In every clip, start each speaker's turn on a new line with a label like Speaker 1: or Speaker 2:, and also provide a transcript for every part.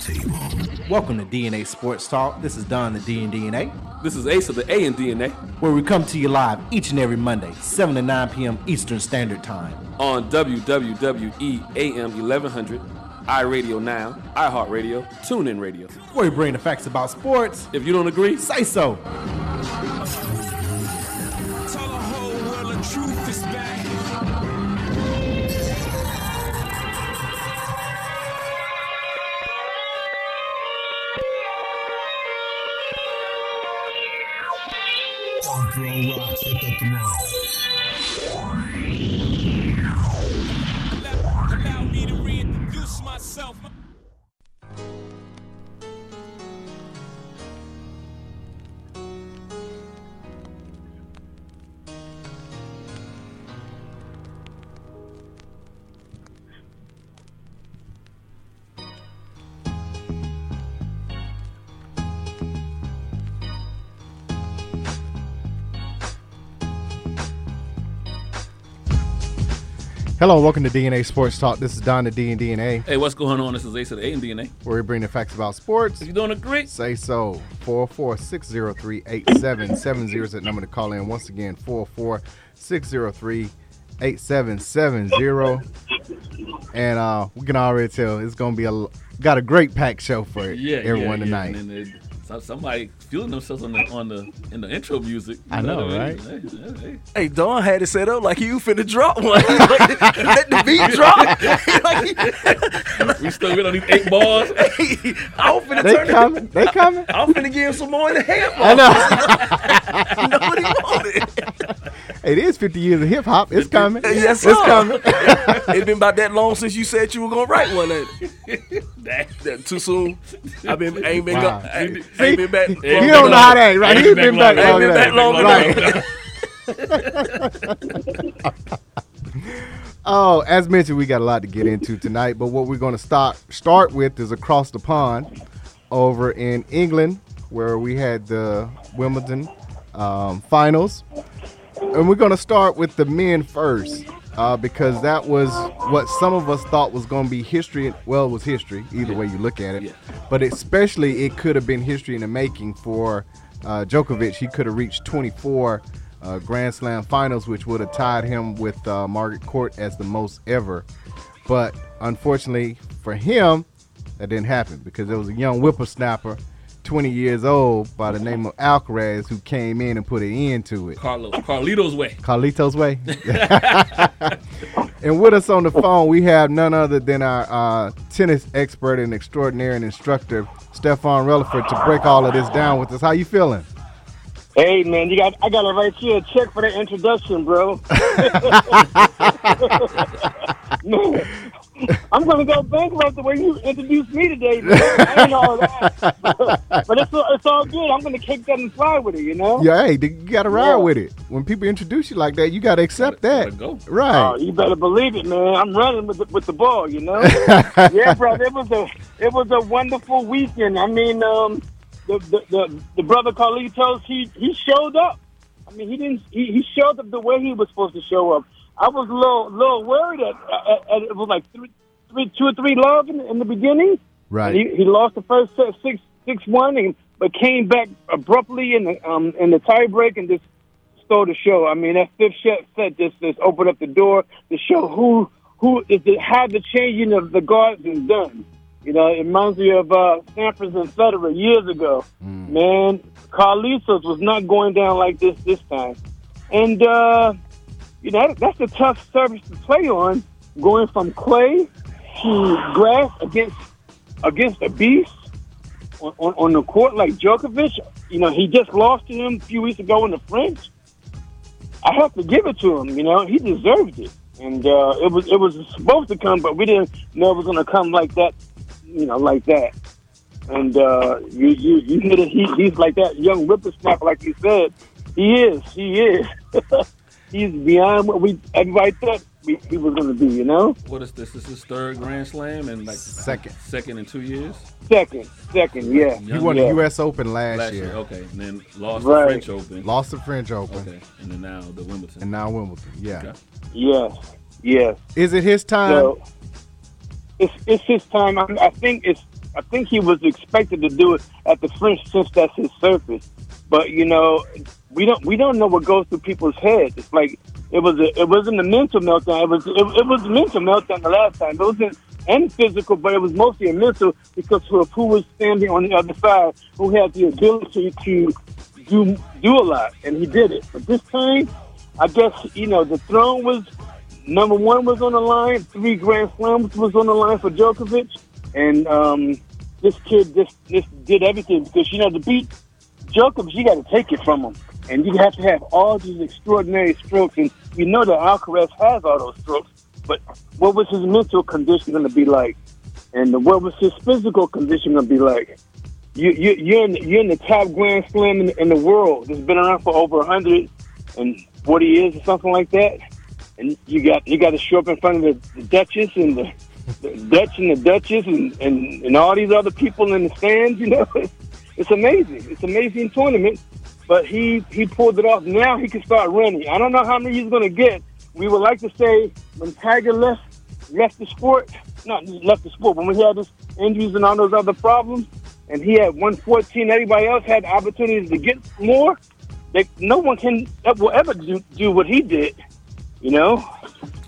Speaker 1: table.
Speaker 2: Welcome to DNA Sports Talk. This is Don the D and DNA,
Speaker 3: This is Ace of the A and DNA
Speaker 2: where we come to you live each and every Monday, 7 to 9 p.m. Eastern Standard Time.
Speaker 3: on E WWWE AM 1100, iRadio Now, iHeartRadio, TuneIn Radio.
Speaker 2: Where we bring the facts about sports.
Speaker 3: If you don't agree,
Speaker 2: Say so.
Speaker 4: Tell the whole world the truth is back.
Speaker 1: Punk rock hit the throne.
Speaker 4: Allow- Allow me to reintroduce myself.
Speaker 5: Hello, welcome to DNA Sports Talk. This is Don the D and DNA,
Speaker 3: hey, what's going on? This is Ace of the A and DNA.
Speaker 5: where we bring the facts about sports.
Speaker 3: If you don't agree,
Speaker 5: Say so. 446038770 is that number to call in. Once again, 446038770. And uh, we can already tell it's gonna be a l- got a great pack show for
Speaker 3: yeah,
Speaker 5: everyone
Speaker 3: yeah, yeah.
Speaker 5: tonight.
Speaker 3: And then they- some- somebody feeling themselves on the on the in the intro music.
Speaker 5: I know, right?
Speaker 3: Hey, hey, hey.
Speaker 6: Hey, Don had it set up like you finna drop one. Like, Let the beat drop.
Speaker 3: We still good on these eight balls.
Speaker 6: I'm finna
Speaker 5: They
Speaker 6: turn it.
Speaker 5: coming. They coming.
Speaker 6: I'm finna give him some more in the head.
Speaker 5: I know.
Speaker 6: Nobody wanted.
Speaker 5: it is 50 years of hip hop. It's coming.
Speaker 6: Yes, sir.
Speaker 5: it's coming.
Speaker 6: It's been about that long since you said you were gonna write one. Ain't it?
Speaker 3: Dang.
Speaker 6: That too soon. I been ain't been
Speaker 5: Wow.
Speaker 6: go, ain't, ain't been back.
Speaker 5: You don't know how that ain't right. He's been back
Speaker 3: Ain't
Speaker 5: long
Speaker 6: been
Speaker 5: enough.
Speaker 6: back long
Speaker 5: Right.
Speaker 6: enough.
Speaker 5: Oh, as mentioned, we got a lot to get into tonight, but what we're going to start start with is across the pond over in England, where we had the Wimbledon um, finals, and we're going to start with the men first uh, because that was what some of us thought was going to be history. Well, it was history either way you look at it,
Speaker 3: Yeah.
Speaker 5: but especially it could have been history in the making for uh, Djokovic. He could have reached 24 uh, Grand Slam finals, which would have tied him with uh, Margaret Court as the most ever. But unfortunately for him, that didn't happen because there was a young whippersnapper, 20 years old, by the name of Alcaraz, who came in and put an end to it.
Speaker 3: Carlos, Carlito's way.
Speaker 5: Carlito's way. and with us on the phone, we have none other than our uh, tennis expert and extraordinary and instructor, Stefan Relaford, to break all of this down with us. How you feeling?
Speaker 7: Hey man, you got I gotta write you a check for that introduction, bro. man, I'm gonna go bankrupt the way you introduced me today, man. I ain't all that. but it's all, it's all good. I'm gonna kick that and fly with it, you know.
Speaker 5: Yeah, hey, you got to ride
Speaker 7: Yeah.
Speaker 5: with it. When people introduce you like that, you got to accept
Speaker 3: Gotta-
Speaker 5: that.
Speaker 3: gotta go.
Speaker 7: Oh,
Speaker 5: Right.
Speaker 7: you better believe it, man. I'm running with the, with the ball, you know. yeah, bro. It was a it was a wonderful weekend. I mean, um, the the, the, the brother Carlitos, he he showed up. I mean, he didn't. He, he showed up the way he was supposed to show up. I was a little little worried at, at, at it was like three, three, two or three love in, in the beginning.
Speaker 5: Right.
Speaker 7: He, he lost the first set six six one, and but came back abruptly in the um in the tiebreak and just stole the show. I mean, that fifth set set just just opened up the door to show who who is the, how the changing of the guards is done. You know, it reminds me of uh, Sampras and Federer years ago. Man, Carlitos was not going down like this this time, and uh, you know that, that's a tough surface to play on, going from clay to grass against against a beast on, on, on the court like Djokovic. You know, he just lost to him a few weeks ago in the French. I have to give it to him. You know, he deserved it, and uh, it was it was supposed to come, but we didn't know it was going to come like that. You know, like that. And uh, you you you hit it. He, he's like that young whippersnapper, like you said. He is. He is. he's beyond what we everybody thought we, he was going to be. You know.
Speaker 3: What is this? This is third Grand Slam and like
Speaker 5: Second.
Speaker 3: second in two years.
Speaker 7: Second, second, yeah.
Speaker 5: He won the
Speaker 7: Yeah.
Speaker 5: U.S. Open last,
Speaker 3: Last
Speaker 5: year,
Speaker 3: year, okay, and then lost the
Speaker 7: Right.
Speaker 3: French Open.
Speaker 5: lost the French Open,
Speaker 3: Okay, and then now the Wimbledon.
Speaker 5: and now Wimbledon. Yeah.
Speaker 3: Okay.
Speaker 7: Yes, yes.
Speaker 5: Is it his time?
Speaker 7: So it's it's his time. I, I think it's I think he was expected to do it at the French since that's his surface. But you know, we don't we don't know what goes through people's heads. It's like it was a, it wasn't a mental meltdown. It was it, it was a mental meltdown the last time. It wasn't and physical, but it was mostly a mental because of who was standing on the other side, who had the ability to do do a lot, and he did it. But this time, I guess you know the throne was number one was on the line, three grand slams was on the line for Djokovic, and um, this kid just just did everything because you know to beat Djokovic, you got to take it from him, and you have to have all these extraordinary strokes, and you know that Alcaraz has all those strokes. But what was his mental condition going to be like, and what was his physical condition going to be like? you, you, you're, in, you're in the top Grand Slam in, in the world. It's been around for over 140 years or something like that. And you got you got to show up in front of the, the Duchess and the, the Dutch and the Duchess and, and, and all these other people in the stands. You know, it's amazing. It's an amazing tournament. But he he pulled it off. Now he can start running. I don't know how many he's going to get. We would like to say when Tiger left left the sport, not left the sport. When we had his injuries and all those other problems, and he had 114. Everybody else had opportunities to get more. They, no one can will ever do, do what he did, you know.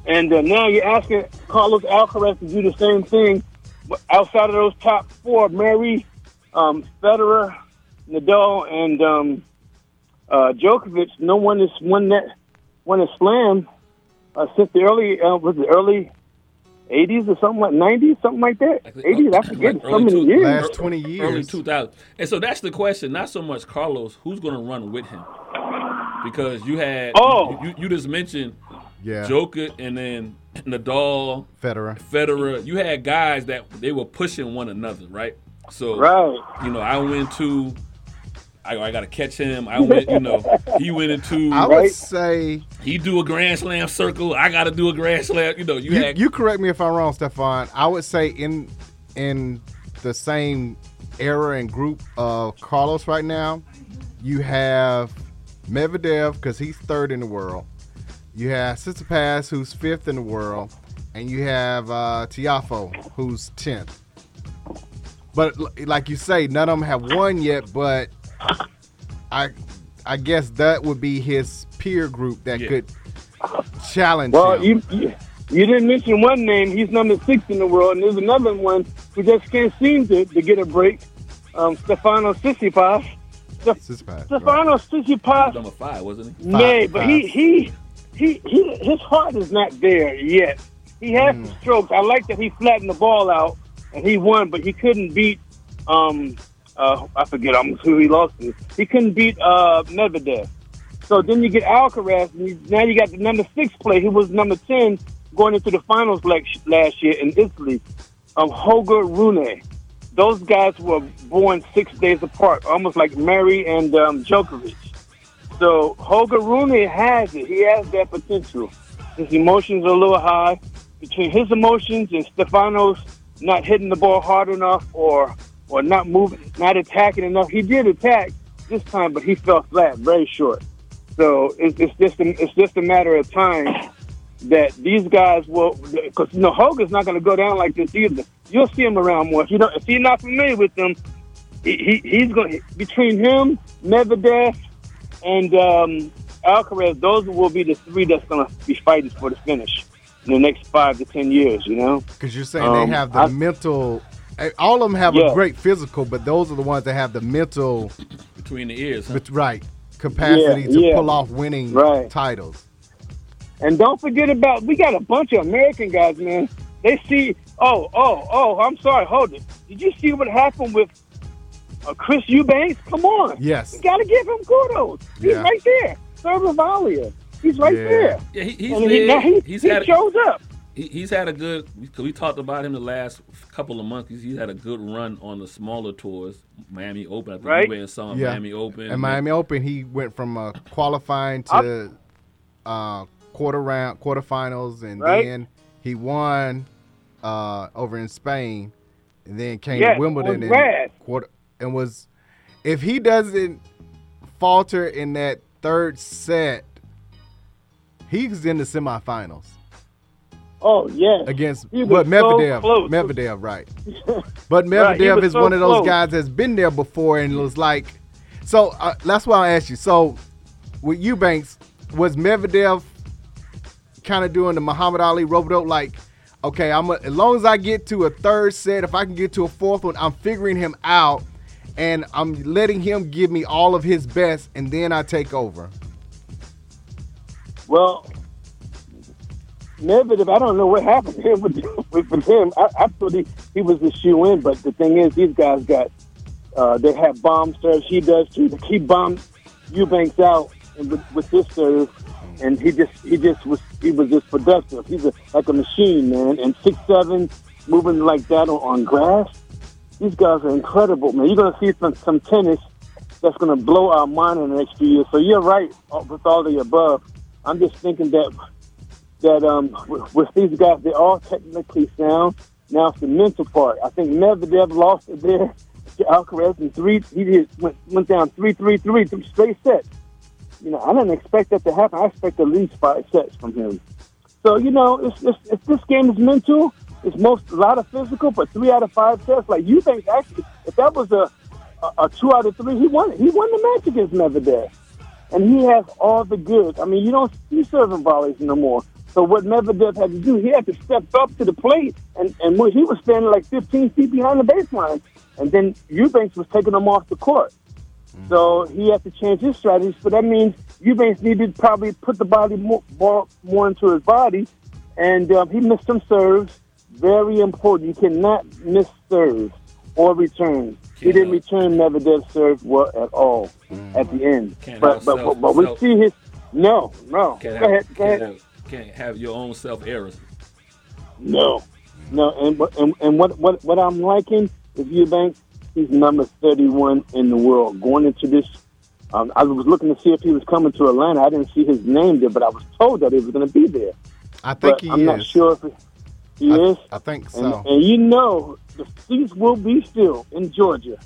Speaker 7: And uh, now you're asking Carlos Alcaraz to do the same thing but outside of those top four: Murray, um, Federer, Nadal, and um, uh, Djokovic. No one has won that won a slam uh, since the early uh, was the early. 80s or something like 90s, something like that. 80s, I forget.
Speaker 8: Like
Speaker 7: so
Speaker 8: early
Speaker 7: many
Speaker 8: two-
Speaker 7: years.
Speaker 5: Last 20
Speaker 8: early
Speaker 5: years.
Speaker 8: 2000. And so that's the question. Not so much Carlos, who's going to run with him? Because you had
Speaker 7: Oh.
Speaker 8: you, you just mentioned
Speaker 5: Yeah.
Speaker 8: Joker and then Nadal,
Speaker 5: Federer.
Speaker 8: Federer. You had guys that they were pushing one another, right? So
Speaker 7: Right.
Speaker 8: you know, I went to I, I got to catch him. I went, you know, he went into
Speaker 5: I
Speaker 7: Right.
Speaker 5: would say
Speaker 8: he do a grand slam circle. I got to do a grand slam. You know, you,
Speaker 5: you,
Speaker 8: had
Speaker 5: you correct me if I'm wrong, Stefan. I would say in in the same era and group of Carlos right now, you have Medvedev because he's third in the world. You have Sitsipas who's fifth in the world, and you have uh, Tiafo who's tenth. But l- like you say, none of them have won yet. But I I guess that would be his peer group that
Speaker 8: Yeah.
Speaker 5: could challenge
Speaker 7: Well,
Speaker 5: him.
Speaker 7: you, you you didn't mention one name. He's number six in the world, and there's another one who just can't seem to, to get a break. Um, Stefano Sissipas. Stef-
Speaker 5: Sitsipas, right.
Speaker 7: Stefano Sissipas
Speaker 8: number five, wasn't he?
Speaker 7: may, but he,
Speaker 5: five.
Speaker 7: he he he his heart is not there yet. He has the strokes. I like that he flattened the ball out and he won, but he couldn't beat um uh I forget almost who he lost to. He couldn't beat uh Medvedev. So then you get Alcaraz, and you, now you got the number six play. He was number ten going into the finals like, last year in Italy. Um, Holger Rune. Those guys were born six days apart, almost like Mary and um, Djokovic. So Holger Rune has it. He has that potential. His emotions are a little high. Between his emotions and Stefano's not hitting the ball hard enough or or not moving, not attacking enough. He did attack this time, but he fell flat, very short. So it's, it's just a, it's just a matter of time that these guys will because you know Hogan's not going to go down like this either. You'll see him around more. If you don't, if you're not familiar with them, he, he he's going between him, Medvedev, and um, Alcaraz. Those will be the three that's going to be fighting for the finish in the next five to ten years. You know,
Speaker 5: Because you're saying
Speaker 7: Um,
Speaker 5: they have the
Speaker 7: I-
Speaker 5: mental. eh, All of them have
Speaker 7: Yeah.
Speaker 5: a great physical, but those are the ones that have the mental,
Speaker 8: Between the ears. huh?
Speaker 5: but right capacity
Speaker 7: Yeah,
Speaker 5: to
Speaker 7: yeah.
Speaker 5: pull off winning
Speaker 7: Right.
Speaker 5: titles.
Speaker 7: and don't forget about we got a bunch of American guys, man. They see, oh, oh, oh. I'm sorry, hold it. Did you see what happened with uh, Chris Eubanks? Come on,
Speaker 5: Yes.
Speaker 7: you got to give him kudos. He's
Speaker 5: Yeah.
Speaker 7: right there, Servivalia. He's right
Speaker 5: Yeah.
Speaker 7: there.
Speaker 8: Yeah, he, he's,
Speaker 7: And he, now
Speaker 8: had-
Speaker 7: he,
Speaker 8: he's
Speaker 7: he
Speaker 8: had
Speaker 7: shows up.
Speaker 8: he, he's had a good because we talked about him the last couple of months. He's, he's had a good run on the smaller tours, Miami Open. I think
Speaker 7: Right.
Speaker 8: you went and saw him,
Speaker 5: Yeah.
Speaker 8: Miami Open.
Speaker 5: And Miami Open, he went from uh, qualifying to uh, quarter round, quarterfinals, and
Speaker 7: Right.
Speaker 5: then he won uh, over in Spain, and then came
Speaker 7: Yes,
Speaker 5: to Wimbledon
Speaker 7: on grass.
Speaker 5: and quarter and was. If he doesn't falter in that third set, he's in the semifinals.
Speaker 7: Oh yeah.
Speaker 5: against
Speaker 7: He was
Speaker 5: but
Speaker 7: so
Speaker 5: Medvedev,
Speaker 7: close.
Speaker 5: Medvedev, right? But
Speaker 7: Right, he
Speaker 5: Medvedev
Speaker 7: was
Speaker 5: is
Speaker 7: so
Speaker 5: one of those
Speaker 7: close.
Speaker 5: guys that's been there before and was like, so uh, that's why I asked you. So with Eubanks, was Medvedev kind of doing the Muhammad Ali rope dope? Like, okay, I'm a, as long as I get to a third set, if I can get to a fourth one, I'm figuring him out, and I'm letting him give me all of his best, and then I take over.
Speaker 7: Well, Medvedev, I don't know what happened here with, with, with him. I, I thought he, he was the shoe in, but the thing is, these guys got uh, they have bomb serves. He does too. He bombed Eubanks out and with, with this serve, and he just he just was he was just productive. He's a, like a machine, man. And six seven moving like that on, on grass. These guys are incredible, man. You're gonna see some some tennis that's gonna blow our mind in the next few years. So you're right uh, with all the above. I'm just thinking that that um, with, with these guys, they're all technically sound. Now it's the mental part. I think Medvedev lost it there to Alcaraz in three. He just went, went down three, three, three, three straight sets. You know, I didn't expect that to happen. I expect at least five sets from him. So you know, it's, it's, it's this game is mental. It's most a lot of physical, but three out of five sets. Like you think, actually, if that was a a, a two out of three, he won. it. He won the match against Medvedev and he has all the goods. I mean, you don't see serving volleys no more. So what Medvedev had to do, he had to step up to the plate, and and when he was standing like 15 feet behind the baseline, and then Eubanks was taking him off the court. So he had to change his strategy. So that means Eubanks needed to probably put the body more, ball more into his body, and um, he missed some serves. Very important. You cannot miss serves or return. He didn't return Medvedev's serve well at all at the end.
Speaker 8: Can't
Speaker 7: But
Speaker 8: help
Speaker 7: but, but but we
Speaker 8: self-
Speaker 7: see his no no.
Speaker 8: Can't
Speaker 7: go
Speaker 8: have,
Speaker 7: ahead go
Speaker 8: can't,
Speaker 7: ahead.
Speaker 8: have, can't have your own self errors.
Speaker 7: No, no, and what- and, and what, what what I'm liking is Eubanks. He's number 31 in the world going into this. Um, I was looking to see if he was coming to Atlanta. I didn't see his name there, but I was told that he was going to be there.
Speaker 5: I think
Speaker 7: but
Speaker 5: he
Speaker 7: I'm
Speaker 5: is.
Speaker 7: not sure if he, he
Speaker 5: I,
Speaker 7: is.
Speaker 5: I think
Speaker 7: And,
Speaker 5: so.
Speaker 7: and you know, the seats will be still in Georgia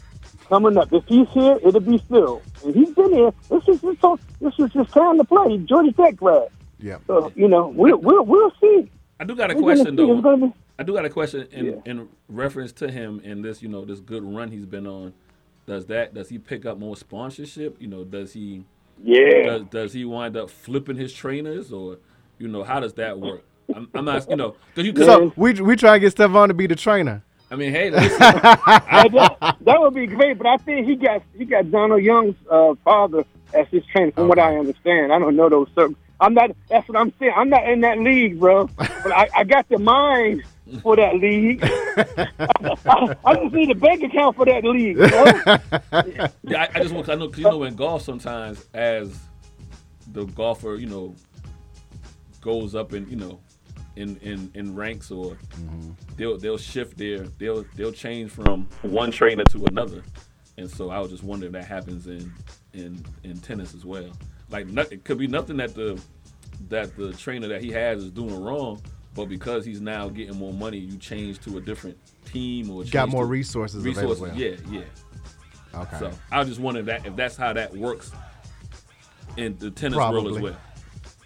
Speaker 7: coming up. If he's here, it'll be still. And he's been here. This is just this is just time to play. He's Georgia Tech grad.
Speaker 5: yeah.
Speaker 7: So you know, we'll we'll, we'll see.
Speaker 8: I do got a
Speaker 7: We're gonna
Speaker 8: question
Speaker 7: see.
Speaker 8: though.
Speaker 7: It's gonna be-
Speaker 8: I do got a question in,
Speaker 7: Yeah.
Speaker 8: in reference to him and this, you know, this good run he's been on. Does that does he pick up more sponsorship? You know, does he
Speaker 7: Yeah.
Speaker 8: does, does he wind up flipping his trainers or you know how does that work? I'm, I'm not you know because you could.
Speaker 5: So we we try to get Stephon to be the trainer.
Speaker 8: I mean, hey, listen,
Speaker 7: I- that, that would be great, but I think he got he got Donald Young's uh, father as his trainer, from what I understand. I don't know those certain. I'm not. That's what I'm saying. I'm not in that league, bro. But I, I got the mind for that league. I, I just need a bank account for that league. You know?
Speaker 8: yeah, I, I just want I know 'cause you know in golf sometimes as the golfer you know goes up in you know in in, in ranks or
Speaker 5: Mm-hmm.
Speaker 8: they'll they'll shift their they'll they'll change from one trainer to another, and so I was just wondering if that happens in in in tennis as well. Like not, it could be nothing that the that the trainer that he has is doing wrong, but because he's now getting more money, you change to a different team or
Speaker 5: Got
Speaker 8: change
Speaker 5: more
Speaker 8: to-
Speaker 5: resources
Speaker 8: resources.
Speaker 5: available.
Speaker 8: Yeah, yeah.
Speaker 5: Okay.
Speaker 8: So I just wondered that if that's how that works in the tennis world
Speaker 5: Probably.
Speaker 8: as well.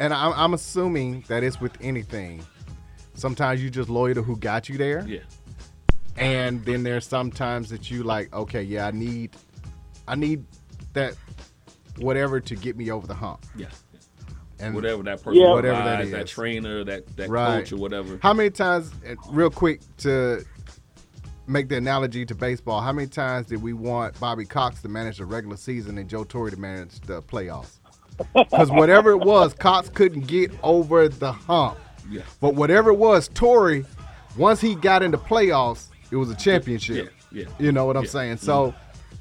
Speaker 5: And I'm, I'm assuming that it's with anything. Sometimes you just loyal to who got you there,
Speaker 8: Yeah,
Speaker 5: and then there's sometimes that you like, okay, yeah, I need, I need that whatever to get me over the hump.
Speaker 8: yeah.
Speaker 5: And
Speaker 8: Whatever that person,
Speaker 7: Yeah.
Speaker 5: Whatever that
Speaker 8: provides, that
Speaker 5: is.
Speaker 8: trainer, that that
Speaker 5: Right.
Speaker 8: coach or whatever.
Speaker 5: How many times, and real quick, to make the analogy to baseball? How many times did we want Bobby Cox to manage the regular season and Joe Torre to manage the playoffs? Because whatever it was, Cox couldn't get over the hump.
Speaker 8: Yeah.
Speaker 5: But whatever it was, Torrey, once he got into playoffs, it was a championship.
Speaker 8: Yeah, Mm-hmm. yeah.
Speaker 5: You know what I'm saying? So,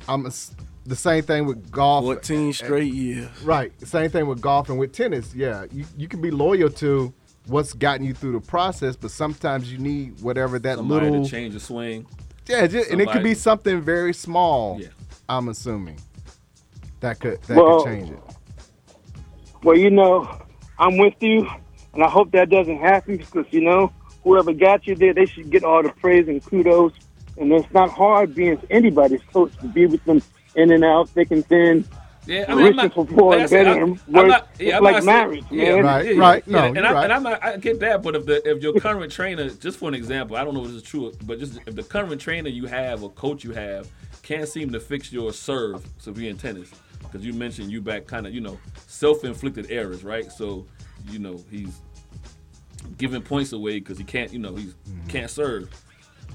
Speaker 5: I'm ass- the same thing with golf.
Speaker 6: 14 straight years.
Speaker 5: Right. Same thing with golf and with tennis. Yeah. You, you can be loyal to what's gotten you through the process, but sometimes you need whatever that
Speaker 8: Somebody
Speaker 5: little.
Speaker 8: to change the swing.
Speaker 5: yeah. Just, and it could be
Speaker 8: somebody-
Speaker 5: something very small.
Speaker 8: Yeah.
Speaker 5: I'm assuming that could that
Speaker 7: Well-
Speaker 5: could change it.
Speaker 7: well, you know, I'm with you, and I hope that doesn't happen because you know whoever got you there, they should get all the praise and kudos. And it's not hard being anybody's coach to be with them in and out, thick and thin.
Speaker 8: Yeah, I mean,
Speaker 7: The
Speaker 8: I'm
Speaker 7: riches
Speaker 8: not,
Speaker 7: for poor
Speaker 8: like I
Speaker 7: and
Speaker 8: said,
Speaker 7: better
Speaker 8: I'm-
Speaker 7: and
Speaker 8: I'm
Speaker 7: worse.
Speaker 8: not- yeah,
Speaker 7: It's
Speaker 8: I'm
Speaker 7: like
Speaker 8: not saying-
Speaker 7: marriage, man.
Speaker 5: Right, right. No,
Speaker 8: and
Speaker 5: you're
Speaker 8: I,
Speaker 5: right.
Speaker 8: and I'm not, I get that, but if the if your current trainer, just for an example, I don't know if this is true, but just if the current trainer you have or coach you have can't seem to fix your serve, so be in tennis, because you mentioned you back kind of you know self inflicted errors, right? So you know he's giving points away because he can't you know he
Speaker 5: Mm-hmm.
Speaker 8: can't serve,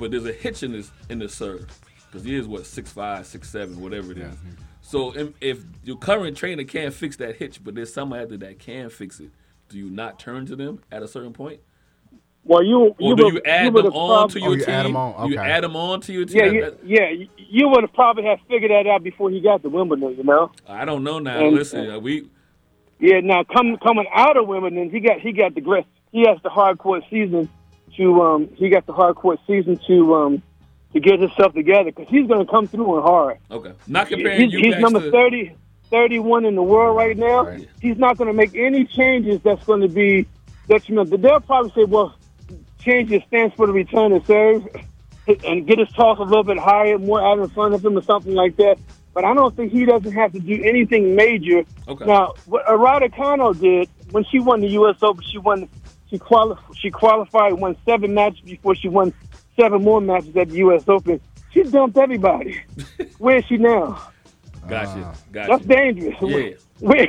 Speaker 8: but there's a hitch in his in the serve because he is what six five, six seven, whatever it is. So if, if your current trainer can't fix that hitch, but there's someone out there that can fix it, do you not turn to them at a certain point?
Speaker 7: Well, you
Speaker 8: Or
Speaker 7: you
Speaker 8: do
Speaker 7: would-
Speaker 8: you add
Speaker 7: would
Speaker 8: them
Speaker 7: have
Speaker 8: on to
Speaker 7: prob-
Speaker 8: your
Speaker 5: Oh, you
Speaker 8: team?
Speaker 5: add 'em on,
Speaker 8: You
Speaker 5: okay.
Speaker 8: add 'em on to your team.
Speaker 7: Yeah, you, yeah, you- you would have probably have figured that out before he got to Wimbledon, you know.
Speaker 8: I don't know now.
Speaker 7: And-
Speaker 8: Listen, uh, we
Speaker 7: Yeah, now come coming out of Wimbledon, he got he got the grit. He has the hard court season to um he got the hard court season to um to get himself together because he's going to come through and hard.
Speaker 8: okay. Not comparing
Speaker 7: He's,
Speaker 8: you
Speaker 7: he's
Speaker 8: back
Speaker 7: number
Speaker 8: to
Speaker 7: 30, 31 in the world right now. He's not going to make any changes that's going to be detrimental. They'll probably say, well, change his stance for the return and serve and get his toss a little bit higher, more out in front of him or something like that. But I don't think he doesn't have to do anything major.
Speaker 8: Okay.
Speaker 7: Now, what Arata Kano did when she won the U.S. Open, she won, she qualified, she qualified, won seven matches before she won seven more matches at the U.S. Open. She dumped everybody. Where is she now?
Speaker 5: Ah.
Speaker 8: gotcha,
Speaker 7: That's
Speaker 8: gotcha.
Speaker 7: dangerous.
Speaker 8: Yeah.
Speaker 7: We,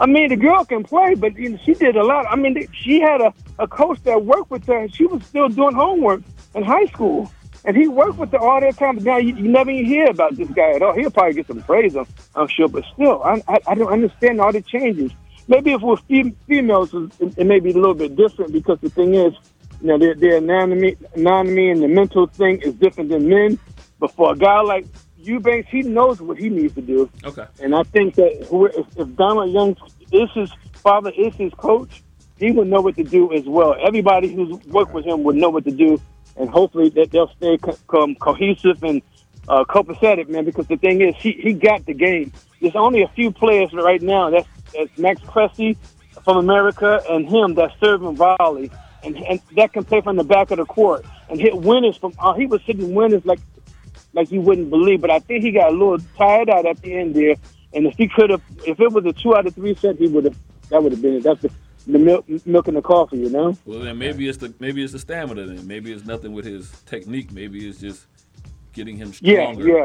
Speaker 7: I mean, the girl can play, but you know, she did a lot. I mean, she had a, a coach that worked with her, and she was still doing homework in high school. And he worked with her all that time. But now you, you never even hear about this guy at all. He'll probably get some praise, I'm, I'm sure. But still, I, I, I don't understand all the changes. Maybe if we're fem- females, it, it may be a little bit different because the thing is, you know, their, their anatomy, anatomy and the mental thing is different than men. But for a guy like Eubanks, he knows what he needs to do.
Speaker 8: Okay.
Speaker 7: And I think that who- if, if Donald Young is his father, is his coach, he would know what to do as well. Everybody who's worked with him would know what to do, and hopefully that they'll stay co- um, cohesive and uh, copacetic, man. Because the thing is, he, he got the game. There's only a few players right now. That's, that's Max Cressy from America and him that serve in volley, and, and that can play from the back of the court and hit winners from. Uh, he was hitting winners like like you wouldn't believe. But I think he got a little tired out at the end there. And if he could have, if it was a two out of three set, he would have. That would have been it. That's the, the milk, milk and the coffee, you know.
Speaker 8: Well, then maybe it's the maybe it's the stamina. Then maybe it's nothing with his technique. Maybe it's just getting him
Speaker 7: Yeah,
Speaker 8: stronger.
Speaker 7: yeah.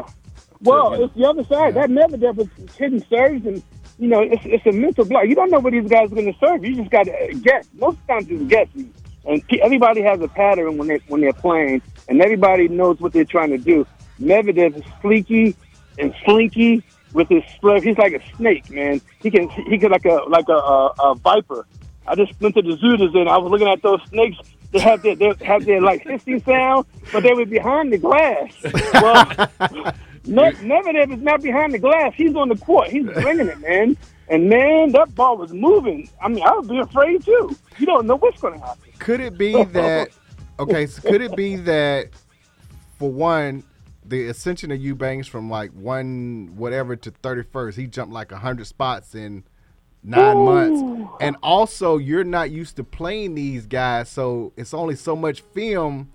Speaker 7: Well,
Speaker 8: you-
Speaker 7: it's the other side. That Medvedev was hitting serves, and you know, it's it's a mental block. You don't know what these guys are going to serve. You just got to guess. Most times it's guessing, and pe- everybody has a pattern when they when they're playing, and everybody knows what they're trying to do. Medvedev is fleeky and slinky with his slurve. He's like a snake, man. He can he can like a like a, a, a viper. I just went to the zoo today, and I was looking at those snakes. They have their they have their like hissing sound, but they were behind the glass. Well, Ne- Medvedev is not behind the glass. He's on the court. He's bringing it, man. And man, that ball was moving. I mean, I would be afraid too. You don't know what's going to happen.
Speaker 5: Could it be that? Okay, so could it be that for one, the ascension of Eubanks from like one whatever to thirty first, he jumped like hundred spots in nine months, and also you're not used to playing these guys, so it's only so much film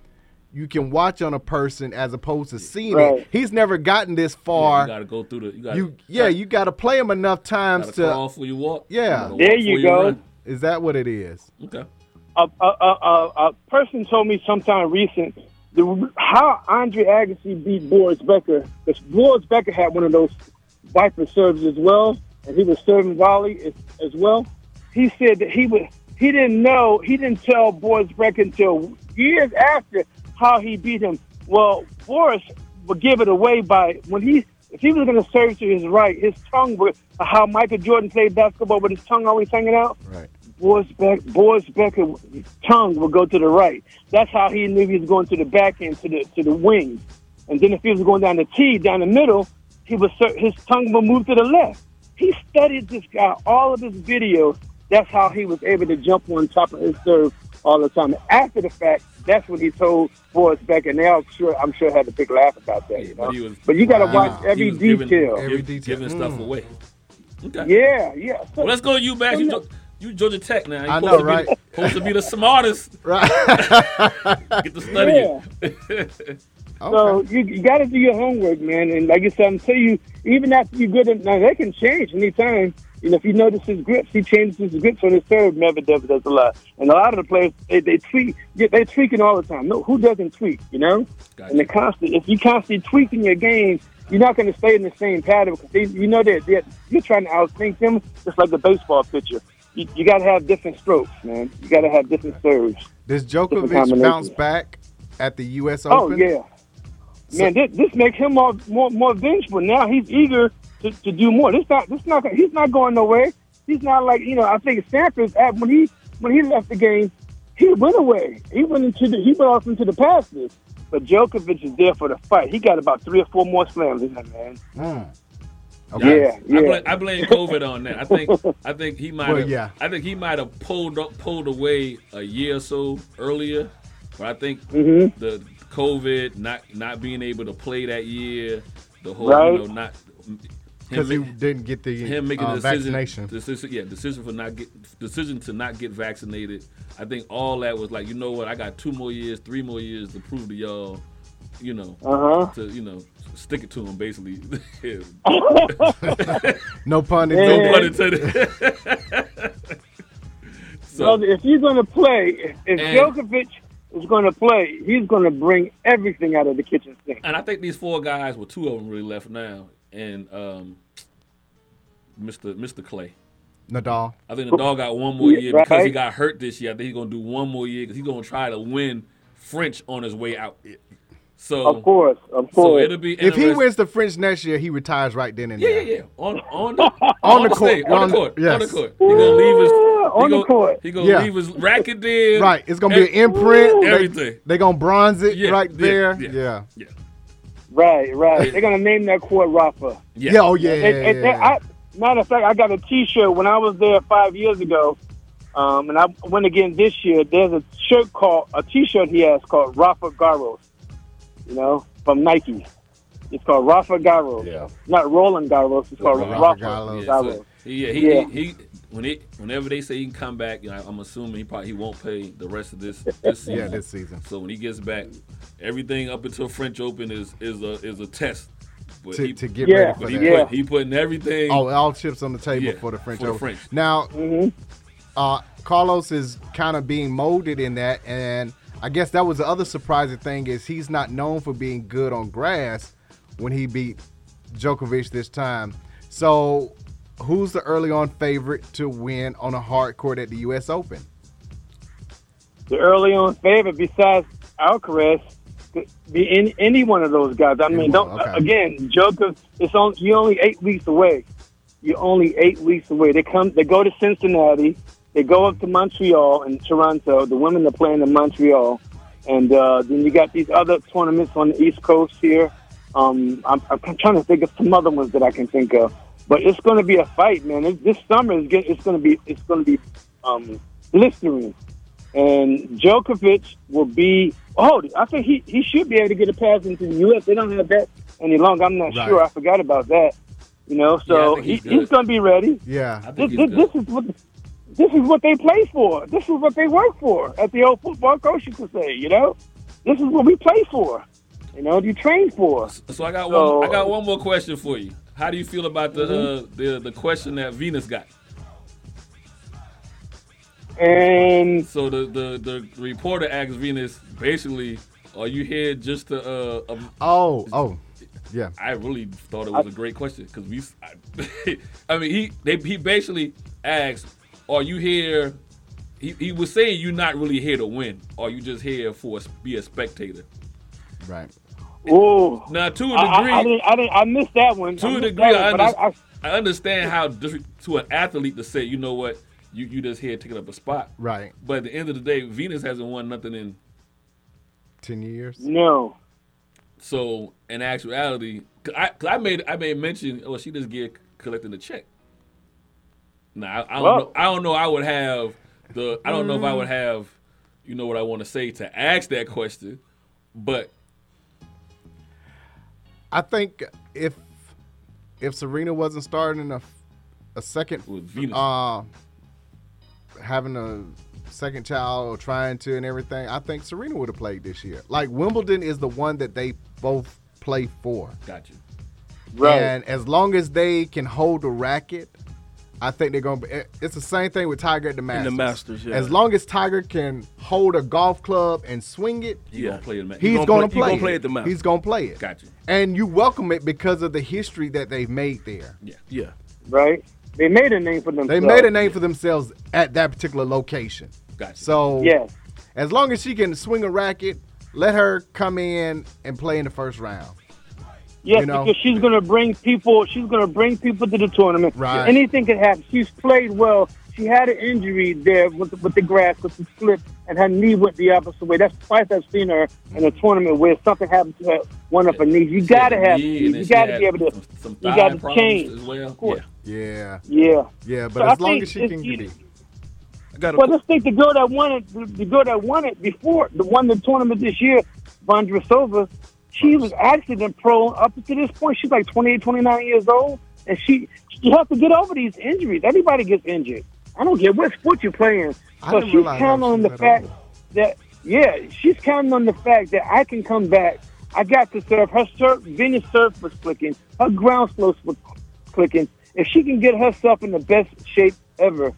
Speaker 5: you can watch on a person as opposed to seeing
Speaker 7: Right.
Speaker 5: it. He's never gotten this
Speaker 8: You
Speaker 5: far.
Speaker 8: gotta go through the. You gotta,
Speaker 5: you yeah, you got to play him enough times
Speaker 8: gotta
Speaker 5: to.
Speaker 8: crawl before you walk.
Speaker 5: Yeah.
Speaker 8: gotta walk
Speaker 7: There
Speaker 8: before
Speaker 7: you go.
Speaker 8: run.
Speaker 5: Is that what it is?
Speaker 8: Okay.
Speaker 7: A, a, a, a, a person told me sometime recent the, how Andre Agassi beat Boris Becker. Because Boris Becker had one of those viper serves as well, and he was serving volley as, as well. He said that he would. He didn't know. He didn't tell Boris Becker until years after how he beat him. Well, Boris would give it away by when he if he was going to serve to his right, his tongue would. How Michael Jordan played basketball with his tongue always hanging out.
Speaker 5: Right.
Speaker 7: Boris, Beck, Boris Becker tongue would go to the right. That's how he knew he was going to the back end, to the to the wings. And then if he was going down the T, down the middle, he was his tongue would move to the left. He studied this guy all of his videos. That's how he was able to jump on top of his serve all the time. After the fact, that's what he told Boris Becker. And they all sure I'm sure had a big laugh about that. You know?
Speaker 8: But he was-
Speaker 7: you got to
Speaker 5: Wow.
Speaker 7: watch every
Speaker 8: He was giving-
Speaker 7: detail.
Speaker 5: Every
Speaker 8: give-
Speaker 5: detail. Mm.
Speaker 8: Giving stuff away. Okay.
Speaker 7: yeah, yeah. So-
Speaker 8: Well, let's go. You back. You, Geor- you Georgia Tech now. You
Speaker 5: I
Speaker 8: supposed
Speaker 5: know,
Speaker 8: to be
Speaker 5: right?
Speaker 8: the- supposed to be the smartest.
Speaker 5: Right.
Speaker 8: Get to study. it.
Speaker 7: So
Speaker 5: Okay.
Speaker 7: you, you got to do your homework, man. And like I said, until you, even after you good, at- now they can change anytime. You know, if you notice his grips, he changes his grips on his serve. Medvedev does a lot, and a lot of the players they, they tweak, yeah, they tweaking all the time. No, who doesn't tweak? You know,
Speaker 8: Gotcha.
Speaker 7: and the constant. If you constantly tweaking your game, you're not going to stay in the same pattern because they, you know that that you're trying to outthink them, just like the baseball pitcher. You, you got to have different strokes, man. You got to have different serves.
Speaker 5: Does
Speaker 7: Different
Speaker 5: Djokovic
Speaker 7: combination.
Speaker 5: bounce back at the U.S.
Speaker 7: Oh
Speaker 5: Open?
Speaker 7: yeah, man, this, this makes him more more more vengeful. Now he's eager to, to do more. This not this not he's not going nowhere. He's not like you know. I think Sampras at when he when he left the game, he went away. He went into the he went off into the pastures. But Djokovic is there for the fight. He got about three or four more slams in him, man.
Speaker 5: Mm.
Speaker 7: Yeah, yeah.
Speaker 8: I blame, I blame COVID on that. I think I think he might
Speaker 5: Well,
Speaker 8: have
Speaker 5: yeah.
Speaker 8: I think he might have pulled up, pulled away a year or so earlier, but I think
Speaker 7: Mm-hmm.
Speaker 8: the COVID not not being able to play that year, the whole
Speaker 7: Right.
Speaker 8: you know not
Speaker 5: Because he
Speaker 8: him,
Speaker 5: didn't get the
Speaker 8: him making
Speaker 5: uh,
Speaker 8: a decision,
Speaker 5: vaccination.
Speaker 8: decision, yeah, decision for not get decision to not get vaccinated. I think all that was like, you know what? I got two more years, three more years to prove to y'all, you know,
Speaker 7: Uh huh.
Speaker 8: to you know, stick it to him basically.
Speaker 5: No pun
Speaker 7: Yeah.
Speaker 5: intended.
Speaker 8: Pun intended.
Speaker 7: So
Speaker 8: so,
Speaker 7: if you're going to play, if,
Speaker 8: And-
Speaker 7: if Djokovic is going to play, he's going to bring everything out of the kitchen sink.
Speaker 8: and I think these four guys, well, two of them really left now, and um, Mr. Mr. Clay.
Speaker 5: Nadal.
Speaker 8: I think the dog got one more
Speaker 7: Yeah,
Speaker 8: year because he
Speaker 7: right.
Speaker 8: got hurt this year. I think he's gonna do one more year because he's gonna try to win French on his way out. So,
Speaker 7: Of course, of
Speaker 8: Oh. so
Speaker 7: course.
Speaker 8: it'll be
Speaker 5: If he
Speaker 8: interest-
Speaker 5: wins the French next year, he retires right then and
Speaker 8: Yeah, yeah,
Speaker 5: there.
Speaker 8: yeah. On on the, on, the, court, on the court, on the
Speaker 5: yes.
Speaker 8: court. He gonna leave his
Speaker 7: Yeah,
Speaker 8: he
Speaker 7: on the
Speaker 8: gonna-
Speaker 7: court.
Speaker 8: He gonna
Speaker 5: Yeah.
Speaker 8: leave his racket there.
Speaker 5: Right. It's gonna be an imprint.
Speaker 8: Everything.
Speaker 5: They, are gonna bronze it
Speaker 8: Yeah,
Speaker 5: right
Speaker 8: yeah,
Speaker 5: there.
Speaker 8: yeah.
Speaker 5: Yeah. Yeah.
Speaker 8: Yeah.
Speaker 7: Right, right. They're going to name that court Rafa.
Speaker 8: Yeah.
Speaker 5: oh yeah.
Speaker 7: And,
Speaker 5: yeah,
Speaker 7: and- and
Speaker 5: yeah.
Speaker 7: I, matter of fact, I got a T-shirt when I was there five years ago, um, and I went again this year. There's a shirt called a T-shirt he has called Rafa Garros, you know, from Nike. It's called Rafa Garros,
Speaker 8: Yeah.
Speaker 7: not Roland Garros. It's called
Speaker 8: Rafa
Speaker 7: Rafa,
Speaker 5: Garros.
Speaker 7: Garros.
Speaker 8: Yeah, so, yeah, he,
Speaker 7: Yeah.
Speaker 8: He, he when it whenever they say he can come back, you know, I'm assuming he probably he won't play the rest of this this season.
Speaker 5: yeah, this season.
Speaker 8: So when he gets back, everything up until French Open is is a is a test. But
Speaker 5: To,
Speaker 8: he,
Speaker 5: to get
Speaker 7: Yeah.
Speaker 5: ready for
Speaker 8: but
Speaker 5: that.
Speaker 8: he,
Speaker 7: Yeah.
Speaker 8: put, he putting everything.
Speaker 5: all, Oh, all chips on the table
Speaker 8: Yeah,
Speaker 5: for the French
Speaker 8: for the
Speaker 5: Open.
Speaker 8: French.
Speaker 5: Now, uh, Carlos is kind of being molded in that, and I guess that was the other surprising thing is he's not known for being good on grass when he beat Djokovic this time. So, who's the early on favorite to win on a hard court at the U.S. Open?
Speaker 7: The early on favorite, besides Alcaraz, could be in, any one of those guys. I
Speaker 5: one,
Speaker 7: mean, don't
Speaker 5: okay.
Speaker 7: again, Joker. It's on. You're only eight weeks away. You're only eight weeks away. They come. They go to Cincinnati. They go up to Montreal and Toronto. The women are playing in Montreal, and uh, then you got these other tournaments on the East Coast here. Um, I'm, I'm trying to think of some other ones that I can think of, but it's going to be a fight, man. It, this summer is get, it's going to be it's going to be um, blistering, and Djokovic will be. Oh, I think he, he should be able to get a pass into the U.S. They don't have that any longer. I'm not
Speaker 5: Right.
Speaker 7: sure. I forgot about that. You know,
Speaker 8: Yeah, I
Speaker 7: so
Speaker 8: think
Speaker 7: he,
Speaker 8: he's good.
Speaker 7: he's going to be ready.
Speaker 8: I
Speaker 5: Yeah,
Speaker 8: think
Speaker 7: This,
Speaker 8: he's
Speaker 7: this,
Speaker 8: good.
Speaker 7: this is what this is what they play for. This is what they work for. At the old football coach used to say, you know, this is what we play for. You know, you train for.
Speaker 8: so I got
Speaker 7: So-
Speaker 8: one. I got one more question for you. How do you feel about the
Speaker 5: Mm-hmm.
Speaker 8: uh, the the question that Venus got?
Speaker 7: And
Speaker 8: So the the, the reporter asked Venus basically, "Are you here just to?" Uh, um,
Speaker 5: Oh, oh, yeah.
Speaker 8: I really thought it was a great question because we. I, I mean, he they, he basically asked, "Are you here?" He, he was saying you're not really here to win. Are you just here for a, be a spectator?
Speaker 5: Right.
Speaker 7: oh,
Speaker 8: Now, to a degree,
Speaker 7: I, I, I didn't, I didn't, I missed that one. I
Speaker 8: to a
Speaker 7: missed
Speaker 8: degree, I,
Speaker 7: that one, but
Speaker 8: under- I, understand how dis- to an athlete to say, you know what, you you just here taking up a spot,
Speaker 5: Right.
Speaker 8: But at the end of the day, Venus hasn't won nothing in
Speaker 5: Ten years.
Speaker 7: no.
Speaker 8: so in actuality, cause I, cause I made I made mention, oh, she just get collecting the check. Nah, I, I don't
Speaker 7: Well-
Speaker 8: know. I don't know. I would have the. I don't know if I would have, you know, what I want to say to ask that question, but
Speaker 5: I think if if Serena wasn't starting a, a second
Speaker 8: with Venus,
Speaker 5: uh, having a second child or trying to and everything, I think Serena would have played this year. Like Wimbledon is the one that they both play for.
Speaker 8: Got you.
Speaker 7: Right.
Speaker 5: And as long as they can hold the racket, I think they're going to be. It's the same thing with Tiger at the Masters.
Speaker 6: the Masters, yeah.
Speaker 5: As long as Tiger can hold a golf club and swing it,
Speaker 8: You gonna play the match?
Speaker 5: he's
Speaker 6: gonna
Speaker 5: going to
Speaker 6: play-
Speaker 5: play,
Speaker 6: he gonna
Speaker 5: it.
Speaker 6: play at the Masters.
Speaker 5: He's going to play it.
Speaker 8: Got you.
Speaker 5: And you welcome it because of the history that they've made there.
Speaker 8: Yeah.
Speaker 6: Yeah.
Speaker 7: right? They made a name for
Speaker 5: They
Speaker 7: themselves.
Speaker 5: made a name for themselves at that particular location.
Speaker 8: Gotcha.
Speaker 5: So
Speaker 7: Yes.
Speaker 5: as long as she can swing a racket, let her come in and play in the first round.
Speaker 7: Yes,
Speaker 5: you know?
Speaker 7: because she's gonna bring people. She's gonna bring people to the tournament.
Speaker 5: Right.
Speaker 7: Anything could happen. She's played well. She had an injury there with the, with the grass, with the slip, and her knee went the opposite way. That's twice I've seen her in a tournament where something happened to her, one of her knees. You gotta have.
Speaker 8: Yeah, and then
Speaker 7: You
Speaker 8: she
Speaker 7: gotta
Speaker 8: had
Speaker 7: be able to.
Speaker 8: Some, some
Speaker 7: you
Speaker 8: thigh
Speaker 7: gotta
Speaker 8: problems
Speaker 7: change.
Speaker 8: as well. Of
Speaker 7: course.
Speaker 5: Yeah,
Speaker 7: Yeah.
Speaker 5: yeah. But
Speaker 7: So I
Speaker 5: as long
Speaker 7: think
Speaker 5: as she
Speaker 7: it's
Speaker 5: can,
Speaker 7: either-
Speaker 6: I got a
Speaker 7: Well, let's think the girl that won it, the- the girl that won it before, the won the tournament this year, Vondrasova, she was accident prone up to this point. She's like 28, 29 years old, and she you have to get over these injuries. Everybody gets injured. I don't care what sport you're playing.
Speaker 5: I
Speaker 7: So
Speaker 5: didn't
Speaker 7: she's
Speaker 5: realize
Speaker 7: counting
Speaker 5: that
Speaker 7: on
Speaker 5: she
Speaker 7: the
Speaker 5: was that
Speaker 7: fact
Speaker 5: old.
Speaker 7: that yeah, she's counting on the fact that I can come back. I got to serve. Her serve, Venus surf was clicking. Her ground slope was clicking. If she can get herself in the best shape ever,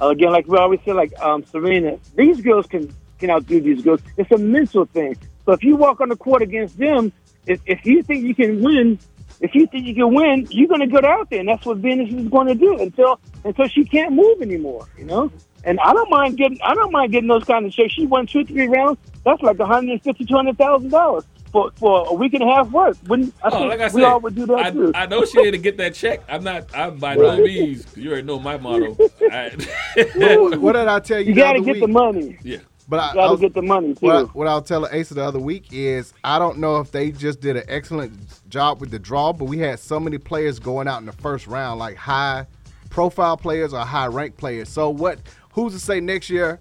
Speaker 7: uh, again, like we always say, like um, Serena, these girls can can outdo these girls. It's a mental thing. So if you walk on the court against them, if, if you think you can win, if you think you can win, you're going to get out there, and that's what Venus is going to do until until she can't move anymore. You know. And I don't mind getting I don't mind getting those kind of checks. She won two, three rounds. That's like one hundred fifty, two hundred thousand dollars for for a week and a half work. Wouldn't I
Speaker 8: Oh,
Speaker 7: think
Speaker 8: like I said,
Speaker 7: we all would do that
Speaker 8: I,
Speaker 7: too?
Speaker 8: I know she didn't get that check. I'm not. I'm by no means. You already know my motto. I,
Speaker 5: What, what did I tell you?
Speaker 7: you
Speaker 5: the
Speaker 7: got to
Speaker 5: other
Speaker 7: get the
Speaker 5: week?
Speaker 7: money.
Speaker 8: yeah.
Speaker 5: But I,
Speaker 7: You
Speaker 5: I
Speaker 7: got to
Speaker 5: was-
Speaker 7: get the money too.
Speaker 5: what, I, what I'll tell Ace the other week is I don't know if they just did an excellent job with the draw, but we had so many players going out in the first round, like high profile players or high ranked players. So what? Who's to say next year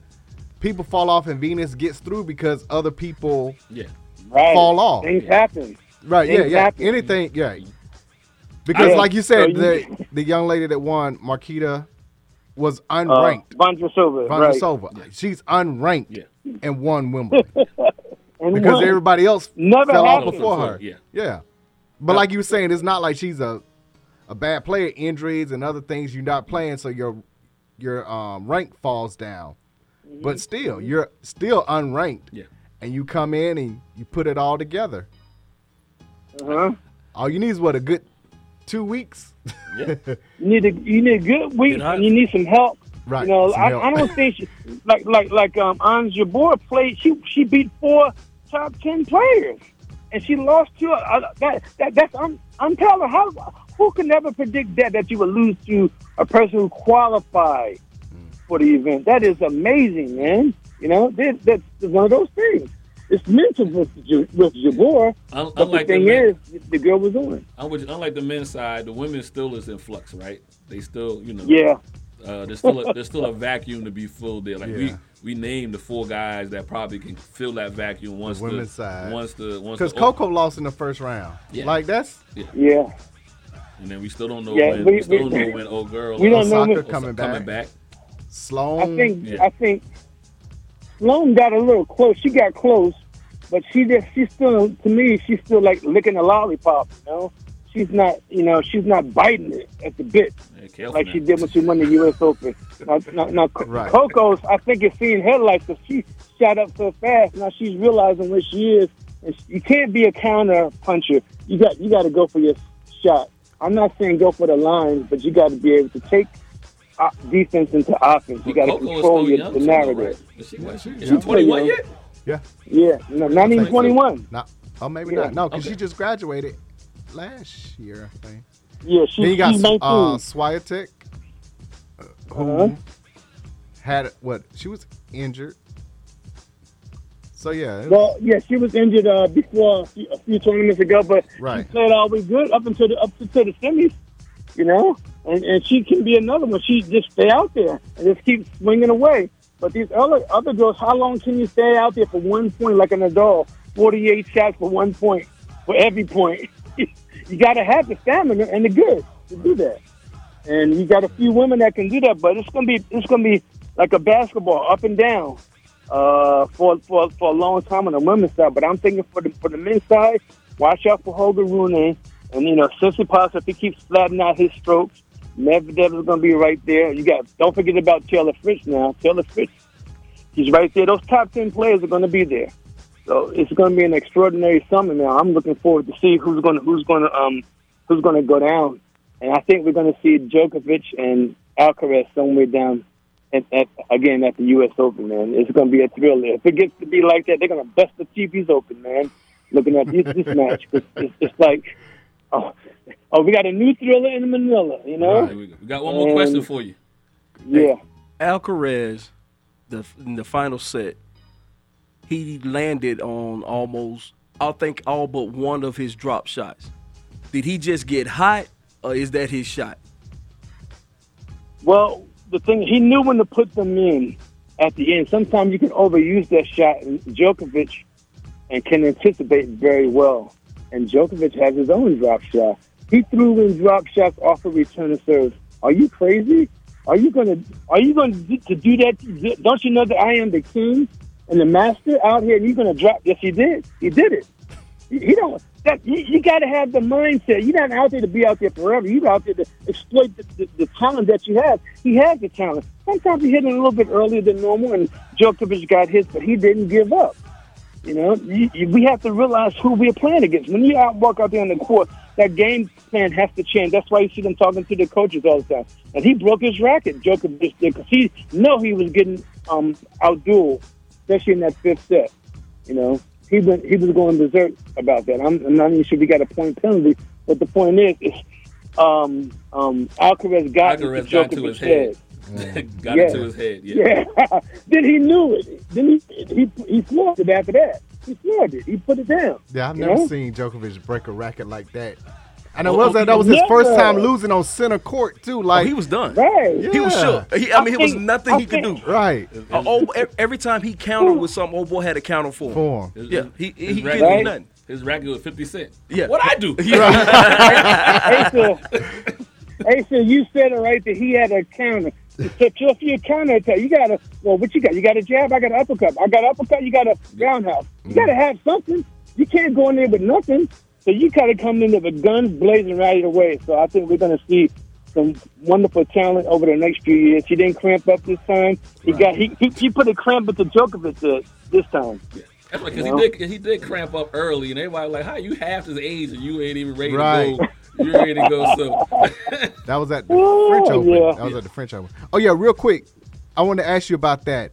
Speaker 5: people fall off and Venus gets through because other people?
Speaker 8: Yeah.
Speaker 7: right.
Speaker 5: fall off.
Speaker 7: Things happen.
Speaker 5: Right? Yeah, yeah.
Speaker 7: Exactly.
Speaker 5: Anything? Yeah. Because
Speaker 7: Yeah,
Speaker 5: like you said,
Speaker 7: so you-
Speaker 5: the the young lady that won, Marquita, was
Speaker 7: Uh,
Speaker 5: unranked.
Speaker 7: Bondrasova, right?
Speaker 5: Vondrousova. She's unranked
Speaker 8: Yeah.
Speaker 5: and won Wimbledon.
Speaker 7: And
Speaker 5: because
Speaker 7: won.
Speaker 5: everybody else
Speaker 7: Never
Speaker 5: fell off
Speaker 7: happened.
Speaker 5: before
Speaker 8: Before,
Speaker 5: her.
Speaker 8: yeah.
Speaker 5: But like you were saying, it's not like she's a a bad player. Injuries and other things you're not playing, so your your um, rank falls down. But still, you're still unranked,
Speaker 8: Mm-hmm. Yeah.
Speaker 5: and you come in and you put it all together.
Speaker 7: Uh-huh.
Speaker 5: All you need is what a good two weeks.
Speaker 7: You need a you need a good week
Speaker 6: Get hot.
Speaker 7: and you need some help.
Speaker 5: Right,
Speaker 7: You know,
Speaker 5: some
Speaker 7: I,
Speaker 5: help.
Speaker 7: I don't think she, like like like um Anz Jabor played. She she beat four top ten players, and she lost to uh, that that that's I'm I'm telling how who can never predict that that you would lose to a person who qualified for the event. That is amazing, man. You know, that, that's one of those things. It's mental with Ja- with Jabor,
Speaker 8: Un-
Speaker 7: but the
Speaker 8: unlike the
Speaker 7: thing
Speaker 8: men.
Speaker 7: is, the girl was on. it.
Speaker 8: I'm with you. Unlike the men's side, the women still is in flux, right? They still, you know.
Speaker 7: Yeah.
Speaker 8: Uh, there's still a, there's still a vacuum to be filled there. Like
Speaker 5: Yeah.
Speaker 8: we we named the four guys that probably can fill that vacuum once the,
Speaker 5: women's side.
Speaker 8: once the once
Speaker 5: Because
Speaker 8: the-
Speaker 5: Coco lost in the first round.
Speaker 8: Yeah.
Speaker 5: Like that's
Speaker 7: Yeah.
Speaker 8: and then we still don't know
Speaker 7: Yeah,
Speaker 8: when we,
Speaker 7: we-
Speaker 8: still
Speaker 7: we-
Speaker 8: don't know when old girl
Speaker 7: we don't
Speaker 8: or-
Speaker 7: know when-
Speaker 5: Osaka
Speaker 8: or
Speaker 5: coming,
Speaker 8: coming
Speaker 5: back.
Speaker 8: back.
Speaker 5: Sloan.
Speaker 7: I think
Speaker 8: Yeah.
Speaker 7: I think Sloan got a little close. She got close, but she just she's still to me she's still like licking a lollipop. You know, she's not you know she's not biting it at the bit
Speaker 8: Yeah, careful
Speaker 7: like
Speaker 8: now.
Speaker 7: she did when she won the U.S. Open. Now, now, now Co-
Speaker 5: Right.
Speaker 7: Coco's I think is seeing headlights because she shot up so fast. Now she's realizing where she is, and she- you can't be a counter puncher. You got you got to go for your shot. I'm not saying go for the line, but you got to be able to take. uh, Defense into offense. You
Speaker 8: But
Speaker 7: got to
Speaker 8: Coco is
Speaker 7: control
Speaker 8: still
Speaker 7: your,
Speaker 8: young
Speaker 7: the
Speaker 8: too, though,
Speaker 7: narrative.
Speaker 8: right? Is she, what, she,
Speaker 7: still
Speaker 8: 21
Speaker 7: young.
Speaker 8: yet?
Speaker 5: Yeah.
Speaker 7: Yeah, no, not even 21.
Speaker 5: Not. Oh, maybe
Speaker 7: Yeah.
Speaker 5: not. No, because
Speaker 8: Okay.
Speaker 5: she just graduated last year. I think.
Speaker 7: Yeah, she,
Speaker 5: Then you got
Speaker 7: she's
Speaker 5: uh,
Speaker 7: 19.
Speaker 5: Swiatek, uh, who
Speaker 7: Uh-huh.
Speaker 5: had what? She was injured. So yeah, it was-
Speaker 7: well, yeah, she was injured uh, before a few, a few tournaments ago, but
Speaker 5: Right.
Speaker 7: she played always good up until the up to the semis, you know. And and she can be another one. She just stay out there and just keep swinging away. But these other other girls, how long can you stay out there for one point like an adult? Forty-eight shots for one point, for every point. you got to have the stamina and the good to do that. and you got a few women that can do that. But it's gonna be it's gonna be like a basketball, up and down, uh, for for for a long time on the women's side. But I'm thinking for the for the men's side, Watch out for Holger Rune. And, you know, Sissy Pops, if he keeps flattening out his strokes, Medvedev is going to be right there. You got, don't forget about Taylor Fritz now. Taylor Fritz, he's right there. Those top 10 players are going to be there. So it's going to be an extraordinary summer now. I'm looking forward to see who's going to, who's going to, um, who's going to go down. And I think we're going to see Djokovic and Alcaraz somewhere down at, at, again at the U.S. Open, man. It's going to be a thrill. If it gets to be like that, they're going to bust the TVs open, man. Looking at this, this match, 'Cause it's just like, oh, oh, we got a new thriller in Manila, you know?
Speaker 8: Here we go. We got one more question for you.
Speaker 7: Yeah.
Speaker 6: Alcaraz, the in the final set, he landed on almost I think all but one of his drop shots. Did he just get hot, or is that his shot?
Speaker 7: Well, the thing he knew when to put them in at the end. Sometimes you can overuse that shot, and Djokovic, and can anticipate very well. And Djokovic has his own drop shot. He threw in drop shots off a return of serve. Are you crazy? Are you gonna Are you gonna d- to do that? Don't you know that I am the king and the master out here? And you're gonna drop? Yes, he did. He did it. You, you don't. That, you, you got to have the mindset. You're not out there to be out there forever. You're out there to exploit the, the, the talent that you have. He has the talent. Sometimes he hit it a little bit earlier than normal, and Djokovic got his, but he didn't give up. You know, you, you, we have to realize who we're playing against. When you out walk out there on the court, that game plan has to change. That's why you see them talking to the coaches all the time. And he broke his racket, Djokovic did, because he know he was getting um, outdueled, especially in that fifth set. You know, he went, he was going berserk about that. I'm, I'm not even sure we got a point penalty, but the point is, is um, um, Alcaraz got into
Speaker 8: Alcaraz got to his
Speaker 7: Djokovic's
Speaker 8: head. got
Speaker 7: Mm. Yeah.
Speaker 8: it to his head. Yeah.
Speaker 7: yeah. then he knew it. Then he he he floored it after that. He floored it. He put it down.
Speaker 5: Yeah, I've
Speaker 7: You
Speaker 5: never
Speaker 7: know?
Speaker 5: seen Djokovic break a racket like that. And it
Speaker 6: Well,
Speaker 5: was that that was his
Speaker 7: yeah.
Speaker 5: first time losing on center court too.
Speaker 6: Oh,
Speaker 5: Like
Speaker 6: he was done.
Speaker 7: Right.
Speaker 6: He was
Speaker 5: Yeah.
Speaker 6: shook. He, I mean, it was
Speaker 7: think-
Speaker 6: nothing
Speaker 7: I
Speaker 6: he could do.
Speaker 7: think-
Speaker 5: right
Speaker 6: Uh, old, e- every time he countered with something, old boy had a counter for him.
Speaker 5: form.
Speaker 8: His-
Speaker 6: Yeah, he he,
Speaker 8: his
Speaker 6: he
Speaker 8: racket-
Speaker 6: couldn't do
Speaker 7: Right.
Speaker 6: nothing.
Speaker 8: His racket was fifty cent.
Speaker 6: Yeah.
Speaker 8: What I do?
Speaker 7: Asa, Asa, you said it right that he had a counter. So just your counter attack, you gotta. Well, what you got? You got a jab. I got an uppercut. I got an uppercut. You got a roundhouse. You gotta have something. You can't go in there with nothing. So you gotta come in there with guns blazing right away. So I think we're gonna see some wonderful talent over the next few years. He didn't cramp up this time. He got he he, he put a cramp at the Djokovic did this time.
Speaker 8: That's right, because
Speaker 7: You know?
Speaker 8: he did he did cramp up early, and everybody was like, "How you half his age and you ain't even ready
Speaker 5: Right.
Speaker 8: to go? You ready to go?" So
Speaker 5: That was at the
Speaker 7: Ooh,
Speaker 5: French Open.
Speaker 7: yeah.
Speaker 5: That was at the French Open. Oh yeah, real quick, I want to ask you about that.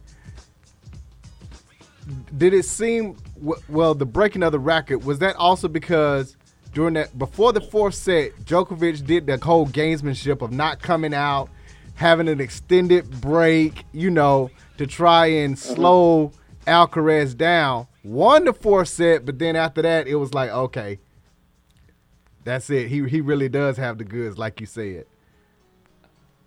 Speaker 5: Did it seem w- well the breaking of the racket was that also because during that before the fourth set, Djokovic did the whole gamesmanship of not coming out, having an extended break, you know, to try and
Speaker 7: Mm-hmm.
Speaker 5: slow Alcaraz down. Won the fourth set, but then after that, it was like okay. That's it. He he really does have the goods, like you said.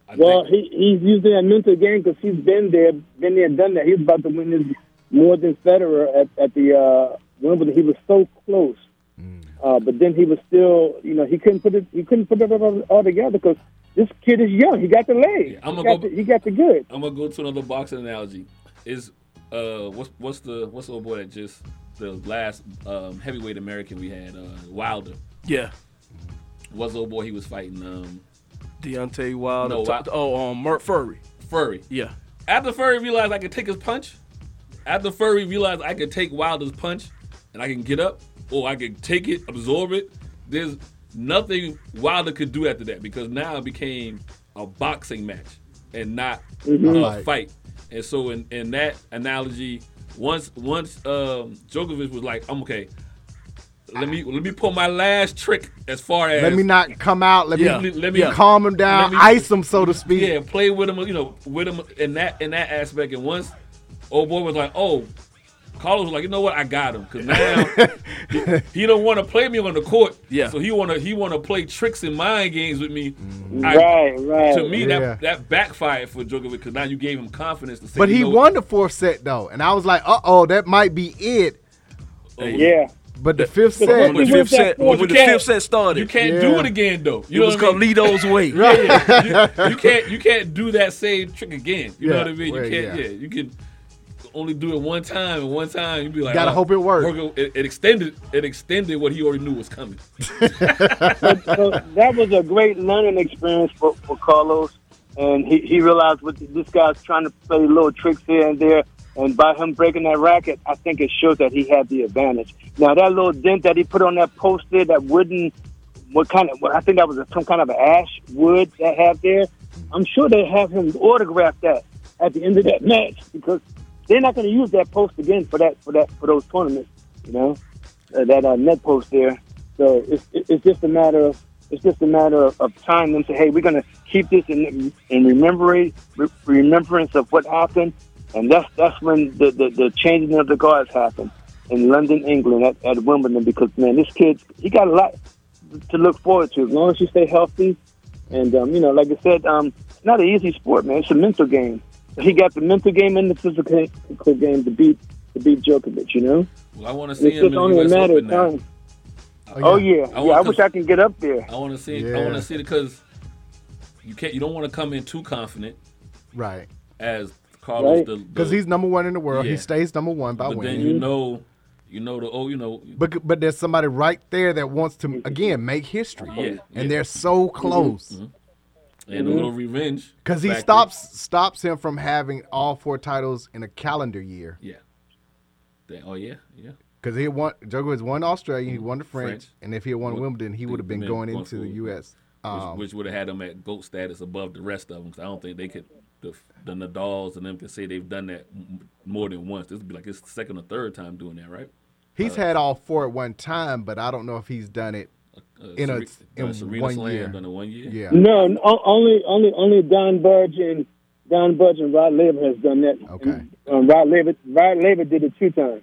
Speaker 8: I
Speaker 7: Well,
Speaker 8: think,
Speaker 7: he, he's using that mental game because he's been there, been there, done that. He was about to win this more than Federer at, at the uh, Wimbledon. He was so close,
Speaker 8: Mm.
Speaker 7: uh, but then he was still, you know, he couldn't put it, he couldn't put it all, all together because this kid is young. He got the leg.
Speaker 8: Yeah, I'ma
Speaker 7: he, got
Speaker 8: go-
Speaker 7: the, he got the good.
Speaker 8: I'm gonna go to another boxing analogy. Is uh, what's what's the what's the old boy that just the last um, heavyweight American we had uh, Wilder?
Speaker 6: Yeah,
Speaker 8: What's the old boy he was fighting? Um,
Speaker 6: Deontay Wilder.
Speaker 8: No,
Speaker 6: t-
Speaker 8: I-
Speaker 6: oh, um, Mark Furry.
Speaker 8: Furry.
Speaker 6: Yeah,
Speaker 8: After Furry realized I could take his punch, after Furry realized I could take Wilder's punch and I can get up, or I can take it, absorb it, there's nothing Wilder could do after that because now it became a boxing match and not a
Speaker 5: Right.
Speaker 8: fight. And so in, in that analogy, once once um, Djokovic was like, I'm okay. Let me let me pull my last trick as far as
Speaker 5: Let me not come out. Let
Speaker 6: Yeah.
Speaker 5: me
Speaker 8: Let me-
Speaker 5: calm him down,
Speaker 8: let me-
Speaker 5: ice him, so to speak.
Speaker 8: Yeah, play with him, you know, with him in that in that aspect. And once old boy was like, oh, Carlos was like, you know what, I got him because now he, he don't want to play me on the court.
Speaker 6: Yeah.
Speaker 8: So he wanna he wanna play tricks and mind games with me. I-
Speaker 7: right, right.
Speaker 8: To me,
Speaker 5: Mm. Yeah.
Speaker 8: that that backfired for Djokovic because now you gave him confidence to say.
Speaker 5: But
Speaker 8: you
Speaker 5: he
Speaker 8: know-
Speaker 5: won the fourth set though, and I was like, "Uh oh, that might be it."
Speaker 8: oh,
Speaker 7: yeah.
Speaker 5: But the fifth
Speaker 7: But
Speaker 5: set,
Speaker 6: when the fifth
Speaker 7: he went that
Speaker 6: set,
Speaker 7: forward,
Speaker 6: when
Speaker 8: you
Speaker 6: the
Speaker 8: can't-
Speaker 6: fifth set started,
Speaker 8: You can't
Speaker 5: Yeah.
Speaker 8: do it again though. You
Speaker 6: it
Speaker 8: know
Speaker 6: was
Speaker 8: what I
Speaker 6: called
Speaker 8: mean?
Speaker 6: Lito's way.
Speaker 8: you, you can't you can't do that same trick again. You know
Speaker 5: Yeah,
Speaker 8: what I mean? You
Speaker 5: well,
Speaker 8: can't.
Speaker 5: yeah.
Speaker 8: Yeah. you can. only do it one time, and one time you'd be like,
Speaker 5: Gotta
Speaker 8: oh,
Speaker 5: hope it worked.
Speaker 8: work It, it extended. It extended what he already knew was coming.
Speaker 7: so that was a great learning experience for, for Carlos, and he, he realized what this guy's trying to play little tricks here and there. And by him breaking that racket, I think it shows that he had the advantage. Now that little dent that he put on that post there, that wooden, what kind of? Well, I think that was a, some kind of ash wood that had there. I'm sure they have him autograph that at the end of that match because they're not going to use that post again for that for that for those tournaments. You know, uh, that uh, net post there. So it's, it's just a matter of it's just a matter of, of time. Them say, hey, we're gonna keep this in in remembering re- remembrance of what happened, and that's that's when the, the, the changing of the guards happened in London, England at, at Wimbledon. Because man, this kid he got a lot to look forward to as long as you stay healthy. And um, you know, like I said, um, it's not an easy sport, man. It's a mental game. He got the mental game and the physical physical game to beat to beat Djokovic. You know,
Speaker 8: Well, I want to
Speaker 7: And
Speaker 8: see
Speaker 7: it's
Speaker 8: him in
Speaker 7: just
Speaker 8: the
Speaker 7: only a
Speaker 8: U.S.
Speaker 7: matter
Speaker 8: Open
Speaker 7: of
Speaker 8: now.
Speaker 7: time. Uh, Oh yeah,
Speaker 8: I
Speaker 7: I,
Speaker 8: wanna
Speaker 7: yeah, I
Speaker 8: come-
Speaker 7: wish I could get up there.
Speaker 8: I want to see. I
Speaker 5: Yeah.
Speaker 8: want to see it because you can't. You don't want to come in too confident
Speaker 5: Right.
Speaker 8: as Carlos.
Speaker 7: Right.
Speaker 8: the- the-
Speaker 5: Because he's number one in the world.
Speaker 8: Yeah.
Speaker 5: He stays number one by
Speaker 8: But then
Speaker 5: winning.
Speaker 8: you know, you know the oh, you know,
Speaker 5: But but there's somebody right there that wants to again make history.
Speaker 8: Yeah,
Speaker 5: and
Speaker 8: yeah. Mm-hmm.
Speaker 5: they're so close.
Speaker 8: and
Speaker 7: Mhm.
Speaker 8: a little revenge
Speaker 5: Cause he
Speaker 8: factor.
Speaker 5: stops stops him from having all four titles in a calendar year.
Speaker 8: Yeah. That- oh yeah, yeah.
Speaker 5: Cause he won Djokovic won Australia, he won the French,
Speaker 8: French.
Speaker 5: and if he had won
Speaker 8: Would-
Speaker 5: Wimbledon, he
Speaker 8: would-
Speaker 5: would have been
Speaker 8: been
Speaker 5: going
Speaker 8: going
Speaker 5: into the
Speaker 8: forward.
Speaker 5: U.S.
Speaker 8: Which,
Speaker 5: Um,
Speaker 8: which would have had them at goat status above the rest of them. I don't think they could. The, the Nadal's and them can say they've done that m- more than once. This would be like his second or third time doing that, right?
Speaker 5: he's had all four at one time, but I don't know if he's done it.
Speaker 8: Uh,
Speaker 5: In a-
Speaker 8: done
Speaker 5: in
Speaker 8: Serena
Speaker 5: one
Speaker 8: Slam
Speaker 5: year.
Speaker 8: done it one year.
Speaker 5: Yeah,
Speaker 7: No, n- o- only only only Don Budge and Don Budge and Rod Laver has done that.
Speaker 5: Okay.
Speaker 7: And, um, Rod Laver Rod Laver did it two times.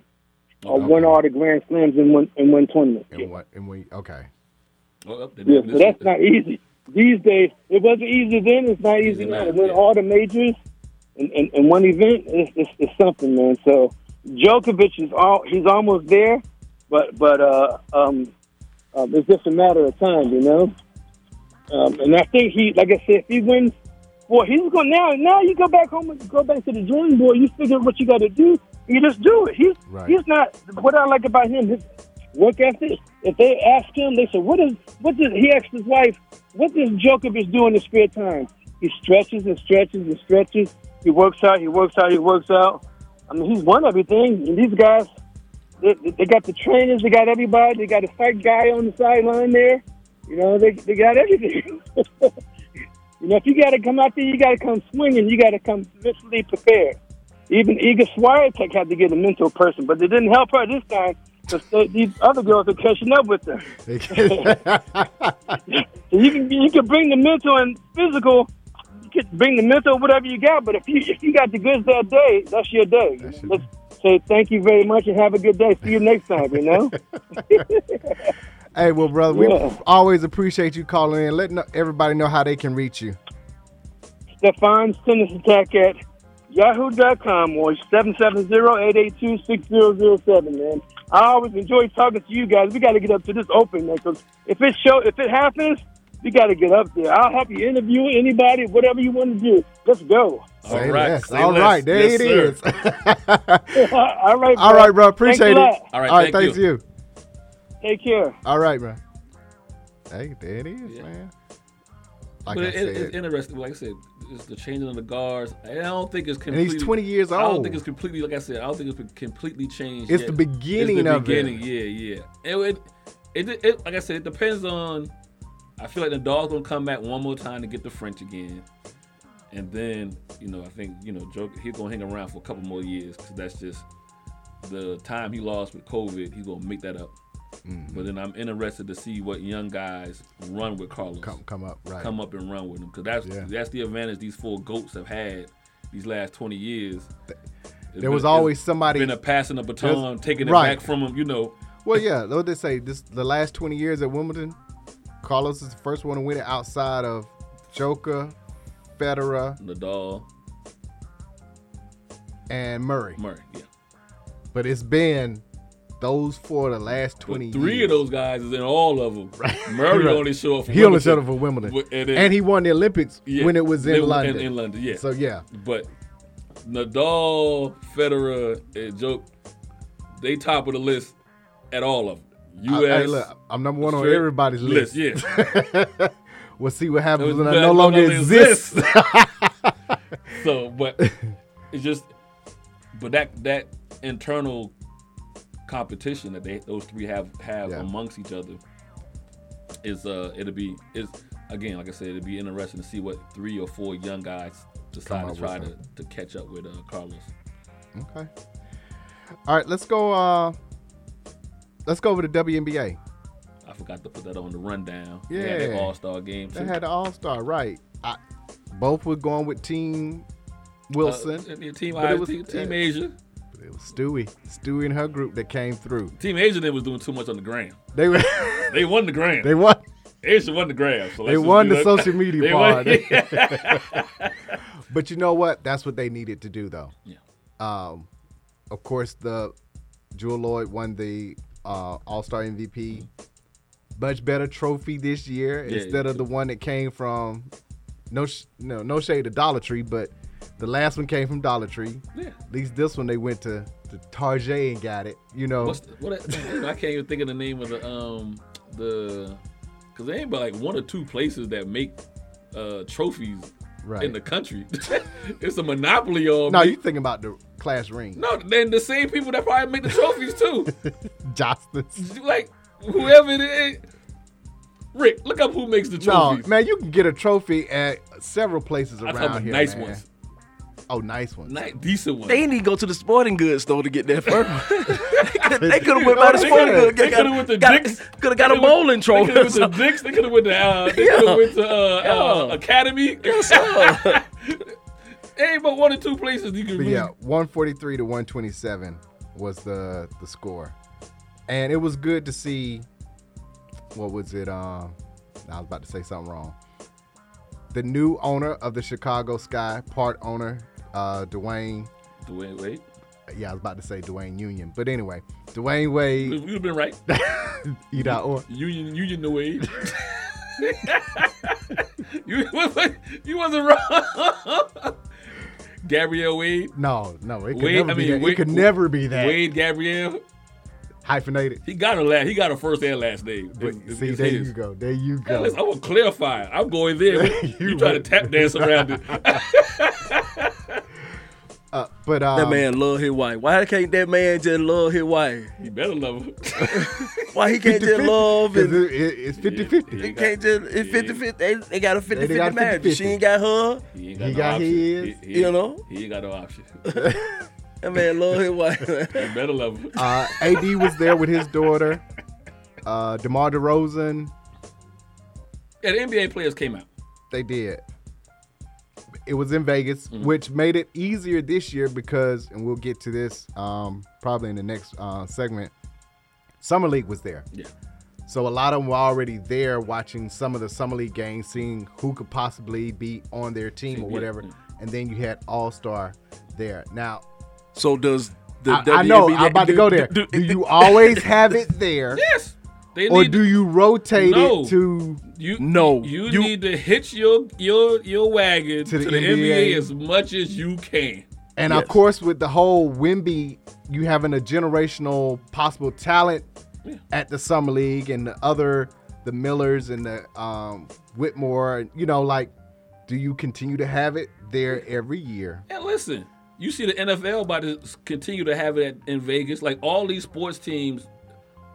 Speaker 7: Or won all the Grand Slams in one in one tournament.
Speaker 5: and what and we okay.
Speaker 8: Oh, oh, they
Speaker 7: Yeah,
Speaker 8: did
Speaker 7: so
Speaker 8: this-
Speaker 7: that's not easy. These days, it wasn't easy then. It's not easy now.
Speaker 8: now,
Speaker 7: To win
Speaker 8: yeah.
Speaker 7: all the majors in, in, in one event, it's, it's, it's something, man. So Djokovic is all he's almost there, but but uh, um, uh, it's just a matter of time, you know. Um, and I think he, like I said, if he wins, well, he's going now. Now you go back home and go back to the drawing board. You figure what you got to do. You just do it. He's
Speaker 5: Right.
Speaker 7: he's not. What I like about him, his work ethic. If they ask him, they say, "What is what does he asked his wife? What does Djokovic do in his spare time? He stretches and stretches and stretches. He works out. He works out. He works out. I mean, he's won everything. And these guys, they, they got the trainers. They got everybody. They got a fight guy on the sideline there. You know, they they got everything. You know, if you got to come out there, you got to come swinging. You got to come mentally prepared. Even Iga Swiatek had to get a mental person, but it didn't help her this time because these other girls are catching up with her. So you can you can bring the mental and physical. You can bring the mental, whatever you got. But if you if you got the goods that day, that's your day.
Speaker 5: That's your-
Speaker 7: Let's say thank you very much and have a good day. See you next time. You know.
Speaker 5: hey, well, brother, we
Speaker 7: Yeah.
Speaker 5: always appreciate you calling in. Let no, everybody know how they can reach you.
Speaker 7: Stefan Send us attack at yahoo.com or 770-882-6007, man. I always enjoy talking to you guys. We got to get up to this open, man, 'cause if it show, if it happens, we got to get up there. I'll help you interview anybody, whatever you want to do. Let's go.
Speaker 8: All
Speaker 5: Say
Speaker 8: right,
Speaker 5: less.
Speaker 8: say
Speaker 5: all
Speaker 8: less.
Speaker 5: right, there
Speaker 8: Yes,
Speaker 5: it
Speaker 8: sir.
Speaker 5: is.
Speaker 7: All right, bro.
Speaker 5: all right, bro,
Speaker 7: Thanks a
Speaker 5: appreciate it.
Speaker 7: lot.
Speaker 8: All right, thank
Speaker 5: thanks
Speaker 8: you.
Speaker 5: you.
Speaker 7: Take care.
Speaker 5: All right, bro. Hey, there it is,
Speaker 8: Yeah.
Speaker 5: man. Like
Speaker 8: but
Speaker 5: I
Speaker 8: it,
Speaker 5: said,
Speaker 8: it's interesting. Like I said, it's the changing of the guards. I don't think it's
Speaker 5: and
Speaker 8: completely.
Speaker 5: he's 20 years old.
Speaker 8: I don't think it's completely. Like I said, I don't think it's been completely changed.
Speaker 5: It's
Speaker 8: yet.
Speaker 5: the beginning
Speaker 8: it's the
Speaker 5: of
Speaker 8: beginning.
Speaker 5: it.
Speaker 8: Yeah, yeah. It, it, it, it, like I said, it depends on. I feel like the dog's gonna come back one more time to get the French again, and then you know I think you know Joe he's gonna hang around for a couple more years because that's just the time he lost with COVID. He's gonna make that up.
Speaker 5: Mm-hmm.
Speaker 8: But then I'm interested to see what young guys run with Carlos
Speaker 5: Come, come up, right?
Speaker 8: come up and run with them because that's
Speaker 5: Yeah.
Speaker 8: that's the advantage these four goats have had these last 20 years. It's
Speaker 5: There was
Speaker 8: been-
Speaker 5: always
Speaker 8: it's
Speaker 5: somebody.
Speaker 8: been a passing the baton,
Speaker 5: There's-
Speaker 8: taking it
Speaker 5: right.
Speaker 8: back from them. You know,
Speaker 5: well, yeah. What they say? This the last 20 years at Wimbledon. Carlos is the first one to win it outside of Joker, Federer,
Speaker 8: Nadal,
Speaker 5: and Murray.
Speaker 8: Murray. Yeah,
Speaker 5: But it's been those four the last 20
Speaker 8: But three
Speaker 5: years.
Speaker 8: of those guys is in all of them. Murray
Speaker 5: Right.
Speaker 8: only showed up. For
Speaker 5: He only
Speaker 8: Wimbledon.
Speaker 5: showed up for Wimbledon,
Speaker 8: Wi-
Speaker 5: and,
Speaker 8: and then-
Speaker 5: he won the Olympics
Speaker 8: Yeah.
Speaker 5: when it was in
Speaker 8: They were
Speaker 5: London.
Speaker 8: In, London, yeah.
Speaker 5: So yeah,
Speaker 8: but Nadal, Federer, and Joke, they top of the list at all of them.
Speaker 5: I-
Speaker 8: U.S.
Speaker 5: hey, look, I'm number one on
Speaker 8: Australia-
Speaker 5: everybody's list.
Speaker 8: Yeah,
Speaker 5: We'll see what happens when I
Speaker 8: That
Speaker 5: no longer
Speaker 8: longer
Speaker 5: exist.
Speaker 8: so, but it's just, but that that internal competition that they those three have have
Speaker 5: Yeah.
Speaker 8: amongst each other is uh it'll be is again like I said it'll be interesting to see what three or four young guys decide
Speaker 5: up with
Speaker 8: to try to, to catch up with uh, Carlos.
Speaker 5: okay. All right, let's go. Uh, let's go over to WNBA.
Speaker 8: I forgot to put that on the rundown. Yeah,
Speaker 5: Yeah.
Speaker 8: their All Star game.
Speaker 5: They
Speaker 8: too. Uh,
Speaker 5: had the All Star, right? I, both were going with Team
Speaker 8: Uh,
Speaker 5: Wilson.
Speaker 8: and your team,
Speaker 5: But it
Speaker 8: I,
Speaker 5: was-
Speaker 8: team, team
Speaker 5: yeah.
Speaker 8: Asia.
Speaker 5: it was Stewie, Stewie and her group that came through.
Speaker 8: Team Asia then was doing too much on the gram.
Speaker 5: They were,
Speaker 8: They won the gram.
Speaker 5: they won.
Speaker 8: Asia won the gram. So let's
Speaker 5: They
Speaker 8: just
Speaker 5: won the
Speaker 8: do that.
Speaker 5: social media
Speaker 8: They won-
Speaker 5: part. but you know what? That's what they needed to do, though.
Speaker 8: Yeah.
Speaker 5: Um, of course, the Jewel Lloyd won the uh, All Star MVP, much better trophy this year
Speaker 8: Yeah,
Speaker 5: instead of the one that came from no sh- no no shade to Dollar Tree, but the last one came from Dollar Tree.
Speaker 8: Yeah.
Speaker 5: At least this one they went to to Tarjay and got it. You know,
Speaker 8: What's the, what that, I can't even think of the name of the um the because there ain't but like one or two places that make uh trophies
Speaker 5: Right.
Speaker 8: in the country. it's a monopoly on.
Speaker 5: no, you thinking about the class ring,
Speaker 8: no, then the same people that probably make the trophies too.
Speaker 5: Johnston's.
Speaker 8: like whoever it is. Rick, look up who makes the
Speaker 5: No,
Speaker 8: trophies.
Speaker 5: man, you can get a trophy at several places
Speaker 8: I'm
Speaker 5: around
Speaker 8: talking about
Speaker 5: here.
Speaker 8: nice
Speaker 5: man.
Speaker 8: ones,
Speaker 5: Oh, nice ones.
Speaker 8: nice, decent ones.
Speaker 6: They need to go to the sporting goods store to get that first one. they could have went by the
Speaker 8: They
Speaker 6: sporting
Speaker 8: coulda-
Speaker 6: goods.
Speaker 8: they coulda went to Dick's.
Speaker 6: Could have got
Speaker 8: They
Speaker 6: a
Speaker 8: coulda-
Speaker 6: bowling trophy.
Speaker 8: They could have
Speaker 6: or
Speaker 8: went to
Speaker 6: something.
Speaker 8: Dick's. They could have went to. Uh, they could
Speaker 6: Yeah.
Speaker 8: have went to uh, uh,
Speaker 6: Yeah.
Speaker 8: Academy. Ain't but one or two places you can.
Speaker 5: But
Speaker 8: Really,
Speaker 5: yeah, 143 to 127 was the the score. And it was good to see what was it um I was about to say something wrong. The new owner of the Chicago Sky, part owner, uh Dwayne
Speaker 8: Wait, wait.
Speaker 5: yeah, I was about to say Dwayne Union. But anyway, Dwayne Wade,
Speaker 8: You've been right.
Speaker 5: E. dot Or.
Speaker 8: Union, Union the way. you, wasn't, you wasn't wrong. Gabrielle Wade.
Speaker 5: No, no, it could
Speaker 8: Wade,
Speaker 5: never
Speaker 8: I
Speaker 5: be
Speaker 8: mean,
Speaker 5: that. it
Speaker 8: Wade-
Speaker 5: could never be that.
Speaker 8: Wade Gabrielle.
Speaker 5: Hyphenated.
Speaker 8: He got her last. He got her first and last name.
Speaker 5: But
Speaker 8: It's-
Speaker 5: see,
Speaker 8: it's
Speaker 5: there
Speaker 8: his.
Speaker 5: you go. There you
Speaker 8: Yeah,
Speaker 5: go.
Speaker 8: listen, I'm gonna clarify. it. I'm going there. you
Speaker 5: You
Speaker 8: try to
Speaker 5: went-
Speaker 8: tap dance around it.
Speaker 5: But um,
Speaker 6: That man love his wife. Why can't that man just love his wife?
Speaker 8: You better love her.
Speaker 6: Why he can't just
Speaker 5: 50-50,
Speaker 6: love
Speaker 5: 'cause
Speaker 6: and
Speaker 5: it- it- it's 50 50.
Speaker 6: he can't just it's 50 50 they, they got a 50
Speaker 5: They got
Speaker 6: 50 marriage.
Speaker 5: 50-50.
Speaker 6: She ain't got her.
Speaker 8: He, ain't
Speaker 5: He
Speaker 8: no
Speaker 5: got
Speaker 8: option.
Speaker 5: his,
Speaker 8: He- he-
Speaker 6: you know?
Speaker 8: He ain't got no option.
Speaker 6: That man love his wife.
Speaker 8: You better love her.
Speaker 5: Uh, AD was there with his daughter. Uh, DeMar DeRozan,
Speaker 8: Yeah, the NBA players came out.
Speaker 5: they did. It was in Vegas, which made it easier this year because, and we'll get to this um, probably in the next uh, segment. Summer League was there,
Speaker 8: Yeah.
Speaker 5: so a lot of them were already there watching some of the Summer League games, seeing who could possibly be on their team or
Speaker 8: Yeah,
Speaker 5: whatever.
Speaker 8: yeah.
Speaker 5: And then you had All Star there. Now
Speaker 6: so does the
Speaker 5: I, I know
Speaker 6: WNBA
Speaker 5: I'm about to go there.
Speaker 6: do-
Speaker 5: Do,
Speaker 6: do-
Speaker 5: you always have it there,
Speaker 8: Yes. They
Speaker 5: or
Speaker 8: need
Speaker 5: do you rotate
Speaker 8: No.
Speaker 5: it to?
Speaker 8: you
Speaker 6: No,
Speaker 8: You,
Speaker 6: you-
Speaker 8: need to hitch your your your wagon to the, NBA. as much as you can.
Speaker 5: And of
Speaker 6: Yes.
Speaker 5: course, with the whole Wimby, you having a generational possible talent at the summer league, and the other, the Millers and the um, Whitmore. You know, like, do you continue to have it there every year?
Speaker 8: And listen, you see the NFL about to s- continue to have it at- in Vegas. Like all these sports teams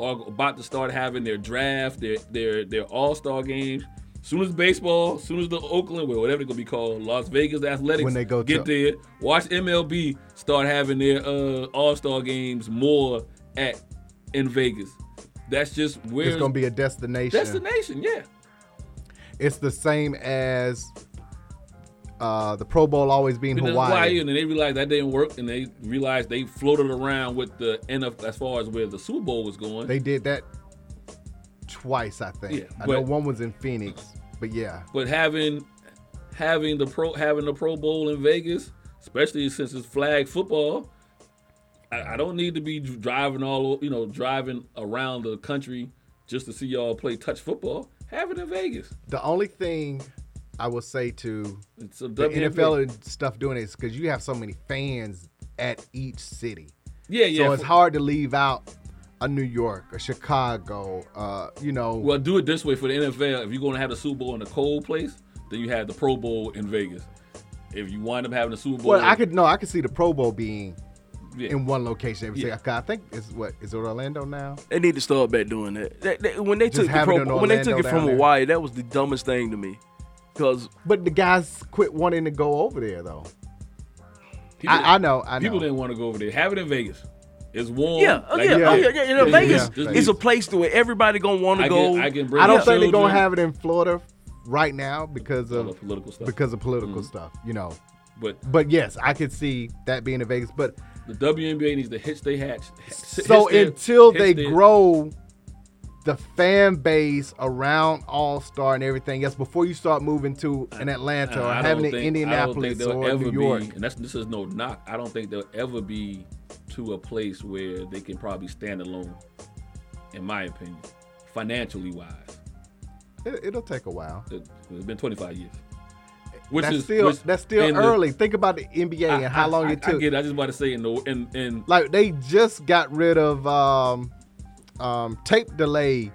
Speaker 8: are about to start having their draft, their their their All Star games. Soon as baseball, soon as the Oakland, well, whatever they're gonna be called, Las Vegas Athletics,
Speaker 5: When they go
Speaker 8: get
Speaker 5: to-
Speaker 8: there, watch MLB start having their uh, All Star games more at in Vegas. That's just where
Speaker 5: It's gonna be a destination.
Speaker 8: destination. Yeah,
Speaker 5: It's the same as uh, the Pro Bowl always being
Speaker 8: in
Speaker 5: Hawaii.
Speaker 8: Hawaii, and then they realized that didn't work, and they realized they floated around with the NFL as far as where the Super Bowl was going.
Speaker 5: They did that twice, I think.
Speaker 8: Yeah,
Speaker 5: I
Speaker 8: but-
Speaker 5: know one was in Phoenix, but yeah,
Speaker 8: but having having the pro having the Pro Bowl in Vegas, especially since it's flag football, I, I don't need to be driving all o- you know driving around the country just to see y'all play touch football. Have it in Vegas.
Speaker 5: the only thing I will say to
Speaker 8: It's a
Speaker 5: the
Speaker 8: WNBA.
Speaker 5: NFL and stuff doing this because you have so many fans at each city.
Speaker 8: Yeah, yeah.
Speaker 5: So it's
Speaker 8: for-
Speaker 5: hard to leave out a New York, a Chicago, uh, you know.
Speaker 8: Well, do it this way for the NFL. If you're going to have the Super Bowl in a cold place, then you have the Pro Bowl in Vegas. If you wind up having the Super Bowl,
Speaker 5: Well, I could no, I could see the Pro Bowl being
Speaker 8: yeah.
Speaker 5: in one location. Every
Speaker 8: Yeah.
Speaker 5: single- I think it's what is it Orlando now?
Speaker 6: They need to start back doing that. They- they- when they
Speaker 5: Just
Speaker 6: took the
Speaker 5: have it
Speaker 6: pro,
Speaker 5: in
Speaker 6: when they
Speaker 5: Orlando
Speaker 6: took it from
Speaker 5: down there.
Speaker 6: Hawaii, that was the dumbest thing to me. Cause
Speaker 5: But the guys quit wanting to go over there though.
Speaker 8: People-
Speaker 5: I, I know, I know.
Speaker 8: People didn't want to go over there. Have it in Vegas. It's warm.
Speaker 6: yeah, oh,
Speaker 8: Like,
Speaker 6: yeah, oh, yeah, yeah, you know,
Speaker 8: Yeah,
Speaker 6: Vegas
Speaker 8: yeah.
Speaker 6: is a place to where everybody gonna want
Speaker 8: I
Speaker 6: to
Speaker 8: can,
Speaker 6: go.
Speaker 8: I can bring.
Speaker 5: I don't
Speaker 8: my
Speaker 5: think they're gonna
Speaker 8: children-
Speaker 5: have it in Florida right now because
Speaker 8: All the
Speaker 5: of
Speaker 8: political stuff.
Speaker 5: because of political
Speaker 8: Mm-hmm.
Speaker 5: stuff, you know.
Speaker 8: but
Speaker 5: But yes, I could see that being in Vegas. But
Speaker 8: the WNBA needs to hitch their hats. hitch
Speaker 5: so
Speaker 8: their-
Speaker 5: until
Speaker 8: hitch
Speaker 5: they
Speaker 8: their-
Speaker 5: grow the fan base around All Star and everything else, before you start moving to an Atlanta or
Speaker 8: Uh, I don't
Speaker 5: having
Speaker 8: think-
Speaker 5: an
Speaker 8: I don't think
Speaker 5: Indianapolis
Speaker 8: they'll
Speaker 5: or
Speaker 8: ever
Speaker 5: New York,
Speaker 8: Be, and that's this is no knock. I don't think they'll ever be to a place where they can probably stand alone. In my opinion, financially wise,
Speaker 5: it, it'll take a while.
Speaker 8: It- it's been 25 years. Which
Speaker 5: that's
Speaker 8: is
Speaker 5: still
Speaker 8: which-
Speaker 5: that's still
Speaker 8: and the-
Speaker 5: early. think about the NBA
Speaker 8: I-
Speaker 5: and how
Speaker 8: I-
Speaker 5: long
Speaker 8: I,
Speaker 5: it took.
Speaker 8: I get. It. I just about to say in the in in
Speaker 5: like they just got rid of um, um, tape delay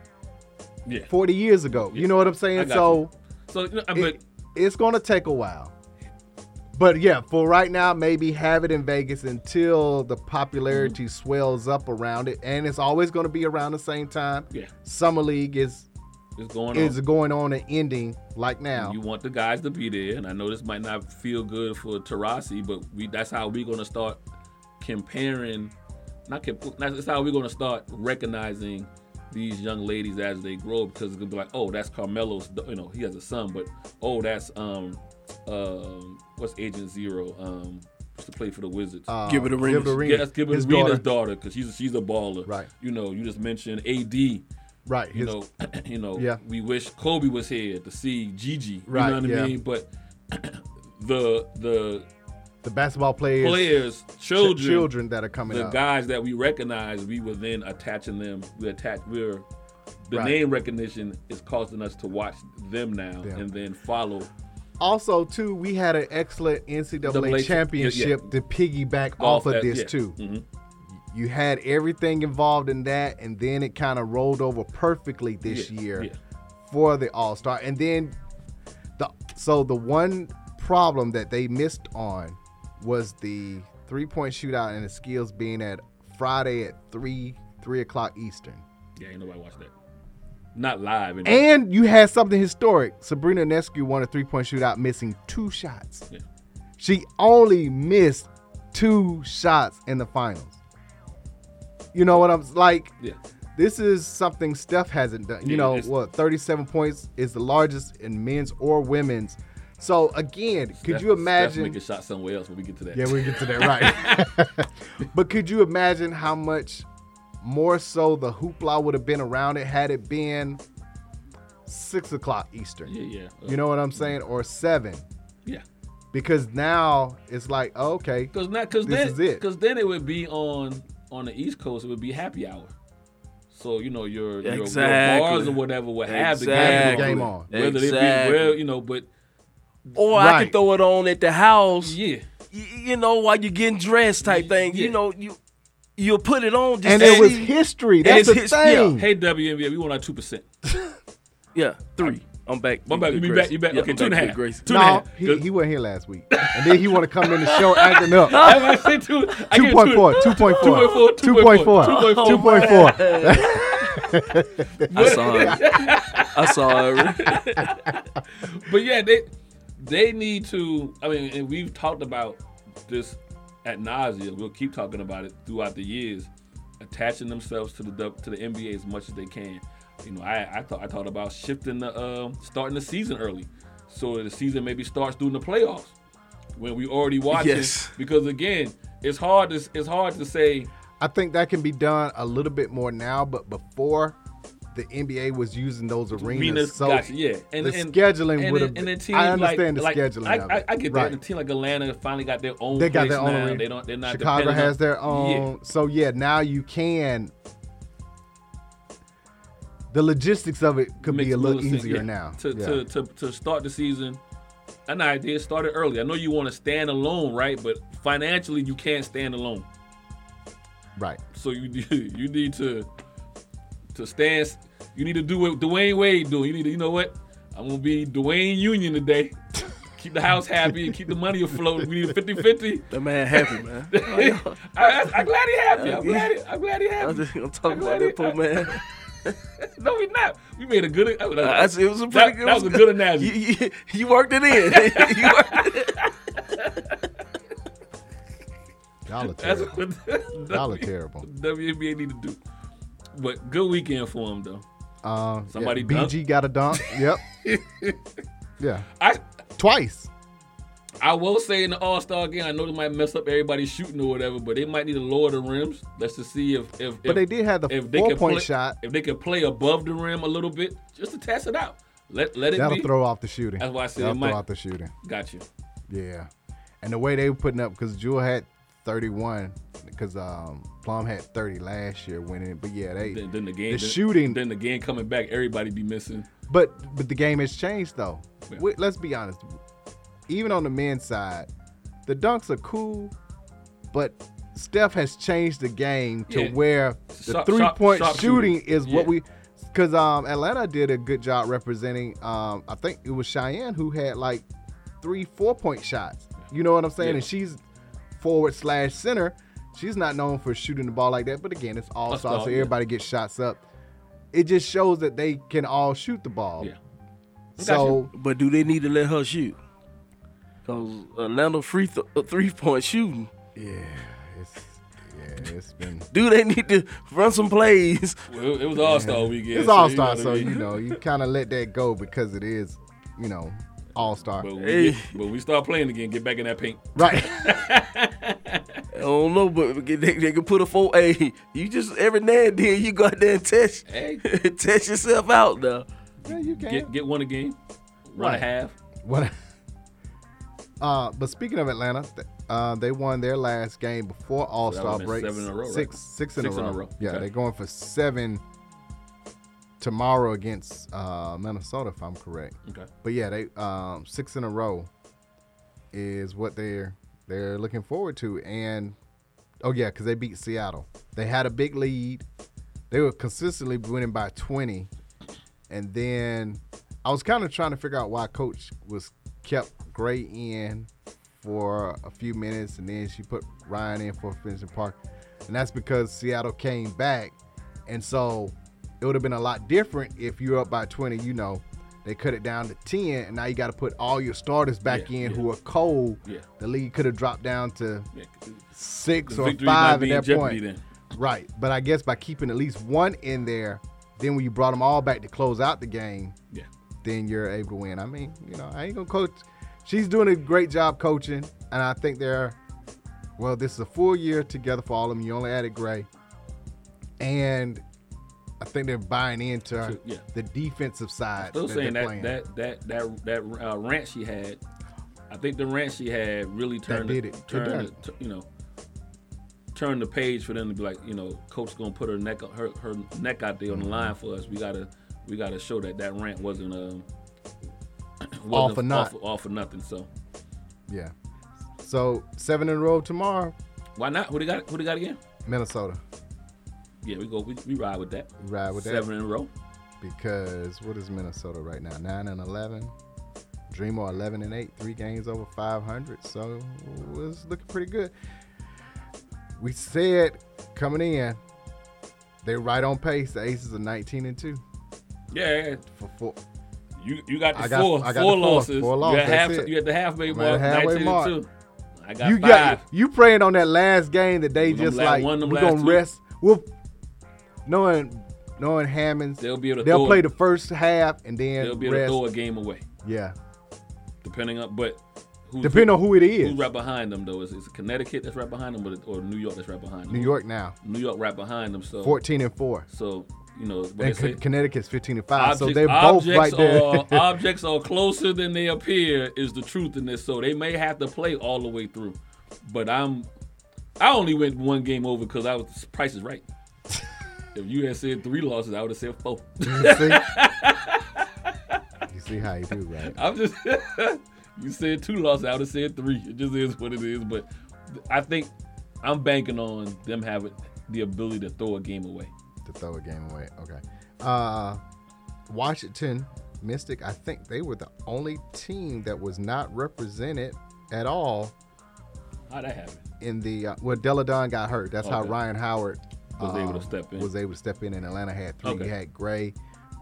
Speaker 8: yeah.
Speaker 5: 40 years ago. You know what I'm saying?
Speaker 8: got
Speaker 5: So
Speaker 8: So you know, I-
Speaker 5: it,
Speaker 8: but
Speaker 5: it's going to take a while. But yeah, for right now, maybe have it in Vegas until the popularity
Speaker 8: Mm-hmm.
Speaker 5: swells up around it, and it's always going to be around the same time.
Speaker 8: Yeah.
Speaker 5: Summer League is
Speaker 8: it's going
Speaker 5: is
Speaker 8: on.
Speaker 5: going on and ending like now.
Speaker 8: You want the guys to be there, and I know this might not feel good for Tarasi, but we that's how we're gonna start comparing. Not comp- that's how we're gonna start recognizing these young ladies as they grow because it's gonna be like, oh, that's Carmelo's. You know, he has a son, but oh, that's um, um, what's Agent Zero? Um, used to play for the Wizards.
Speaker 5: Uh,
Speaker 6: Give it a ring.
Speaker 5: Give it a ring.
Speaker 8: yeah, that's Gilbert
Speaker 5: His daughter.
Speaker 8: Arenas' daughter because she's she's a baller.
Speaker 5: Right.
Speaker 8: You know, you just mentioned AD.
Speaker 5: Right.
Speaker 8: you
Speaker 5: his-
Speaker 8: know, you know,
Speaker 5: Yeah.
Speaker 8: we wish Kobe was here to see Gigi.
Speaker 5: Right,
Speaker 8: You know what
Speaker 5: yeah.
Speaker 8: I mean? But the the
Speaker 5: the basketball players,
Speaker 8: players,
Speaker 5: ch-
Speaker 8: children,
Speaker 5: children that are coming
Speaker 8: the
Speaker 5: up.
Speaker 8: guys that we recognize, we were then attaching them. We attach we're the
Speaker 5: Right.
Speaker 8: name recognition is causing us to watch them now
Speaker 5: Them.
Speaker 8: and then follow.
Speaker 5: also, too, we had an excellent
Speaker 8: Double A-
Speaker 5: NCAA
Speaker 8: yeah,
Speaker 5: championship to piggyback off of
Speaker 8: that,
Speaker 5: this
Speaker 8: yeah.
Speaker 5: too.
Speaker 8: Mhm.
Speaker 5: you had everything involved in that, and then it kind of rolled over perfectly this
Speaker 8: Yeah,
Speaker 5: year
Speaker 8: yeah.
Speaker 5: for the All Star. And then the so the one problem that they missed on was the three point shootout and the skills being at Friday at three three o'clock Eastern.
Speaker 8: Yeah, ain't nobody watch that. Not live. Anyway.
Speaker 5: And you had something historic. Sabrina Nescu won a three point shootout, missing two shots.
Speaker 8: Yeah.
Speaker 5: She only missed two shots in the finals. You know what I'm like?
Speaker 8: yeah.
Speaker 5: This is something Steph hasn't done. You
Speaker 8: Yeah,
Speaker 5: know
Speaker 8: it's-
Speaker 5: what? 37 points is the largest in men's or women's. So again, could
Speaker 8: Steph-
Speaker 5: you
Speaker 8: Steph
Speaker 5: imagine?
Speaker 8: make a shot somewhere else when we get to that?
Speaker 5: Yeah, we get to that right. but could you imagine how much more so the hoopla would have been around it had it been six o'clock Eastern?
Speaker 8: yeah, yeah. Uh,
Speaker 5: You know what I'm saying? Or seven?
Speaker 8: yeah.
Speaker 5: Because now it's like, oh, okay,
Speaker 8: Cause not cause
Speaker 5: This
Speaker 8: then
Speaker 5: is it.
Speaker 8: cause then it would be on on the East Coast it would be happy hour. So you know your your,
Speaker 6: Exactly.
Speaker 8: your bars or whatever would have
Speaker 5: Have
Speaker 8: the
Speaker 5: the
Speaker 8: game
Speaker 5: game
Speaker 8: on.
Speaker 5: on.
Speaker 8: Whether it
Speaker 6: Exactly.
Speaker 8: be well, you know, but
Speaker 6: or I
Speaker 5: Right.
Speaker 6: can throw it on at the house.
Speaker 8: yeah,
Speaker 6: y- you know, while you're getting dressed type thing.
Speaker 8: Yeah.
Speaker 6: You know, you you'll put it on. Just
Speaker 5: and
Speaker 6: to
Speaker 5: it was
Speaker 6: see-
Speaker 5: history.
Speaker 6: And
Speaker 5: That's the
Speaker 6: it's his- yeah.
Speaker 5: thing.
Speaker 8: hey WNBA, we want our two percent.
Speaker 6: yeah three. I'm back.
Speaker 8: I'm back.
Speaker 6: to
Speaker 8: You
Speaker 6: Grace.
Speaker 8: back? You back?
Speaker 6: Yeah,
Speaker 8: okay,
Speaker 6: I'm
Speaker 8: two and a
Speaker 6: to
Speaker 8: half.
Speaker 6: Grace.
Speaker 8: Two and a
Speaker 5: no,
Speaker 8: half.
Speaker 5: he,
Speaker 8: Good.
Speaker 5: he wasn't here last week, and then he want to come in the show acting up.
Speaker 8: I said two. I give it
Speaker 5: 2.4, 2.4,
Speaker 8: 2.4, Oh,
Speaker 5: 2.4, 2.4.
Speaker 6: I saw it. I saw it.
Speaker 8: But yeah, they they need to. I mean, and we've talked about this at nausea. We'll keep talking about it throughout the years, attaching themselves to the W- to the NBA as much as they can. You know, I I thought I thought about shifting the um, starting the season early, so the season maybe starts during the playoffs when we already watching.
Speaker 6: Yes.
Speaker 8: Because again, it's hard to it's hard to say.
Speaker 5: I think that can be done a little bit more now, but before the NBA was using those arenas,
Speaker 8: Venus,
Speaker 5: so
Speaker 8: gotcha, yeah. And,
Speaker 5: the
Speaker 8: and-
Speaker 5: scheduling
Speaker 8: and
Speaker 5: would
Speaker 8: then-
Speaker 5: have.
Speaker 8: And then teams
Speaker 5: I
Speaker 8: like-
Speaker 5: understand
Speaker 8: like,
Speaker 5: the scheduling.
Speaker 8: I,
Speaker 5: of
Speaker 8: I,
Speaker 5: it.
Speaker 8: I get that.
Speaker 5: right.
Speaker 8: And a team like Atlanta finally got their own.
Speaker 5: They got
Speaker 8: place
Speaker 5: their own
Speaker 8: now.
Speaker 5: arena.
Speaker 8: They don't. They're not.
Speaker 5: Chicago
Speaker 8: dependent on-
Speaker 5: has their
Speaker 8: Yeah.
Speaker 5: own. So yeah, now you can. The logistics of it could
Speaker 8: Makes
Speaker 5: be a little
Speaker 8: sense,
Speaker 5: easier
Speaker 8: yeah.
Speaker 5: now.
Speaker 8: To,
Speaker 5: Yeah.
Speaker 8: to, to, to start the season an idea started early. I know you want to stand alone, right? But financially, you can't stand alone.
Speaker 5: Right.
Speaker 8: So you you need to to stand. You need to do what Dwayne Wade do. You need to you know what? I'm gonna be Dwayne Union today. keep the house happy and keep the money afloat. We need 50 50.
Speaker 6: That man happy, man.
Speaker 8: I, I, I'm glad he happy. I'm glad he, I'm glad he
Speaker 6: I'm
Speaker 8: happy.
Speaker 6: just gonna
Speaker 8: I'm
Speaker 6: talk about
Speaker 8: glad
Speaker 6: that
Speaker 8: he-
Speaker 6: poor man.
Speaker 8: No, we not. We made a good. I,
Speaker 6: I said it was a pretty
Speaker 8: that,
Speaker 6: good.
Speaker 8: that was a good analogy.
Speaker 6: You, you, you worked it in. you worked it
Speaker 5: Y'all are
Speaker 8: That's
Speaker 5: terrible.
Speaker 8: what
Speaker 5: Y'all are
Speaker 8: W-
Speaker 5: terrible.
Speaker 8: WNBA need to do. But good weekend for him though.
Speaker 5: Uh,
Speaker 8: Somebody
Speaker 5: yeah, BG got a dunk. Yep. yeah.
Speaker 8: I
Speaker 5: Twice.
Speaker 8: I will say in the All Star game, I know they might mess up everybody's shooting or whatever, but they might need to lower the rims. Let's just see if if
Speaker 5: But they did have the
Speaker 8: can
Speaker 5: four-point
Speaker 8: play-
Speaker 5: shot.
Speaker 8: If they can play above the rim a little bit, just to test it out. Let let it
Speaker 5: That'll
Speaker 8: be.
Speaker 5: throw off the shooting.
Speaker 8: That's why I said it
Speaker 5: That'll
Speaker 8: might-
Speaker 5: throw off the shooting.
Speaker 8: Gotcha.
Speaker 5: Yeah. And the way they were putting up, because Jewel had 31, because um, Plum had 30 last year winning. But yeah, they.
Speaker 8: Then, then the game.
Speaker 5: The
Speaker 8: then-
Speaker 5: shooting-
Speaker 8: Then the game coming back, everybody be missing.
Speaker 5: But but the game has changed though.
Speaker 8: Yeah.
Speaker 5: We- let's be honest. Even on the men's side, the dunks are cool, but Steph has changed the game to
Speaker 8: Yeah.
Speaker 5: where the
Speaker 8: Sharp-
Speaker 5: three
Speaker 8: sharp-
Speaker 5: point
Speaker 8: sharp
Speaker 5: shooting
Speaker 8: shooting.
Speaker 5: is what
Speaker 8: Yeah.
Speaker 5: we because um, Atlanta did a good job representing. Um, I think it was Cheyenne who had like three four point shots. You know what I'm saying?
Speaker 8: Yeah.
Speaker 5: And she's forward slash center. She's not known for shooting the ball like that. But again, it's all star,
Speaker 8: All-star,
Speaker 5: so
Speaker 8: yeah.
Speaker 5: everybody gets shots up. It just shows that they can all shoot the ball.
Speaker 8: Yeah.
Speaker 5: So
Speaker 6: in. But do they need to let her shoot? Cause Atlanta free th- three point shooting.
Speaker 5: yeah, it's yeah, it's been
Speaker 6: Do they need to run some plays?
Speaker 8: Well, it was All Star weekend.
Speaker 5: it's
Speaker 8: so you
Speaker 5: all star.
Speaker 8: know
Speaker 5: So
Speaker 8: what I mean.
Speaker 5: you know you kind of let that go because it is, you know, all star.
Speaker 8: But when,
Speaker 6: Hey.
Speaker 8: we get, when we start playing again, get back in that paint.
Speaker 5: Right.
Speaker 6: I don't know, but they, they can put a four. Hey, you just every now and then you go out there and test,
Speaker 8: Hey.
Speaker 6: test yourself out now.
Speaker 5: yeah, you can.
Speaker 8: Get get one a game, one
Speaker 5: Right.
Speaker 8: and a half.
Speaker 5: What? Uh, but speaking of Atlanta, th- uh, they won their last game before All Star
Speaker 8: would've been
Speaker 5: break.
Speaker 8: seven in a row, right?
Speaker 5: six, six in
Speaker 8: Six
Speaker 5: a row. Yeah,
Speaker 8: Okay.
Speaker 5: they're going for seven tomorrow against uh, Minnesota, if I'm correct.
Speaker 8: Okay.
Speaker 5: But yeah, they um, six in a row is what they're they're looking forward to. And oh yeah, because they beat Seattle. They had a big lead. They were consistently winning by 20, and then I was kind of trying to figure out why Coach was kept Gray in for a few minutes, and then she put Ryan in for finishing Park, and that's because Seattle came back, and so it would have been a lot different if you're up by 20. You know, they cut it down to 10, and now you got to put all your starters back
Speaker 8: Yeah,
Speaker 5: in
Speaker 8: yeah.
Speaker 5: who are cold.
Speaker 8: Yeah.
Speaker 5: The league could have dropped down to
Speaker 8: Yeah.
Speaker 5: six
Speaker 8: The
Speaker 5: or
Speaker 8: victory might
Speaker 5: five
Speaker 8: be
Speaker 5: at
Speaker 8: in
Speaker 5: that
Speaker 8: jeopardy
Speaker 5: point.
Speaker 8: then.
Speaker 5: Right. But I guess by keeping at least one in there, then when you brought them all back to close out the game,
Speaker 8: Yeah.
Speaker 5: then you're able to win. I mean, you know, I ain't gonna coach. She's doing a great job coaching, and I think they're well. This is a full year together for all of them. You only added Gray, and I think they're buying into
Speaker 8: Sure, yeah.
Speaker 5: the defensive side.
Speaker 8: Still
Speaker 5: that
Speaker 8: saying
Speaker 5: they're
Speaker 8: that
Speaker 5: playing.
Speaker 8: that that that that uh, rant she had, I think the rant she had really turned
Speaker 5: did it. It
Speaker 8: turned
Speaker 5: done.
Speaker 8: the- you know turned the page for them to be like you know coach gonna put her neck her her neck out there on the
Speaker 5: Mm-hmm.
Speaker 8: line for us. We gotta we gotta show that that rant wasn't um wasn't
Speaker 5: All for naught.
Speaker 8: all, all for nothing. So
Speaker 5: yeah. So seven in a row tomorrow,
Speaker 8: why not? Who they got? Who they got again?
Speaker 5: Minnesota.
Speaker 8: Yeah, we go. We, we ride with that.
Speaker 5: Ride with that.
Speaker 8: Seven in a row.
Speaker 5: because what is Minnesota right now? Nine and eleven. Dreamer eleven and eight, three games over five hundred. So it's looking pretty good. We said coming in, they're right on pace. The Aces are nineteen and two
Speaker 8: Yeah,
Speaker 5: for four.
Speaker 8: you you got the
Speaker 5: I got-
Speaker 8: four
Speaker 5: I got
Speaker 8: four
Speaker 5: the four,
Speaker 8: losses.
Speaker 5: four
Speaker 8: You
Speaker 5: losses,
Speaker 8: at half
Speaker 5: that's it.
Speaker 8: you at the halfway
Speaker 5: I'm at the
Speaker 8: mark.
Speaker 5: halfway
Speaker 8: Nineteen
Speaker 5: mark.
Speaker 8: and two. I got
Speaker 5: you
Speaker 8: five.
Speaker 5: got you praying on that last game that they
Speaker 8: Them
Speaker 5: just
Speaker 8: la-
Speaker 5: like
Speaker 8: one of them
Speaker 5: we're
Speaker 8: last
Speaker 5: gonna
Speaker 8: two.
Speaker 5: rest. We'll knowing knowing Hammonds,
Speaker 8: They'll be able to
Speaker 5: they'll
Speaker 8: throw
Speaker 5: play
Speaker 8: it.
Speaker 5: the first half and then
Speaker 8: They'll be able
Speaker 5: rest.
Speaker 8: to throw a game away,
Speaker 5: Yeah,
Speaker 8: depending on but who's
Speaker 5: depending on who it is.
Speaker 8: who's right behind them though. Is is it Connecticut that's right behind them, or, or New York that's right behind them?
Speaker 5: New York now,
Speaker 8: New York right behind them. So
Speaker 5: fourteen and four.
Speaker 8: so you know what they
Speaker 5: And
Speaker 8: say.
Speaker 5: Con- Connecticut's 15 and 5.
Speaker 8: Objects,
Speaker 5: so they're both
Speaker 8: objects
Speaker 5: right there.
Speaker 8: Are, objects are closer than they appear is the truth in this. So they may have to play all the way through. But I'm, I only went one game over because I was Price is Right. if you had said three losses, I would have said four.
Speaker 5: you see? You see how you do, right?
Speaker 8: I'm just, You said two losses. I would have said three. It just is what it is. But I think I'm banking on them having the ability to throw a game away.
Speaker 5: to throw a game away. Okay. Uh, Washington Mystic, I think they were the only team that was not represented at all
Speaker 8: How that happen?
Speaker 5: in the. Uh, well, Deladon got hurt. That's how
Speaker 8: Okay.
Speaker 5: Ryan Howard um,
Speaker 8: Was able to step in.
Speaker 5: Was able to step in, and Atlanta had three.
Speaker 8: Okay.
Speaker 5: You had Gray,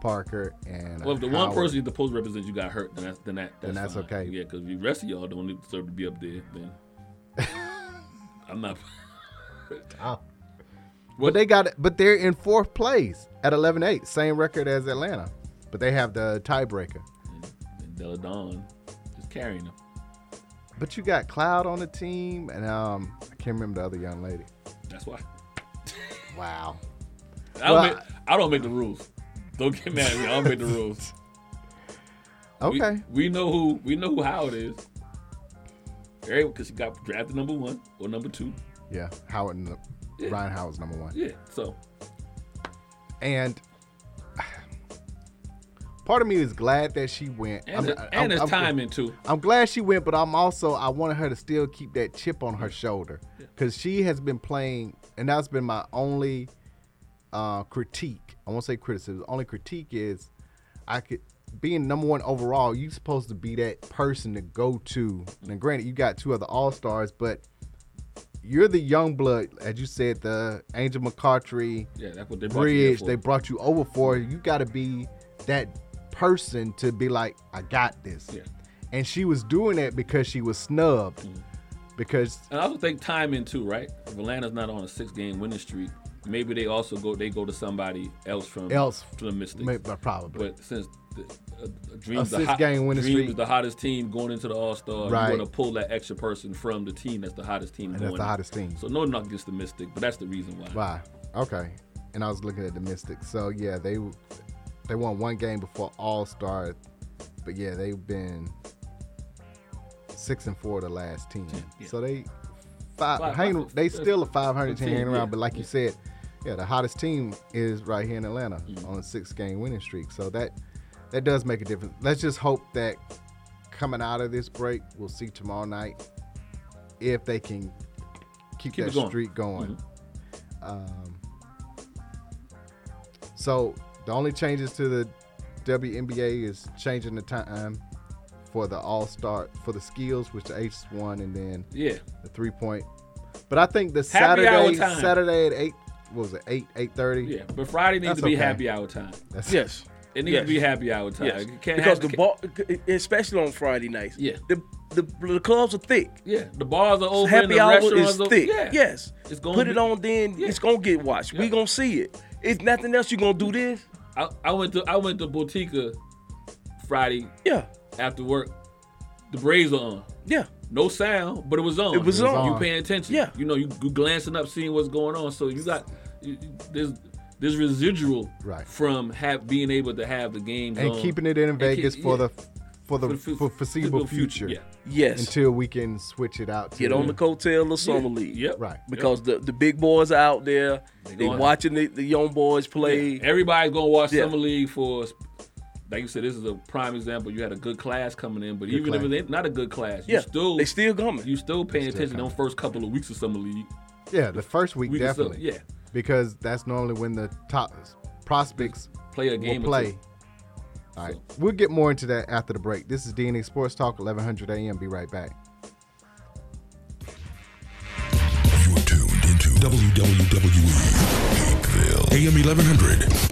Speaker 5: Parker, and. uh,
Speaker 8: Well, if the one
Speaker 5: Howard.
Speaker 8: person you're supposed to represent you got hurt, then that's then that that's,
Speaker 5: Then that's
Speaker 8: fine.
Speaker 5: okay.
Speaker 8: Yeah, because the rest of y'all don't deserve to be up there. Then I'm not.
Speaker 5: But they got but they're in fourth place at 11-8, same record as Atlanta, but they have the tiebreaker.
Speaker 8: And Deladon just carrying them.
Speaker 5: But you got Cloud on the team, and um, I can't remember the other young lady.
Speaker 8: That's why.
Speaker 5: Wow.
Speaker 8: I don't,
Speaker 5: Well,
Speaker 8: make, I don't make the rules. Don't get mad at me. I don't make the rules. We-
Speaker 5: Okay.
Speaker 8: We, know who we know who Howard is. because she got drafted number one or number two.
Speaker 5: Yeah, Howard and the, Ryan Howard's number one.
Speaker 8: Yeah. So
Speaker 5: And part of me is glad that she went.
Speaker 8: and, the- and it's timing too.
Speaker 5: I'm glad she went, but I'm also I wanted her to still keep that chip on her shoulder because she has been playing, and that's been my only uh, critique. I won't say criticism. The only critique is I could being number one overall. You supposed to be that person to go to. Now, granted, you got two other All Stars, but you're the young blood, as you said, the Angel McCartry
Speaker 8: Yeah, that's what they brought you here
Speaker 5: bridge
Speaker 8: for.
Speaker 5: they brought you over for. You got to be that person to be like, I got this.
Speaker 8: Yeah.
Speaker 5: And she was doing that because she was snubbed.
Speaker 8: Mm-hmm.
Speaker 5: Because
Speaker 8: And I also think timing too, right? If Atlanta's not on a six-game winning streak, maybe they also go they go to somebody else from
Speaker 5: Else.
Speaker 8: from the Mystics.
Speaker 5: may- probably
Speaker 8: But since the, uh, Dream's,
Speaker 5: A
Speaker 8: the hot,
Speaker 5: six-game winning
Speaker 8: Dream
Speaker 5: streak.
Speaker 8: is the hottest team going into the All Star,
Speaker 5: Right.
Speaker 8: you want to pull that extra person from the team that's the hottest team.
Speaker 5: And that's
Speaker 8: going
Speaker 5: the
Speaker 8: in.
Speaker 5: hottest team.
Speaker 8: So no knock against the Mystic, but that's the reason why.
Speaker 5: why? Okay. And I was looking at the Mystics. So yeah, they they won one game before All Star, but yeah, they've been six and four the last ten. So they five,
Speaker 8: Five-
Speaker 5: hanging,
Speaker 8: five-
Speaker 5: they
Speaker 8: that's-
Speaker 5: still a five hundred team
Speaker 8: team,
Speaker 5: hanging around.
Speaker 8: yeah,
Speaker 5: But like you
Speaker 8: yeah.
Speaker 5: said, yeah, the hottest team is right here in Atlanta on a six game winning streak. So that that does make a difference. Let's just hope that coming out of this break, we'll see tomorrow night if they can keep, that
Speaker 8: Keep it going. Mm-hmm.
Speaker 5: streak going. Um, so the only changes to the WNBA is changing the time for the All Star for the skills, which the H is one, and then
Speaker 8: Yeah,
Speaker 5: the three point. But I think the
Speaker 8: Happy hour
Speaker 5: Saturday
Speaker 8: time.
Speaker 5: Saturday at eight what was it eight eight thirty?
Speaker 8: yeah. But Friday needs
Speaker 5: That's
Speaker 8: to be
Speaker 5: okay.
Speaker 8: happy hour time.
Speaker 5: That's
Speaker 6: Yes.
Speaker 8: It needs
Speaker 6: Yes.
Speaker 8: to be happy hour time.
Speaker 6: Yes.
Speaker 8: It can't have-
Speaker 6: Because
Speaker 8: can't-
Speaker 6: the ball, especially on Friday nights,
Speaker 8: Yeah.
Speaker 6: the, the the clubs are thick.
Speaker 8: Yeah, the bars are open.
Speaker 6: Happy
Speaker 8: the
Speaker 6: hour
Speaker 8: restaurants
Speaker 6: is
Speaker 8: are-
Speaker 6: thick.
Speaker 8: Yeah.
Speaker 6: Yes.
Speaker 8: It's gonna
Speaker 6: Put
Speaker 8: be-
Speaker 6: it on, then
Speaker 8: Yeah.
Speaker 6: it's gonna get watched. We
Speaker 8: Yeah.
Speaker 6: gonna see it. If nothing else, you gonna do this.
Speaker 8: I, I went to I went to Botica Friday
Speaker 6: Yeah.
Speaker 8: after work. The Braves are on.
Speaker 6: Yeah.
Speaker 8: No sound, but it was on.
Speaker 6: It was It was on.
Speaker 8: You
Speaker 5: on.
Speaker 8: paying attention.
Speaker 6: Yeah.
Speaker 8: You know, you, you glancing up, seeing what's going on. So you got you- you- there's there's residual
Speaker 5: Right.
Speaker 8: from have being able to have the games
Speaker 5: and
Speaker 8: on.
Speaker 5: keeping it in
Speaker 8: And
Speaker 5: Vegas
Speaker 8: keep-
Speaker 5: for
Speaker 8: yeah.
Speaker 5: the for the
Speaker 8: fu-
Speaker 5: for foreseeable future.
Speaker 8: Yeah.
Speaker 6: Yes.
Speaker 5: Until we can switch it out to
Speaker 6: Get on the coattail of summer league.
Speaker 8: Yep.
Speaker 5: Right.
Speaker 6: Because the, the big boys are out there. They,
Speaker 8: going-
Speaker 6: watching the, the young boys play.
Speaker 8: Everybody's gonna watch
Speaker 6: Yeah.
Speaker 8: summer league for. Like you said, this is a prime example. You had a good class coming in, but even
Speaker 5: class.
Speaker 8: if it's not a good class,
Speaker 6: Yeah.
Speaker 8: you still
Speaker 6: they still coming.
Speaker 8: you still paying attention
Speaker 5: coming.
Speaker 8: on first couple of weeks of summer league.
Speaker 5: Yeah, the first week
Speaker 8: We can still-
Speaker 5: definitely.
Speaker 8: yeah.
Speaker 5: Because that's normally when the top prospects
Speaker 8: Play a game.
Speaker 5: will
Speaker 8: or two.
Speaker 5: play. All right. We'll get more into that after the break. This is DNA Sports Talk, 1100 AM. Be right back.
Speaker 1: You're tuned into WWE Hackville. AM 1100.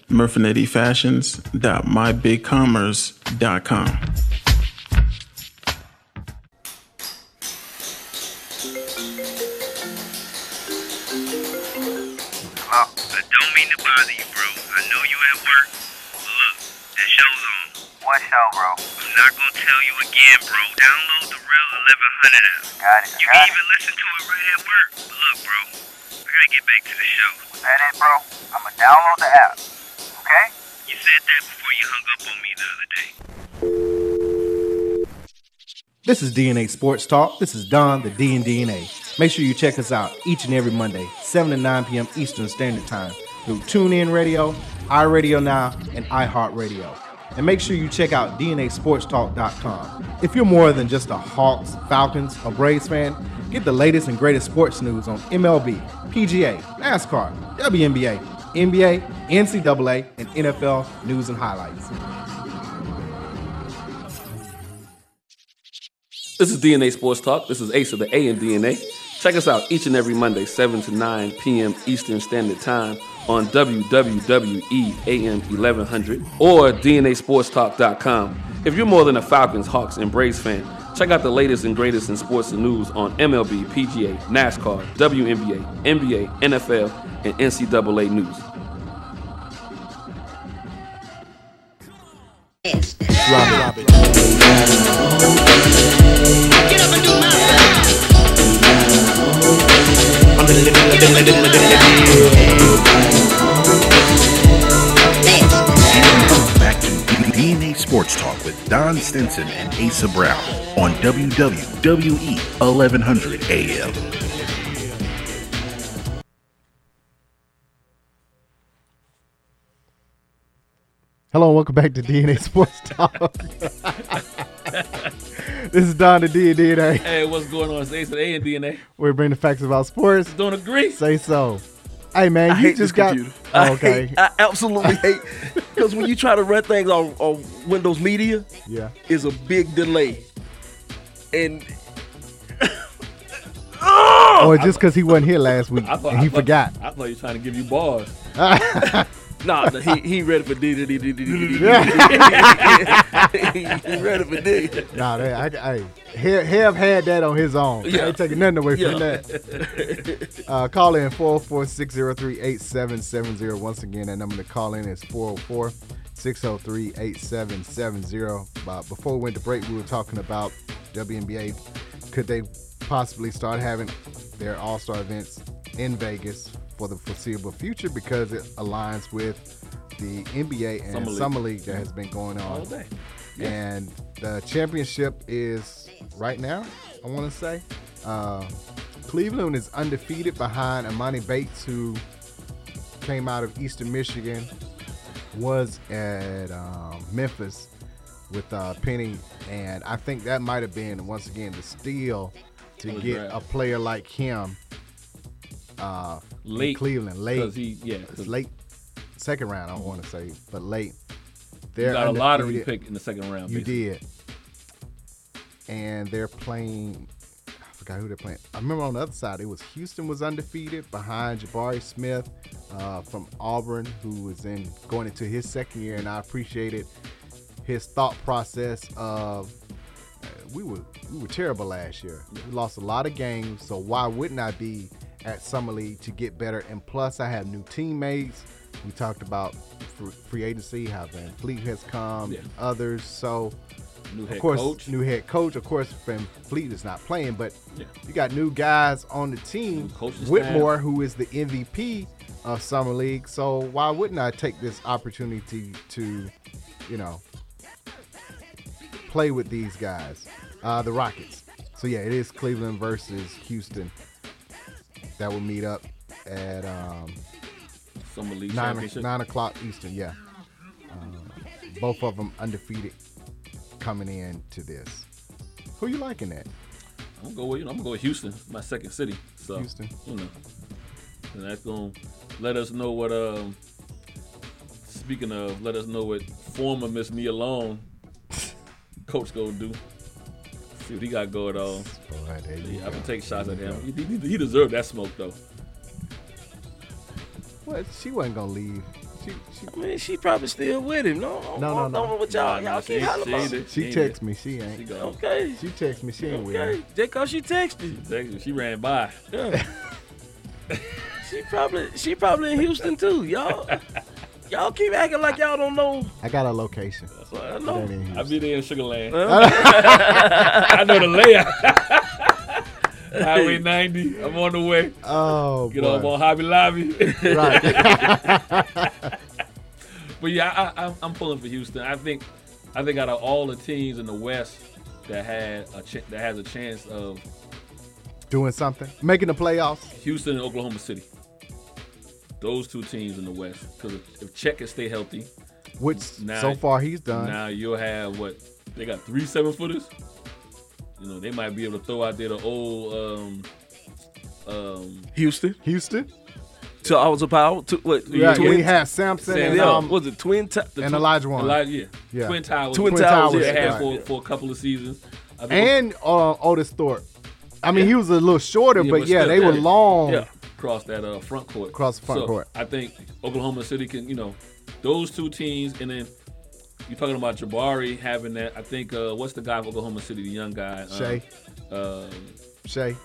Speaker 9: murfinettifashions.mybigcommerce.com.
Speaker 10: I don't mean to bother you, bro. I know you at work. But look, and show them. What show, bro? I'm not gonna tell you again, bro. Download the real 1100 app. Got it. You can even listen to it right at work. But look, bro, I gotta get back to the show. That it, bro. I'm gonna download the app. Okay? You said that before you hung up on me the other day.
Speaker 2: This is DNA Sports Talk. This is Don, the D and DNA. Make sure you check us out each and every Monday, 7 to 9 p.m. Eastern Standard Time through TuneIn Radio, iRadio Now, and iHeartRadio. And make sure you check out DNASportsTalk.com. If you're more than just a Hawks, Falcons, or Braves fan, get the latest and greatest sports news on MLB, PGA, NASCAR, WNBA, NBA, NCAA, and NFL news and highlights.
Speaker 3: This is DNA Sports Talk. This is Ace of the A and DNA. Check us out each and every Monday, 7 to 9 p.m. Eastern Standard Time on E WWWEAM1100 or DNASportsTalk.com. If you're more than a Falcons, Hawks, and Braves fan, check out the latest and greatest in sports and news on MLB, PGA, NASCAR, WNBA, NBA, NFL, and NCAA news.
Speaker 1: Back to DNA Sports Talk with Don Stinson and Asa Brown on WWE 1100 AM.
Speaker 5: Hello and welcome back to DNA Sports Talk. this is Don the D and DNA.
Speaker 8: Hey, what's going on? It's Ace of the A and DNA.
Speaker 5: We bring the facts about sports.
Speaker 8: Don't agree.
Speaker 5: Say so. Hey man, you
Speaker 6: hate
Speaker 5: just
Speaker 6: this
Speaker 5: got
Speaker 6: computer.
Speaker 5: Oh,
Speaker 6: I,
Speaker 5: okay.
Speaker 6: hate, I absolutely hate because when you try to run things on, on Windows Media,
Speaker 5: yeah.
Speaker 6: is a big delay, and
Speaker 5: Or just because he wasn't here last week
Speaker 8: I thought-
Speaker 5: and he
Speaker 8: I thought-
Speaker 5: forgot.
Speaker 8: I thought you were trying to give you bars.
Speaker 6: nah, nah, he he ready for D D D D D D. He ready for D.
Speaker 5: Nah, that, I, I, Hev Hev had that on his own. I ain't taking nothing away from
Speaker 6: Yeah.
Speaker 5: that. Uh, call in 404 603 8770. Once again, that number to call in is 404 603 8770. But Before we went to break, we were talking about WNBA. Could they possibly start having their All Star events in Vegas for the foreseeable future because it aligns with the NBA and
Speaker 8: Summer League.
Speaker 5: Summer League that has been going on
Speaker 8: All day.
Speaker 5: and the championship is right now. I want to say, uh, Cleveland is undefeated behind Amani Bates, who came out of Eastern Michigan, was at um, Memphis with uh, Penny, and I think that might have been once again the steal to
Speaker 8: the
Speaker 5: get
Speaker 8: draft.
Speaker 5: a player like him uh, in
Speaker 8: Late.
Speaker 5: Cleveland late.
Speaker 8: Because he, yeah, 'cause
Speaker 5: It's late second round, I want to say, but late.
Speaker 8: you
Speaker 5: They're
Speaker 8: got a lottery
Speaker 5: undefeated.
Speaker 8: pick in the second round.
Speaker 5: You
Speaker 8: basically.
Speaker 5: did. And they're playing. I forgot who they're playing. I remember on the other side, it was Houston was undefeated behind Jabari Smith uh, from Auburn, who was in going into his second year, and I appreciated his thought process of uh, we were we were terrible last year. We lost a lot of games, so why wouldn't I be at summer league to get better? And plus, I have new teammates. We talked about fr- free agency, how Van Fleet has come,
Speaker 8: Yeah.
Speaker 5: and others. So
Speaker 8: New head
Speaker 5: of course,
Speaker 8: coach.
Speaker 5: new head coach. Of course, Van Fleet is not playing, but
Speaker 8: Yeah.
Speaker 5: you got new guys on the team.
Speaker 8: New coaching
Speaker 5: Whitmore, who is the MVP of summer league, so why wouldn't I take this opportunity to, you know, play with these guys, uh, the Rockets? So yeah, it is Cleveland versus Houston that will meet up at um,
Speaker 8: Summer League
Speaker 5: nine,
Speaker 8: Championship.
Speaker 5: nine o'clock Eastern. Yeah, uh, both of them undefeated coming in to this. Who you liking that?
Speaker 8: I'm gonna go with you know, I'm gonna go with Houston, my second city. So
Speaker 5: Houston.
Speaker 8: you know, and that's gonna let us know what. Um, speaking of, let us know what former Miss Nia Long coach gonna do. See what he got going on.
Speaker 5: Boy, there you
Speaker 8: Yeah, I'm gonna
Speaker 5: go.
Speaker 8: take shots at him. He, he, he deserved that smoke though.
Speaker 5: What? She wasn't gonna leave. She she,
Speaker 6: I mean, she probably still with him. No,
Speaker 5: No,
Speaker 6: no, no,
Speaker 5: no,
Speaker 6: no.
Speaker 5: no.
Speaker 6: what y'all
Speaker 8: Nah, nah,
Speaker 6: y'all
Speaker 8: she
Speaker 6: keep
Speaker 8: ain't-
Speaker 6: hollering
Speaker 8: she ain't
Speaker 6: about.
Speaker 8: it.
Speaker 5: she
Speaker 8: ain't
Speaker 5: texted
Speaker 8: it.
Speaker 5: me. She
Speaker 8: She
Speaker 5: ain't.
Speaker 8: gone.
Speaker 6: Okay,
Speaker 5: She texted me. She ain't with
Speaker 6: okay.
Speaker 5: him.
Speaker 6: Just cause she texted.
Speaker 8: Texted- She ran by.
Speaker 6: Yeah. she probably she probably in Houston too, y'all. Y'all keep acting like y'all don't know.
Speaker 5: I got a location.
Speaker 6: I know.
Speaker 5: That ain't
Speaker 8: I
Speaker 5: his.
Speaker 8: be there in Sugar Land. I know the layout. Highway 90. I'm on the way.
Speaker 5: Oh,
Speaker 8: Get
Speaker 5: boy.
Speaker 8: off on Hobby Lobby.
Speaker 5: right.
Speaker 8: But yeah, I, I, I'm- I'm pulling for Houston. I think, I think out of all the teams in the West that had a ch- that has a chance of
Speaker 5: Doing something, making the playoffs.
Speaker 8: Houston and Oklahoma City. Those two teams in the West, because if, if Chet can stay healthy,
Speaker 5: Which
Speaker 8: Nah.
Speaker 5: so far he's done.
Speaker 8: now you'll have what they got three seven footers. You know they might be able to throw out there the old um um
Speaker 6: Houston.
Speaker 5: Houston.
Speaker 6: So I was about to what?
Speaker 5: Yeah,
Speaker 6: twin,
Speaker 5: we have Samson
Speaker 8: Sam-
Speaker 5: and,
Speaker 6: yeah,
Speaker 5: um,
Speaker 6: was it twin? T-
Speaker 8: the
Speaker 5: and
Speaker 8: tw-
Speaker 5: Elijah Wan.
Speaker 8: Eli- yeah.
Speaker 5: Yeah.
Speaker 8: Twin Towers.
Speaker 6: Twin
Speaker 8: Twin
Speaker 6: Towers,
Speaker 8: Towers. They
Speaker 6: yeah.
Speaker 8: had
Speaker 5: Right.
Speaker 8: for, for a couple of seasons. I think
Speaker 5: and uh, Otis Thorpe. I mean, he was a little shorter,
Speaker 8: Yeah,
Speaker 5: but,
Speaker 8: but
Speaker 5: yeah,
Speaker 8: still,
Speaker 5: they were
Speaker 8: yeah.
Speaker 5: long.
Speaker 8: yeah, across that uh, front court.
Speaker 5: Across the front
Speaker 8: So,
Speaker 5: court.
Speaker 8: I think Oklahoma City can, you know, those two teams, and then you're talking about Jabari having that. I think uh, what's the guy of Oklahoma City, the young guy? uh,
Speaker 5: Shea.
Speaker 8: Uh,
Speaker 5: Shea.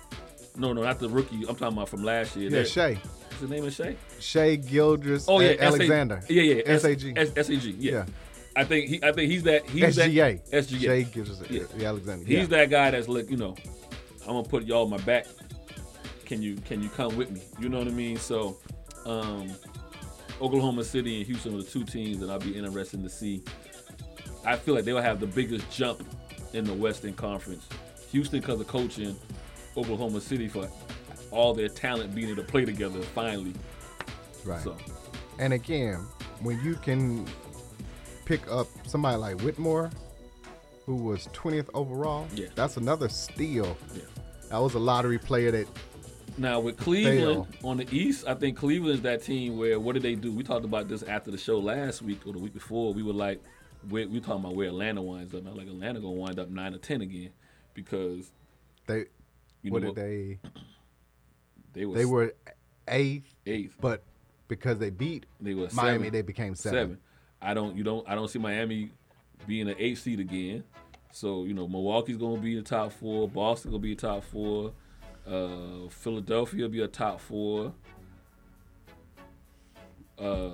Speaker 8: no, no, not the rookie. I'm talking about from last year.
Speaker 5: Yeah,
Speaker 8: That-
Speaker 5: Shea.
Speaker 8: What's his name is Shea?
Speaker 5: Shea Gildress.
Speaker 8: Oh yeah,
Speaker 5: A- Alexander.
Speaker 8: S-A- yeah, yeah. S-
Speaker 5: SAG.
Speaker 8: S- SAG. Yeah.
Speaker 5: Yeah.
Speaker 8: I think he. I think he's that. He's
Speaker 5: SGA.
Speaker 8: That, SGA.
Speaker 5: Shea Gildress.
Speaker 8: Yeah.
Speaker 5: yeah, Alexander.
Speaker 8: He's
Speaker 5: yeah.
Speaker 8: that guy that's like, you know, I'm gonna put y'all on my back. Can you can you come with me? You know what I mean? So, um, Oklahoma City and Houston are the two teams that I'll be interested to see. I feel like they'll have the biggest jump in the Western Conference. Houston because of coaching, Oklahoma City for all their talent being able to play together finally.
Speaker 5: right.
Speaker 8: So,
Speaker 5: And again, when you can pick up somebody like Whitmore, who was 20th overall,
Speaker 8: Yeah.
Speaker 5: that's another steal.
Speaker 8: yeah.
Speaker 5: That was a lottery player that
Speaker 8: Now with Cleveland on the East, I think Cleveland's that team where what did they do? We talked about this after the show last week or the week before. We were like, we we talking about where Atlanta winds up. Now like Atlanta gonna wind up nine or ten again because
Speaker 5: they
Speaker 8: you
Speaker 5: what
Speaker 8: know
Speaker 5: did they
Speaker 8: they were
Speaker 5: they were eighth,
Speaker 8: eighth,
Speaker 5: but because they beat
Speaker 8: they were
Speaker 5: Miami,
Speaker 8: seven.
Speaker 5: they became seven.
Speaker 8: seven. I don't you don't I don't see Miami being an eight seed again. So you know Milwaukee's gonna be in the top four. Boston gonna be a top four. Uh, Philadelphia will be a top four. Uh,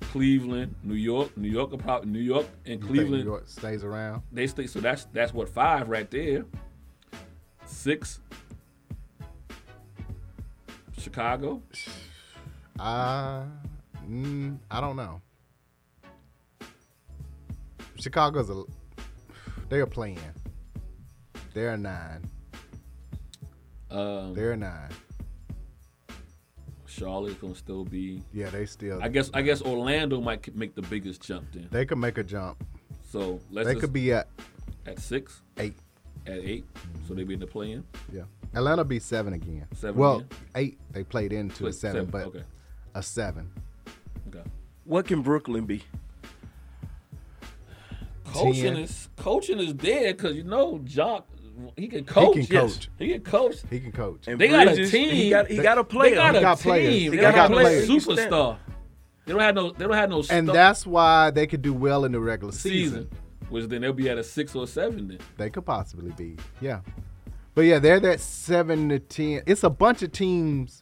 Speaker 8: Cleveland, New York, New York, will probably New York and
Speaker 5: You think
Speaker 8: Cleveland.
Speaker 5: New York stays around.
Speaker 8: They stay so that's that's what five right there. Six. Chicago.
Speaker 5: Uh, mm, I don't know. Chicago's a they're playing. They're a nine.
Speaker 8: Um,
Speaker 5: They're a nine.
Speaker 8: Charlotte's gonna still be
Speaker 5: Yeah, they still.
Speaker 8: I guess I guess Orlando might c- make the biggest jump then.
Speaker 5: they could make a jump.
Speaker 8: So let's
Speaker 5: They
Speaker 8: just-
Speaker 5: could be at
Speaker 8: at six,
Speaker 5: eight.
Speaker 8: at eight. So they be in the play-in.
Speaker 5: Yeah, Atlanta be seven again.
Speaker 8: Seven
Speaker 5: Well,
Speaker 8: again?
Speaker 5: eight. They played into
Speaker 8: Play-
Speaker 5: a seven,
Speaker 8: seven,
Speaker 5: but
Speaker 8: okay.
Speaker 5: a seven.
Speaker 8: Okay.
Speaker 6: what can Brooklyn be?
Speaker 8: Coaching
Speaker 5: Ten.
Speaker 8: is coaching is dead because you know Jock he can coach. yes.
Speaker 5: coach.
Speaker 8: He can coach.
Speaker 5: He can coach.
Speaker 6: And
Speaker 8: They got a
Speaker 6: Bridges,
Speaker 8: team.
Speaker 6: He got, he got a
Speaker 8: They
Speaker 6: player.
Speaker 8: got
Speaker 5: He
Speaker 8: a
Speaker 5: got
Speaker 8: team.
Speaker 5: players.
Speaker 8: They
Speaker 5: He
Speaker 8: got,
Speaker 5: got
Speaker 8: a play
Speaker 5: players.
Speaker 8: superstar. They don't have no. They don't have no.
Speaker 5: and
Speaker 8: star
Speaker 5: that's why they could do well in the regular
Speaker 8: season,
Speaker 5: season.
Speaker 8: which then they'll be at a six or seven then.
Speaker 5: They could possibly be, yeah. But yeah, they're that seven to ten. It's a bunch of teams,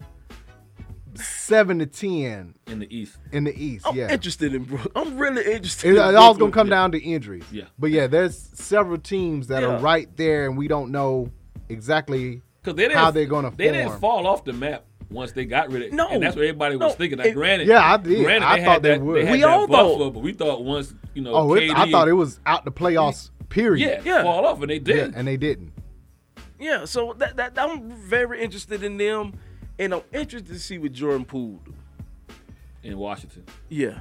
Speaker 5: seven to ten
Speaker 8: in the East.
Speaker 5: in the East.
Speaker 8: Oh,
Speaker 6: I'm
Speaker 5: yeah, it,
Speaker 6: interested in Brooklyn. I'm really interested.
Speaker 5: it
Speaker 6: in
Speaker 5: all's gonna
Speaker 6: Brooklyn.
Speaker 5: come down to injuries.
Speaker 8: Yeah.
Speaker 5: But yeah, there's several teams that are
Speaker 6: Yeah.
Speaker 5: right there, and we don't know exactly
Speaker 8: Because they didn't,
Speaker 5: how they're gonna
Speaker 8: they didn't
Speaker 5: form.
Speaker 8: fall off the map once they got rid of.
Speaker 6: No.
Speaker 8: and that's what everybody was
Speaker 6: No.
Speaker 8: thinking. Like,
Speaker 6: It-
Speaker 8: granted,
Speaker 5: Yeah, I did.
Speaker 8: Granted,
Speaker 5: I
Speaker 8: they
Speaker 5: thought
Speaker 8: had
Speaker 5: they
Speaker 8: that,
Speaker 5: would.
Speaker 8: They had
Speaker 6: We
Speaker 8: that
Speaker 6: all
Speaker 8: buffer,
Speaker 6: thought.
Speaker 8: but we thought once you know.
Speaker 5: Oh, it, I
Speaker 8: KD
Speaker 5: thought it was out the playoffs. Period.
Speaker 8: Yeah,
Speaker 6: Yeah.
Speaker 8: fall off, and they
Speaker 5: Yeah,
Speaker 8: did.
Speaker 5: and they didn't.
Speaker 6: Yeah, so that, that I'm very interested in them, and I'm interested to see what Jordan Poole do.
Speaker 8: in Washington.
Speaker 6: Yeah.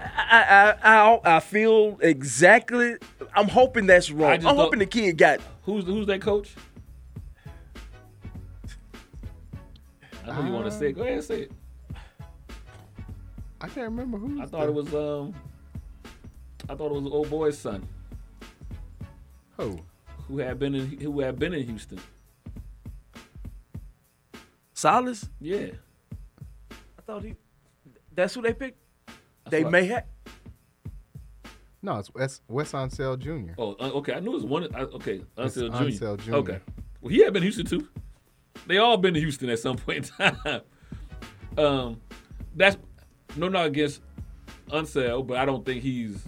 Speaker 6: I, I I- I I feel exactly. I'm hoping that's wrong.
Speaker 8: I
Speaker 6: I'm
Speaker 8: just don't-
Speaker 6: hoping the kid got.
Speaker 8: Who's who's that coach? I know you want to say. it. Go ahead, and say it.
Speaker 5: I can't remember who.
Speaker 8: I thought it was um, I thought it was old boy's son
Speaker 5: who.
Speaker 8: who had been in who had been in Houston.
Speaker 6: Silas.
Speaker 8: Yeah,
Speaker 6: I thought he. That's who they picked.
Speaker 8: That's
Speaker 6: They
Speaker 8: what I-
Speaker 6: may have.
Speaker 5: No, it's Wes, Wes Unsell Jr.
Speaker 8: Oh, uh, okay. I knew it was one. I, okay,
Speaker 5: It's
Speaker 8: Unsell Jr.
Speaker 5: Unsell Jr..
Speaker 8: Okay. Well, he had been to Houston too. They all been to Houston at some point in time. um, that's no, not against Unsell, but I don't think he's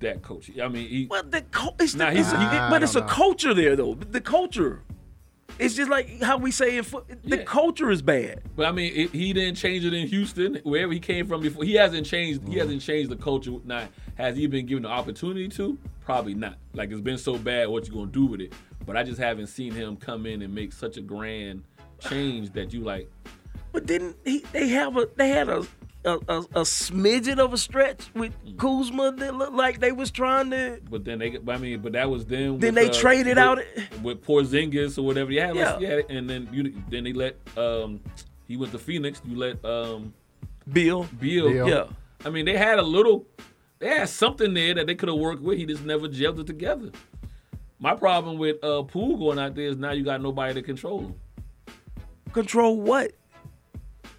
Speaker 8: that coachy. I mean, he,
Speaker 6: Well, the co- it's the,
Speaker 8: Nah, he's-
Speaker 6: it's-
Speaker 8: he-
Speaker 6: it- but it's a culture there though. The culture. It's just like how we say in foot. The
Speaker 8: Yeah.
Speaker 6: culture is bad.
Speaker 8: but I mean, it, he didn't change it in Houston, wherever he came from before. He hasn't changed. He hasn't changed the culture. Not has he been given the opportunity to? Probably not. Like it's been so bad. What you gonna do with it? But I just haven't seen him come in and make such a grand change that you like.
Speaker 6: But didn't he, they have a they had a a, a a smidgen of a stretch with Kuzma that looked like they was trying to.
Speaker 8: But then they, I mean, but that was them.
Speaker 6: Then they traded
Speaker 8: with,
Speaker 6: out-
Speaker 8: with Porzingis or whatever. Yeah, yeah.
Speaker 6: Yeah.
Speaker 8: yeah. And then you, then they let um, he went to Phoenix. You let um,
Speaker 6: Bill.
Speaker 8: Bill.
Speaker 5: Beal.
Speaker 6: Yeah.
Speaker 8: I mean, they had a little, they had something there that they could have worked with. He just never gelled it together. My problem with uh, Poole going out there is now you got nobody to control him.
Speaker 6: Control what?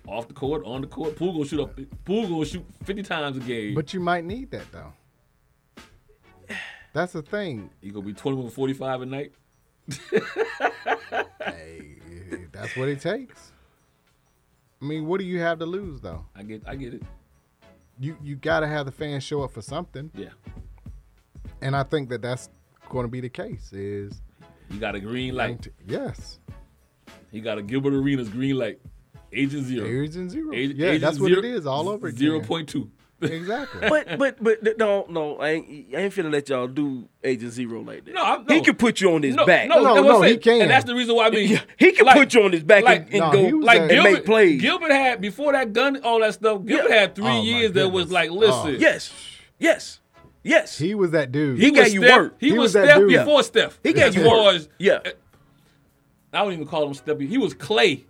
Speaker 8: Off the court, on the court, Poole gonna shoot up. Poole gonna shoot fifty times a game. But
Speaker 5: But you might need that though. That's the thing.
Speaker 8: he gonna be twenty-one forty-five a night.
Speaker 5: That's what it takes. I mean, what do you have to lose though?
Speaker 8: I get, I get it.
Speaker 5: You you gotta have the fans show up for something,
Speaker 8: Yeah,
Speaker 5: and I think that that's going to be the case. Is
Speaker 8: you got a green light.
Speaker 5: yes,
Speaker 8: He got a Gilbert Arenas green light. Agent zero.
Speaker 5: Aries and zero.
Speaker 8: Ag-
Speaker 5: yeah,
Speaker 8: agent
Speaker 5: that's what
Speaker 8: zero-
Speaker 5: it is all over again.
Speaker 8: Zero point two.
Speaker 5: Exactly.
Speaker 6: But but but th- no no I ain't I ain't finna let y'all do Agent Zero like that.
Speaker 8: No, I'm-
Speaker 6: he
Speaker 8: no.
Speaker 6: can put you on his
Speaker 8: No,
Speaker 6: back.
Speaker 8: no,
Speaker 5: No,
Speaker 8: that's what
Speaker 5: no,
Speaker 8: I'm
Speaker 5: he
Speaker 8: saying.
Speaker 5: can.
Speaker 8: And that's the reason why I mean,
Speaker 6: Yeah, he can
Speaker 8: like-
Speaker 6: put you on his back
Speaker 8: like-
Speaker 6: and, and
Speaker 5: No, he
Speaker 6: go
Speaker 5: was
Speaker 6: like
Speaker 5: a-
Speaker 6: and
Speaker 5: Gilbert-
Speaker 6: make plays.
Speaker 8: Gilbert had before that gun, all that stuff. Gilbert had three
Speaker 5: Oh, my
Speaker 8: years that was
Speaker 5: goodness.
Speaker 8: like, listen,
Speaker 5: Oh.
Speaker 6: yes yes yes.
Speaker 5: he was that dude.
Speaker 6: He
Speaker 8: was
Speaker 6: gave you
Speaker 8: Steph-
Speaker 6: work.
Speaker 8: He,
Speaker 5: He
Speaker 8: was,
Speaker 5: was that
Speaker 8: Steph
Speaker 5: dude.
Speaker 8: before Steph.
Speaker 6: He gave
Speaker 8: As
Speaker 6: you
Speaker 8: far
Speaker 6: work.
Speaker 8: as-
Speaker 6: Yeah.
Speaker 8: I don't even call him Steph. He was Clay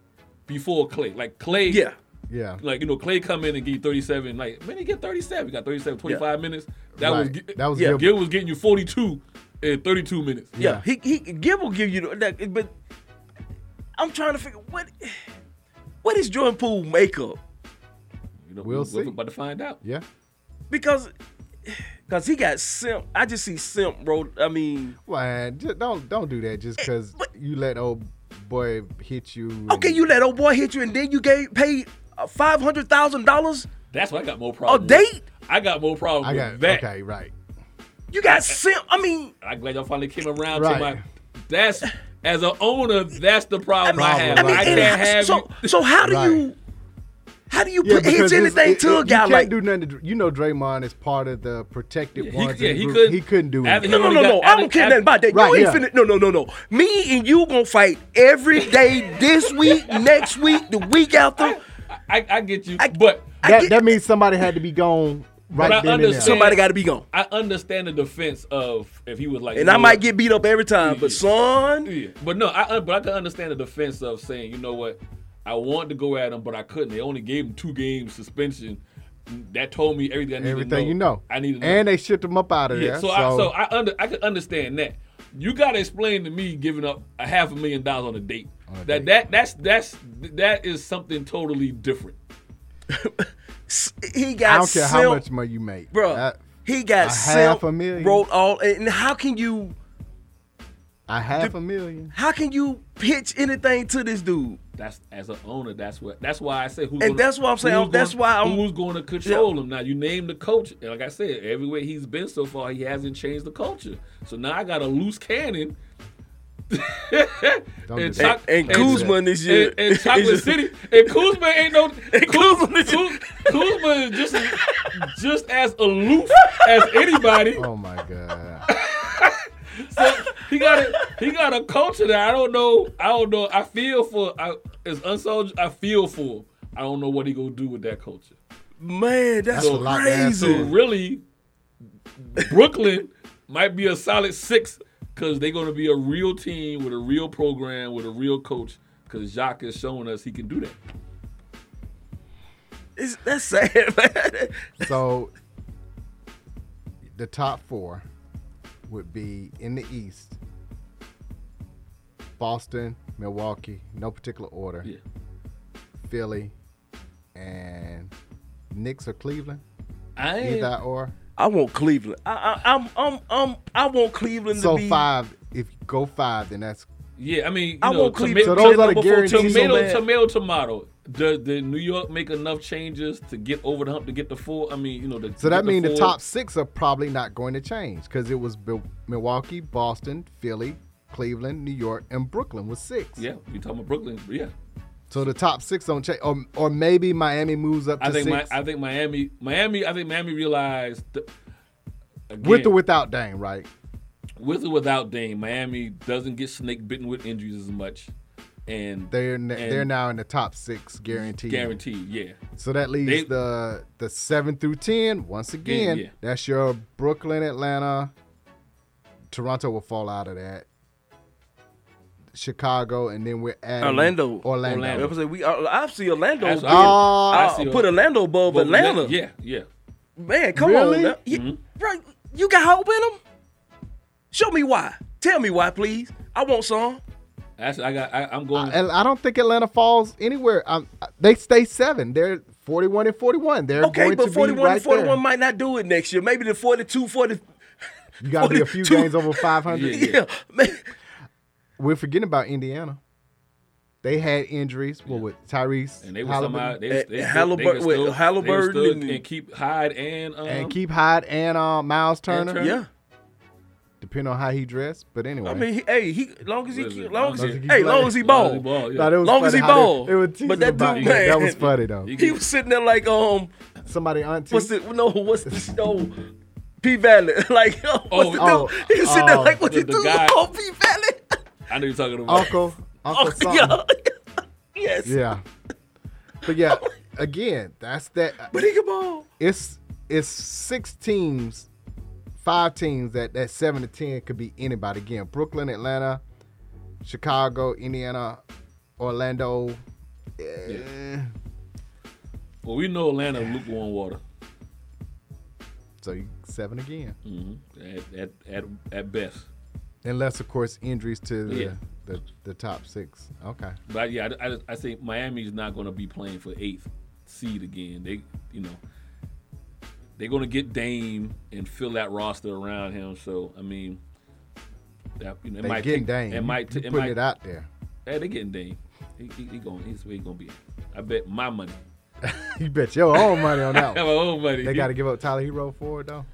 Speaker 8: before Clay. Like Clay.
Speaker 6: yeah.
Speaker 5: yeah.
Speaker 8: Like you know, Clay come in and get you 37. Like man, he get 37. He got 37, 25 minutes. That was
Speaker 5: Right.
Speaker 8: ge-
Speaker 5: that was
Speaker 6: yeah,
Speaker 5: Gilbert.
Speaker 8: Gil was getting you 42 in 32 minutes.
Speaker 6: Yeah, he he Gib will give you the, that, but I'm trying to figure what what is Jordan Poole makeup
Speaker 8: You know,
Speaker 5: We'll
Speaker 8: we're
Speaker 5: see.
Speaker 8: about to find out.
Speaker 5: Yeah.
Speaker 6: because because he got simp. I just see simp road. I mean,
Speaker 5: Well, just don't don't do that just because
Speaker 6: but-
Speaker 5: you let old boy hit you. and-
Speaker 6: okay, you let old boy hit you, and then you gave paid uh, five hundred thousand dollars.
Speaker 8: That's why I got more problems. with.
Speaker 6: date?
Speaker 8: I got more problems
Speaker 5: I
Speaker 8: with
Speaker 5: got
Speaker 8: that.
Speaker 5: okay, right.
Speaker 6: You got simp. I mean,
Speaker 8: I'm glad y'all finally came around
Speaker 5: Right.
Speaker 8: to my. That's as an owner, that's the problem I,
Speaker 5: Problem,
Speaker 8: have.
Speaker 6: I
Speaker 8: I,
Speaker 6: mean,
Speaker 5: right.
Speaker 6: and
Speaker 8: can't have
Speaker 6: so so how do
Speaker 5: Right.
Speaker 6: you how do you put hitch
Speaker 5: because it's-
Speaker 6: anything
Speaker 5: it-
Speaker 6: to
Speaker 5: it-
Speaker 6: a guy
Speaker 5: you can't
Speaker 6: like?
Speaker 5: do nothing. To, you know, Draymond is part of the protected
Speaker 8: you.
Speaker 5: ones.
Speaker 8: yeah,
Speaker 5: in the
Speaker 8: he
Speaker 5: group.
Speaker 8: couldn't.
Speaker 5: He couldn't do
Speaker 8: After
Speaker 5: anything.
Speaker 6: No, no, no, no. I don't care nothing about that.
Speaker 5: Right,
Speaker 6: you ain't
Speaker 5: yeah.
Speaker 6: finna. No, no, no, no. Me and you gonna fight every day this week, next week, the week after.
Speaker 8: I, I get you,
Speaker 6: I-
Speaker 8: but
Speaker 6: I
Speaker 5: that,
Speaker 6: get-
Speaker 5: that means somebody had to be gone right
Speaker 8: I
Speaker 5: then and there.
Speaker 8: understand-
Speaker 6: Somebody got to be gone.
Speaker 8: I understand the defense of if he was like,
Speaker 6: And
Speaker 8: you
Speaker 6: I
Speaker 8: know
Speaker 6: might
Speaker 8: what?
Speaker 6: get beat up every time, but son,
Speaker 8: Yeah. But no, I but I can understand the defense of saying, you know what, I wanted to go at him, but I couldn't. They only gave him two games suspension. That told me everything. I need
Speaker 5: Everything
Speaker 8: to know.
Speaker 5: you know.
Speaker 8: I need to know.
Speaker 5: And they shipped him up out of
Speaker 8: Yeah,
Speaker 5: there.
Speaker 8: so, I so I under I can understand that. You gotta explain to me giving up a half a million dollars on a date. that that that's that's that is something totally different.
Speaker 6: s- he
Speaker 5: I
Speaker 6: got
Speaker 5: don't care
Speaker 6: silk,
Speaker 5: how much money you make,
Speaker 6: bro.
Speaker 5: That-
Speaker 6: he got
Speaker 5: a
Speaker 6: silk,
Speaker 5: half a million.
Speaker 6: Wrote all. And how can you?
Speaker 5: A half a million.
Speaker 6: How can you pitch anything to this dude?
Speaker 8: That's as an owner. That's what. That's why I say who's.
Speaker 6: And that's what I'm saying,
Speaker 8: who's
Speaker 6: that's
Speaker 8: gonna-
Speaker 6: why I'm-
Speaker 8: who's going to control him now? You name the coach, and like I said, everywhere he's been so far, he hasn't changed the culture. So now I got a loose cannon.
Speaker 5: Don't do
Speaker 8: Choc-
Speaker 5: that.
Speaker 6: And Kuzma this year,
Speaker 8: and, and Chocolate
Speaker 6: is-
Speaker 8: City, and Kuzma ain't no
Speaker 6: Kuzma
Speaker 8: Kuzma.
Speaker 6: is-
Speaker 8: Kuzma, Kuzma is just as- just as aloof as anybody.
Speaker 5: Oh my god.
Speaker 8: He got a he got a culture that I don't know. I don't know. I feel for. I as unsold. I feel for. I don't know what he gonna do with that culture.
Speaker 6: man, that's,
Speaker 5: That's a lot to ask
Speaker 8: So
Speaker 6: crazy.
Speaker 5: for.
Speaker 8: really, Brooklyn might be a solid six because they're gonna be a real team with a real program with a real coach. Because Jacques is showing us he can do that.
Speaker 6: It's, that's sad, man.
Speaker 5: So the top four would be in the East. Boston, Milwaukee, no particular order.
Speaker 8: Yeah.
Speaker 5: Philly, and Knicks or Cleveland,
Speaker 8: I ain't-
Speaker 5: either or.
Speaker 6: I want Cleveland. I, I, I'm, I'm, I'm, I want Cleveland
Speaker 5: So
Speaker 6: to be.
Speaker 5: five. If you go five, then that's
Speaker 8: Yeah, I mean, you
Speaker 6: I
Speaker 8: know,
Speaker 6: want
Speaker 8: toma-
Speaker 6: Cleveland.
Speaker 5: So those are the
Speaker 6: number four
Speaker 5: guarantees.
Speaker 6: team.
Speaker 8: tomato,
Speaker 6: So bad.
Speaker 8: tomato, tomato. Does did New York make enough changes to get over the hump to get the four? I mean, you know, the,
Speaker 5: So that means the
Speaker 8: four-
Speaker 5: top six are probably not going to change because it was Bil- Milwaukee, Boston, Philly, Cleveland, New York, and Brooklyn was six.
Speaker 8: Yeah, you talking about Brooklyn? Yeah,
Speaker 5: So the top six don't change, or, or maybe Miami moves up to
Speaker 8: I think my,
Speaker 5: six
Speaker 8: I think Miami, Miami, I think Miami realized th- again,
Speaker 5: with or without Dame, right?
Speaker 8: with or without Dame, Miami doesn't get snake bitten with injuries as much, and
Speaker 5: They're n-
Speaker 8: And-
Speaker 5: they're now in the top six, guaranteed.
Speaker 8: guaranteed, yeah,
Speaker 5: So that leaves
Speaker 8: They-
Speaker 5: the the seven through ten. Once again,
Speaker 8: yeah.
Speaker 5: that's your Brooklyn, Atlanta. Toronto will fall out of that. Chicago, and then we're at
Speaker 6: Orlando.
Speaker 5: Orlando.
Speaker 8: Orlando.
Speaker 6: I, we, uh, I, I see Orlando.
Speaker 8: That's-
Speaker 5: Oh,
Speaker 6: I,
Speaker 8: I see
Speaker 6: put Orlando above
Speaker 8: But let-
Speaker 6: Atlanta.
Speaker 8: yeah, yeah.
Speaker 6: Man, come
Speaker 5: Really?
Speaker 6: on. Now. You, bro, you got hope in them? Show me why. Tell me why, please. I want some.
Speaker 8: Actually, I got, I, I'm going.
Speaker 5: And I don't think Atlanta falls anywhere. Um, they stay seven. They're forty-one and forty-one. They're
Speaker 6: Okay,
Speaker 5: going
Speaker 6: but
Speaker 5: to
Speaker 6: 41
Speaker 5: be right
Speaker 6: 41
Speaker 5: there.
Speaker 6: might not do it next year. Maybe the 42, 40.
Speaker 5: you got to be a few
Speaker 6: 42.
Speaker 5: games over five hundred.
Speaker 8: Yeah.
Speaker 6: Yeah, man.
Speaker 5: We're forgetting about Indiana. They had injuries. What with Tyrese
Speaker 8: and they were
Speaker 5: Halliburton,
Speaker 8: somehow they,
Speaker 6: Eh,
Speaker 8: they, they,
Speaker 6: Hallibur-
Speaker 8: they, could
Speaker 6: wait,
Speaker 8: still- they
Speaker 6: Halliburton
Speaker 8: still
Speaker 6: and-
Speaker 8: and, keep Hyde and um,
Speaker 5: and keep Hyde and uh, Miles Turner,
Speaker 8: Turner.
Speaker 6: Yeah.
Speaker 5: depending on how he dressed. But anyway,
Speaker 6: I mean, he, hey, he long as he,
Speaker 8: Listen,
Speaker 6: long as
Speaker 5: long
Speaker 6: he,
Speaker 5: as he keep
Speaker 6: hey, long
Speaker 5: playing.
Speaker 6: as he
Speaker 8: Lonzo
Speaker 6: ball.
Speaker 8: Ball, yeah.
Speaker 5: Thought it was
Speaker 6: Long as
Speaker 5: funny
Speaker 6: he
Speaker 5: how they-
Speaker 6: ball.
Speaker 5: They, were teasing
Speaker 6: But that
Speaker 5: about
Speaker 6: dude,
Speaker 5: it. that
Speaker 6: man.
Speaker 5: was funny though.
Speaker 6: He was sitting there like, um,
Speaker 5: Somebody auntie.
Speaker 6: what's the no, what's the no, P Valley, like, uh, what's the
Speaker 5: oh,
Speaker 6: oh, He was sitting there
Speaker 5: oh,
Speaker 6: like, what
Speaker 8: the-
Speaker 6: he
Speaker 8: the
Speaker 6: do?
Speaker 8: guy-
Speaker 6: Oh, P Valley.
Speaker 8: I know you're talking about.
Speaker 5: uncle? Uncle
Speaker 6: Oh,
Speaker 5: something.
Speaker 6: yeah. yes.
Speaker 5: Yeah. But yeah, again, that's that.
Speaker 6: Oh But he can ball.
Speaker 5: It's it's six teams, five teams that that seven to ten could be anybody. Again, Brooklyn, Atlanta, Chicago, Indiana, Orlando. Eh,
Speaker 8: Well, we know Atlanta lukewarm water
Speaker 5: So you seven again,
Speaker 8: Mm-hmm. at at at, at best.
Speaker 5: unless of course injuries to the,
Speaker 8: Yeah.
Speaker 5: the the top six. Okay.
Speaker 8: But yeah, I, I, I think Miami's not going to be playing for eighth seed again. They, you know, they're going to get Dame and fill that roster around him. So I mean, that you know, it
Speaker 5: They
Speaker 8: might
Speaker 5: getting
Speaker 8: take-
Speaker 5: Dame.
Speaker 8: It might.
Speaker 5: You
Speaker 8: T- it
Speaker 5: putting
Speaker 8: might.
Speaker 5: it out there.
Speaker 8: Hey, they getting Dame. He, he, he going. He's where he going to be. at. I bet my money.
Speaker 5: You bet your own money on that.
Speaker 8: I got
Speaker 5: One.
Speaker 8: my own money.
Speaker 5: They got to give up Tyler Hero for it though.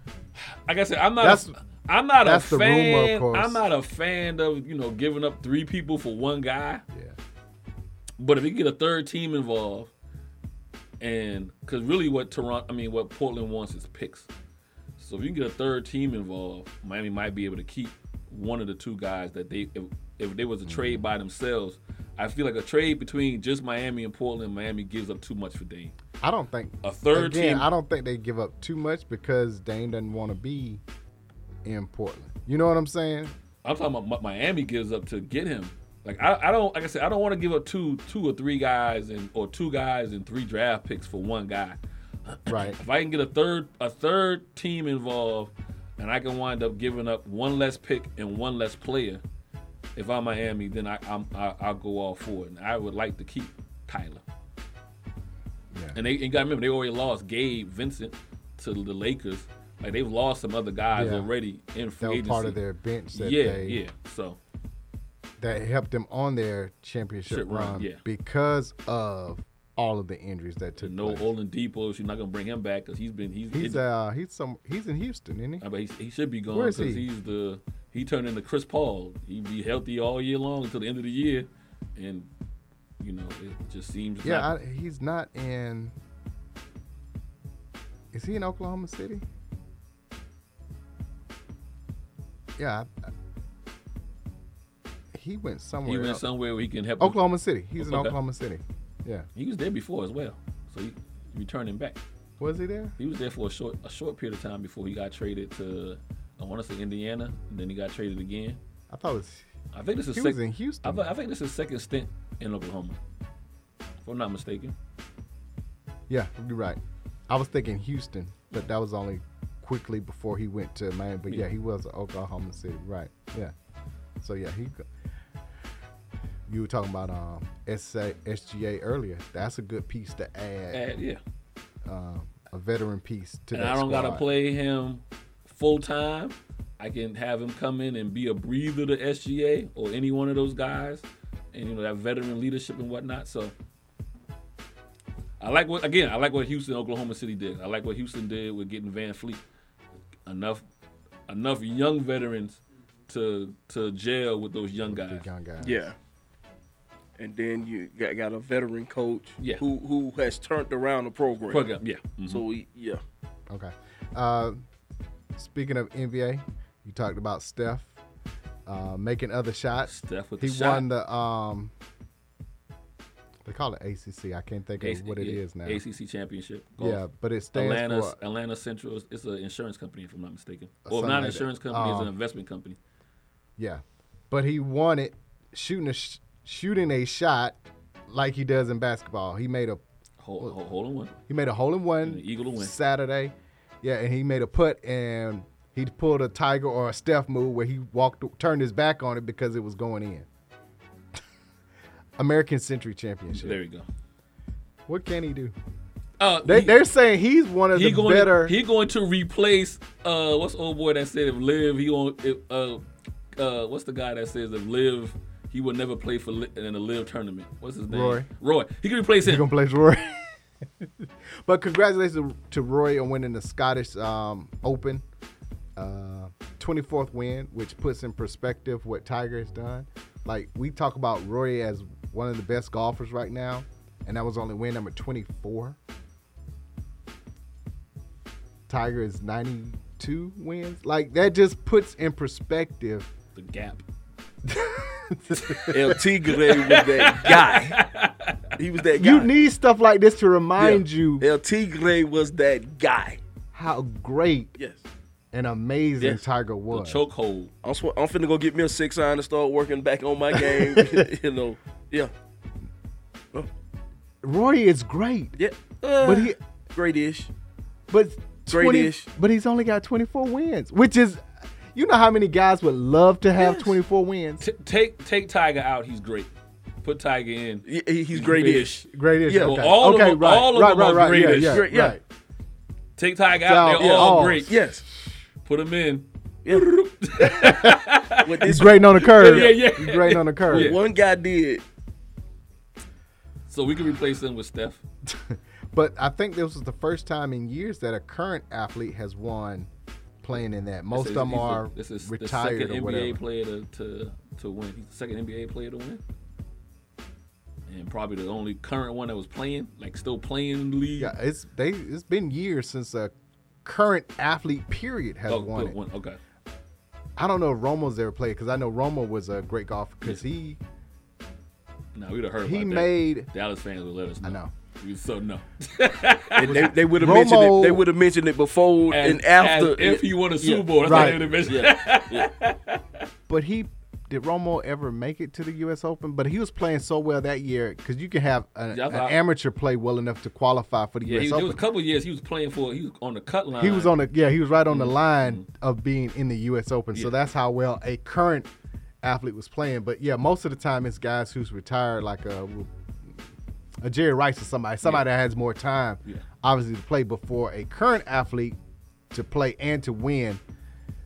Speaker 8: like I said, I'm not.
Speaker 5: That's-
Speaker 8: a, I'm not
Speaker 5: that's the
Speaker 8: a
Speaker 5: rumor, of
Speaker 8: fan.
Speaker 5: course.
Speaker 8: I'm not a fan of you know giving up three people for one guy.
Speaker 5: Yeah.
Speaker 8: But if you get a third team involved, and because really what Toronto, I mean what Portland wants is picks. So if you can get a third team involved, Miami might be able to keep one of the two guys that they if, if there was a
Speaker 5: Mm-hmm.
Speaker 8: trade by themselves. I feel like a trade between just Miami and Portland, Miami gives up too much for Dame.
Speaker 5: I don't think
Speaker 8: A third
Speaker 5: again,
Speaker 8: team-
Speaker 5: I don't think they give up too much because Dane doesn't want to be in Portland. You know what I'm saying?
Speaker 8: I'm talking about what Miami gives up to get him. Like I, I don't like I said, I don't want to give up two two or three guys and or two guys and three draft picks for one guy.
Speaker 5: Right.
Speaker 8: If I can get a third a third team involved and I can wind up giving up one less pick and one less player, if I'm Miami, then I, I'm I, I'll go all for it. And I would like to keep Tyler.
Speaker 5: Yeah.
Speaker 8: And they and you gotta remember they already lost Gabe Vincent to the Lakers. Like they've lost some other guys
Speaker 5: Yeah.
Speaker 8: already in
Speaker 5: That
Speaker 8: free
Speaker 5: was
Speaker 8: agency.
Speaker 5: part of their bench that
Speaker 8: yeah,
Speaker 5: they
Speaker 8: yeah. So
Speaker 5: that helped them on their championship
Speaker 8: Shit
Speaker 5: run,
Speaker 8: run, yeah.
Speaker 5: because of all of the injuries that took
Speaker 8: No
Speaker 5: place.
Speaker 8: Olin Depot. She's not gonna bring him back because he's been he's.
Speaker 5: He's
Speaker 8: it-
Speaker 5: uh he's some he's in Houston, isn't he?
Speaker 8: I bet he, he should be gone
Speaker 5: Where is
Speaker 8: because
Speaker 5: he?
Speaker 8: he's the he turned into Chris Paul. He be healthy all year long until the end of the year, and you know it just seems.
Speaker 5: Yeah,
Speaker 8: not-
Speaker 5: I, he's not in. Is he in Oklahoma City? Yeah, I, I- he went somewhere.
Speaker 8: he went
Speaker 5: else.
Speaker 8: somewhere where he can help. him.
Speaker 5: Oklahoma City. He's in
Speaker 8: Okay.
Speaker 5: Oklahoma City. Yeah,
Speaker 8: He was there before as well, so he returning back.
Speaker 5: was he there?
Speaker 8: He was there for a short a short period of time before he got traded to I want to say Indiana, and then he got traded again.
Speaker 5: I thought it was.
Speaker 8: I think this is
Speaker 5: He
Speaker 8: sec-
Speaker 5: was in
Speaker 8: I,
Speaker 5: Houston.
Speaker 8: thi- I think this is second stint in Oklahoma, if I'm not mistaken.
Speaker 5: Yeah, you're right. I was thinking Houston, but that was only quickly before he went to Miami. But yeah,
Speaker 8: Yeah.
Speaker 5: he was in Oklahoma City, right? Yeah. So yeah, he. go- You were talking about um SA, SGA earlier. That's a good piece to add,
Speaker 8: And, yeah.
Speaker 5: um, a veteran piece to
Speaker 8: and
Speaker 5: that
Speaker 8: I don't gotta
Speaker 5: squad.
Speaker 8: play him full time. I can have him come in and be a breather to SGA or any one of those guys, and you know that veteran leadership and whatnot. So I like what again. I like what Houston, Oklahoma City did. I like what Houston did with getting Van Fleet. Enough, enough young veterans to to jail with those young guys.
Speaker 5: Young guy.
Speaker 6: Yeah. And then you got, got a veteran coach
Speaker 8: Yeah.
Speaker 6: who who has turned around the program. Mm-hmm.
Speaker 8: Program, yeah. Mm,
Speaker 6: So he- yeah,
Speaker 5: Okay. Uh, speaking of NBA, you talked about Steph uh, making other shots.
Speaker 8: Steph with
Speaker 5: he
Speaker 8: the shot.
Speaker 5: won the um. They call it ACC. I can't think of what it
Speaker 8: yeah,
Speaker 5: is now.
Speaker 8: ACC championship. golf.
Speaker 5: Yeah, but it stands
Speaker 8: Atlanta,
Speaker 5: for
Speaker 8: Atlanta Central. is- It's an insurance company, if I'm not mistaken.
Speaker 5: Something
Speaker 8: Well, not an
Speaker 5: like that.
Speaker 8: insurance company. it's an
Speaker 5: Um,
Speaker 8: investment company.
Speaker 5: yeah, but he won it shooting a sh- shooting a shot like he does in basketball. He made a
Speaker 8: Hold, hold, hold on one.
Speaker 5: He made a hole in one.
Speaker 8: An eagle to win.
Speaker 5: Saturday. Yeah, and he made a putt and he pulled a Tiger or a Steph move where he walked, turned his back on it because it was going in. American Century Championship.
Speaker 8: There you go.
Speaker 5: What can he do?
Speaker 8: Uh,
Speaker 5: They,
Speaker 8: he-
Speaker 5: they're saying he's one of
Speaker 8: he
Speaker 5: the
Speaker 8: going
Speaker 5: better.
Speaker 8: To, he going to replace uh what's the old boy that said if live he on if uh uh what's the guy that says if live he would never play for Li- in a live tournament. What's his name?
Speaker 5: Roy.
Speaker 8: Roy. He can replace him.
Speaker 5: You're gonna play Roy. but congratulations to Roy on winning the Scottish um, Open, uh, 24th win, which puts in perspective what Tiger has done. Like we talk about Roy as one of the best golfers right now, and that was only win number 24. Tiger is 92 wins. Like that just puts in perspective.
Speaker 8: the gap.
Speaker 6: El Tigre was that guy. He was that guy.
Speaker 5: You need stuff like this to remind you
Speaker 6: El Tigre was that guy.
Speaker 5: how great
Speaker 6: Yes.
Speaker 5: and amazing
Speaker 8: Yes.
Speaker 5: Tiger
Speaker 8: The
Speaker 5: was.
Speaker 8: chokehold.
Speaker 6: I'm sw- I'm finna go get me a six iron and start working back on my game. you know. Yeah.
Speaker 5: Roy is great,
Speaker 6: Yeah. Uh,
Speaker 5: but he
Speaker 6: great ish.
Speaker 5: but 20,
Speaker 6: Great-ish.
Speaker 5: but he's only got 24 wins, which is you know how many guys would love to have 24 wins.
Speaker 8: T- take take Tiger out. He's great. Put Tiger in.
Speaker 6: He's great ish.
Speaker 5: Great is
Speaker 6: Yeah,
Speaker 5: okay.
Speaker 8: well, all of
Speaker 5: okay,
Speaker 8: them-
Speaker 5: right,
Speaker 8: all of
Speaker 5: right,
Speaker 8: them
Speaker 5: right,
Speaker 8: are
Speaker 5: right, yeah,
Speaker 8: great-ish.
Speaker 5: yeah,
Speaker 6: Great- yeah.
Speaker 5: right.
Speaker 8: Take Tiger out.
Speaker 5: So,
Speaker 8: They're
Speaker 5: yeah,
Speaker 8: all
Speaker 5: all-
Speaker 8: great.
Speaker 6: Yes.
Speaker 8: Put him in.
Speaker 6: Yeah. what
Speaker 5: He's
Speaker 6: this
Speaker 5: grading on the curve.
Speaker 8: Yeah, yeah.
Speaker 5: He's grading on the curve.
Speaker 8: Yeah.
Speaker 6: one guy did.
Speaker 8: So we can replace him with Steph.
Speaker 5: But I think this was the first time in years that a current athlete has won playing in that. Most
Speaker 8: This
Speaker 5: of
Speaker 8: is-
Speaker 5: them
Speaker 8: he's the-
Speaker 5: are
Speaker 8: This is the
Speaker 5: retired
Speaker 8: second
Speaker 5: or
Speaker 8: NBA
Speaker 5: whatever.
Speaker 8: player to, to to win. He's the second NBA player to win, and probably the only current one that was playing, like still playing in the league.
Speaker 5: Yeah, it's they. It's been years since a current athlete period has
Speaker 8: oh,
Speaker 5: won
Speaker 8: good
Speaker 5: it.
Speaker 8: one. Okay,
Speaker 5: I don't know if Romo's ever played because I know Romo was a great golfer because he
Speaker 8: no, we'd have heard.
Speaker 5: he
Speaker 8: about that.
Speaker 5: made
Speaker 8: Dallas fans would let us know.
Speaker 5: I know.
Speaker 8: We- So no,
Speaker 6: And they, they would have
Speaker 5: Romo-
Speaker 6: mentioned it. They would have mentioned it before and,
Speaker 8: As-
Speaker 6: after.
Speaker 8: as if he won a Super Bowl, that's
Speaker 5: Right.
Speaker 8: right. the division.
Speaker 5: but he did Romo ever make it to the U.S. Open? But he was playing so well that year because you can have a,
Speaker 8: Yeah, I
Speaker 5: an
Speaker 8: thought-
Speaker 5: amateur play well enough to qualify for the
Speaker 8: Yeah, he,
Speaker 5: U.S.
Speaker 8: there
Speaker 5: Open.
Speaker 8: was a couple years he was playing for. He was on the cut line.
Speaker 5: he was on the yeah, he was right on the line of being in the U.S. Open. So
Speaker 8: Mm-hmm. Yeah.
Speaker 5: that's how well a current athlete was playing. But yeah, most of the time it's guys who's retired, like a, a Jerry Rice or somebody, somebody that has more time,
Speaker 8: Yeah.
Speaker 5: obviously to play before a current athlete to play and to win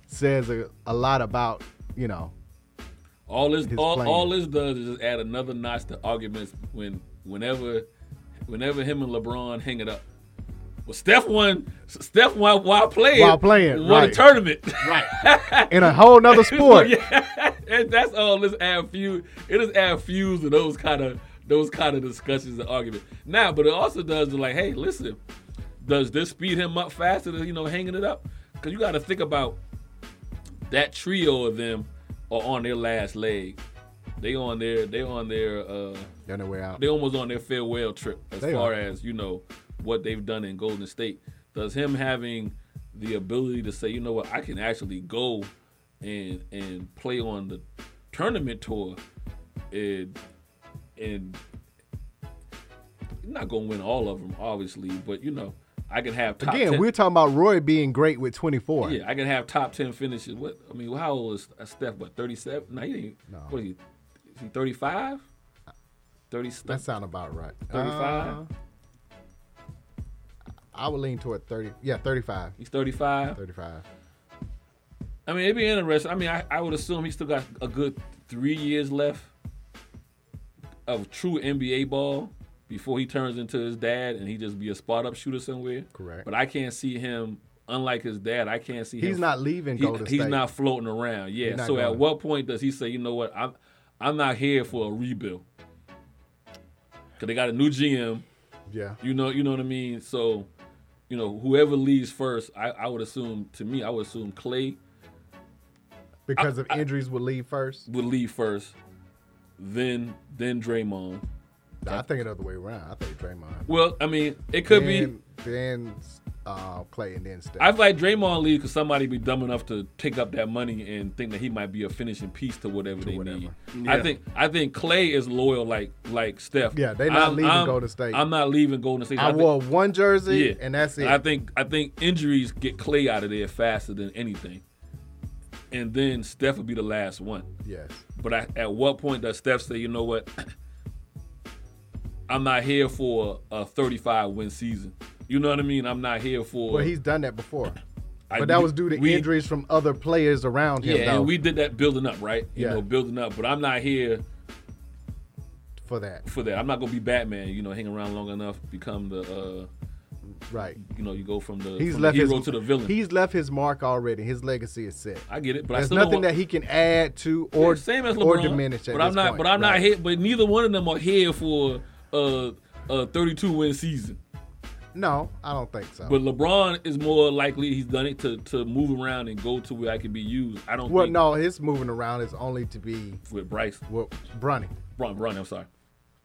Speaker 5: says a, a lot about you know
Speaker 8: All this,
Speaker 5: his
Speaker 8: all,
Speaker 5: playing.
Speaker 8: all this does is just add another notch to arguments when, whenever, whenever him and LeBron hang it up. Well, Steph won. Steph won while playing.
Speaker 5: While playing,
Speaker 8: won
Speaker 5: right.
Speaker 8: a tournament.
Speaker 5: in a whole nother sport.
Speaker 8: yeah, and that's all. This add few. It is add fuse to those kind of those kind of discussions and arguments. Now, but it also does like, hey, listen, does this speed him up faster than you know hanging it up? Because you got to think about that trio of them are on their last leg. They on their they on their uh
Speaker 5: They're on their way out.
Speaker 8: they almost on their farewell trip as
Speaker 5: They
Speaker 8: far
Speaker 5: are.
Speaker 8: as you know what they've done in Golden State. Does him having the ability to say, you know what, I can actually go and and play on the tournament tour and and not gonna win all of them, obviously, but you know, I can have top
Speaker 5: Again,
Speaker 8: 10
Speaker 5: we're talking about Roy being great with 24.
Speaker 8: yeah, I can have top ten finishes. What I mean, how old is uh, Steph? What thirty seven? No, he ain't. What is he? Is he thirty five? Thirty.
Speaker 5: That sound about right.
Speaker 8: 35.
Speaker 5: Uh, I would lean toward 30. Yeah, 35.
Speaker 8: He's 35.
Speaker 5: 35.
Speaker 8: I mean, it'd be interesting. I mean, I, I would assume he still got a good three years left of true NBA ball. before he turns into his dad and he just be a spot up shooter somewhere.
Speaker 5: Correct.
Speaker 8: But I can't see him. Unlike his dad, I can't see him.
Speaker 5: He's not leaving
Speaker 8: He-
Speaker 5: Golden
Speaker 8: he's
Speaker 5: State.
Speaker 8: not floating around. Yeah.
Speaker 5: not
Speaker 8: So at
Speaker 5: going.
Speaker 8: what point does he say, you know what, I'm, I'm not here for a rebuild? Because they got a new GM.
Speaker 5: Yeah.
Speaker 8: You know, you know what I mean. So, you know, whoever leaves first, I, I would assume. To me, I would assume Clay
Speaker 5: Because of injuries would leave first.
Speaker 8: would leave first, then then Draymond.
Speaker 5: I think another way around. I think Draymond.
Speaker 8: Well, I mean, it could be.
Speaker 5: then, Then uh, Clay and then Steph.
Speaker 8: I feel like Draymond leave because somebody be dumb enough to take up that money and think that he might be a finishing piece to whatever they need. I
Speaker 6: Yeah.
Speaker 8: think I think Clay is loyal like like Steph.
Speaker 5: Yeah, they not leaving Golden State.
Speaker 8: I'm not leaving Golden State.
Speaker 5: I
Speaker 8: think-
Speaker 5: wore one jersey
Speaker 8: yeah,
Speaker 5: and that's it.
Speaker 8: I think I think injuries get Clay out of there faster than anything, and then Steph would be the last one.
Speaker 5: yes.
Speaker 8: But I, at what point does Steph say, you know what? I'm not here for a 35 win season. You know what I mean? I'm not here for.
Speaker 5: Well, he's done that before.
Speaker 8: I-
Speaker 5: But that
Speaker 8: we-
Speaker 5: was due to
Speaker 8: we-
Speaker 5: injuries from other players around him,
Speaker 8: Yeah,
Speaker 5: though,
Speaker 8: and we did that building up, right? You
Speaker 5: Yeah.
Speaker 8: know, building up. But I'm not here
Speaker 5: for that.
Speaker 8: for that. I'm not gonna be Batman. You know, hang around long enough, become the. uh
Speaker 5: Right.
Speaker 8: You know, you go from the,
Speaker 5: He's
Speaker 8: from
Speaker 5: left
Speaker 8: the hero
Speaker 5: his,
Speaker 8: to the villain.
Speaker 5: He's left his mark already. His legacy is set.
Speaker 8: I get it, but I
Speaker 5: There's
Speaker 8: still don't
Speaker 5: nothing
Speaker 8: want-
Speaker 5: that he can add to or
Speaker 8: Yeah, same as LeBron,
Speaker 5: or diminish. At
Speaker 8: but I'm
Speaker 5: this
Speaker 8: not.
Speaker 5: point.
Speaker 8: But I'm not
Speaker 5: Right.
Speaker 8: here. But neither one of them are here for uh, a 32 win season.
Speaker 5: No, I don't think so.
Speaker 8: But LeBron is more likely he's done it to, to move around and go to where I can be used. I don't
Speaker 5: well,
Speaker 8: think
Speaker 5: no, his moving around is only to be
Speaker 8: with Bryce.
Speaker 5: well, Bronny
Speaker 8: Bron, Bron, I'm sorry.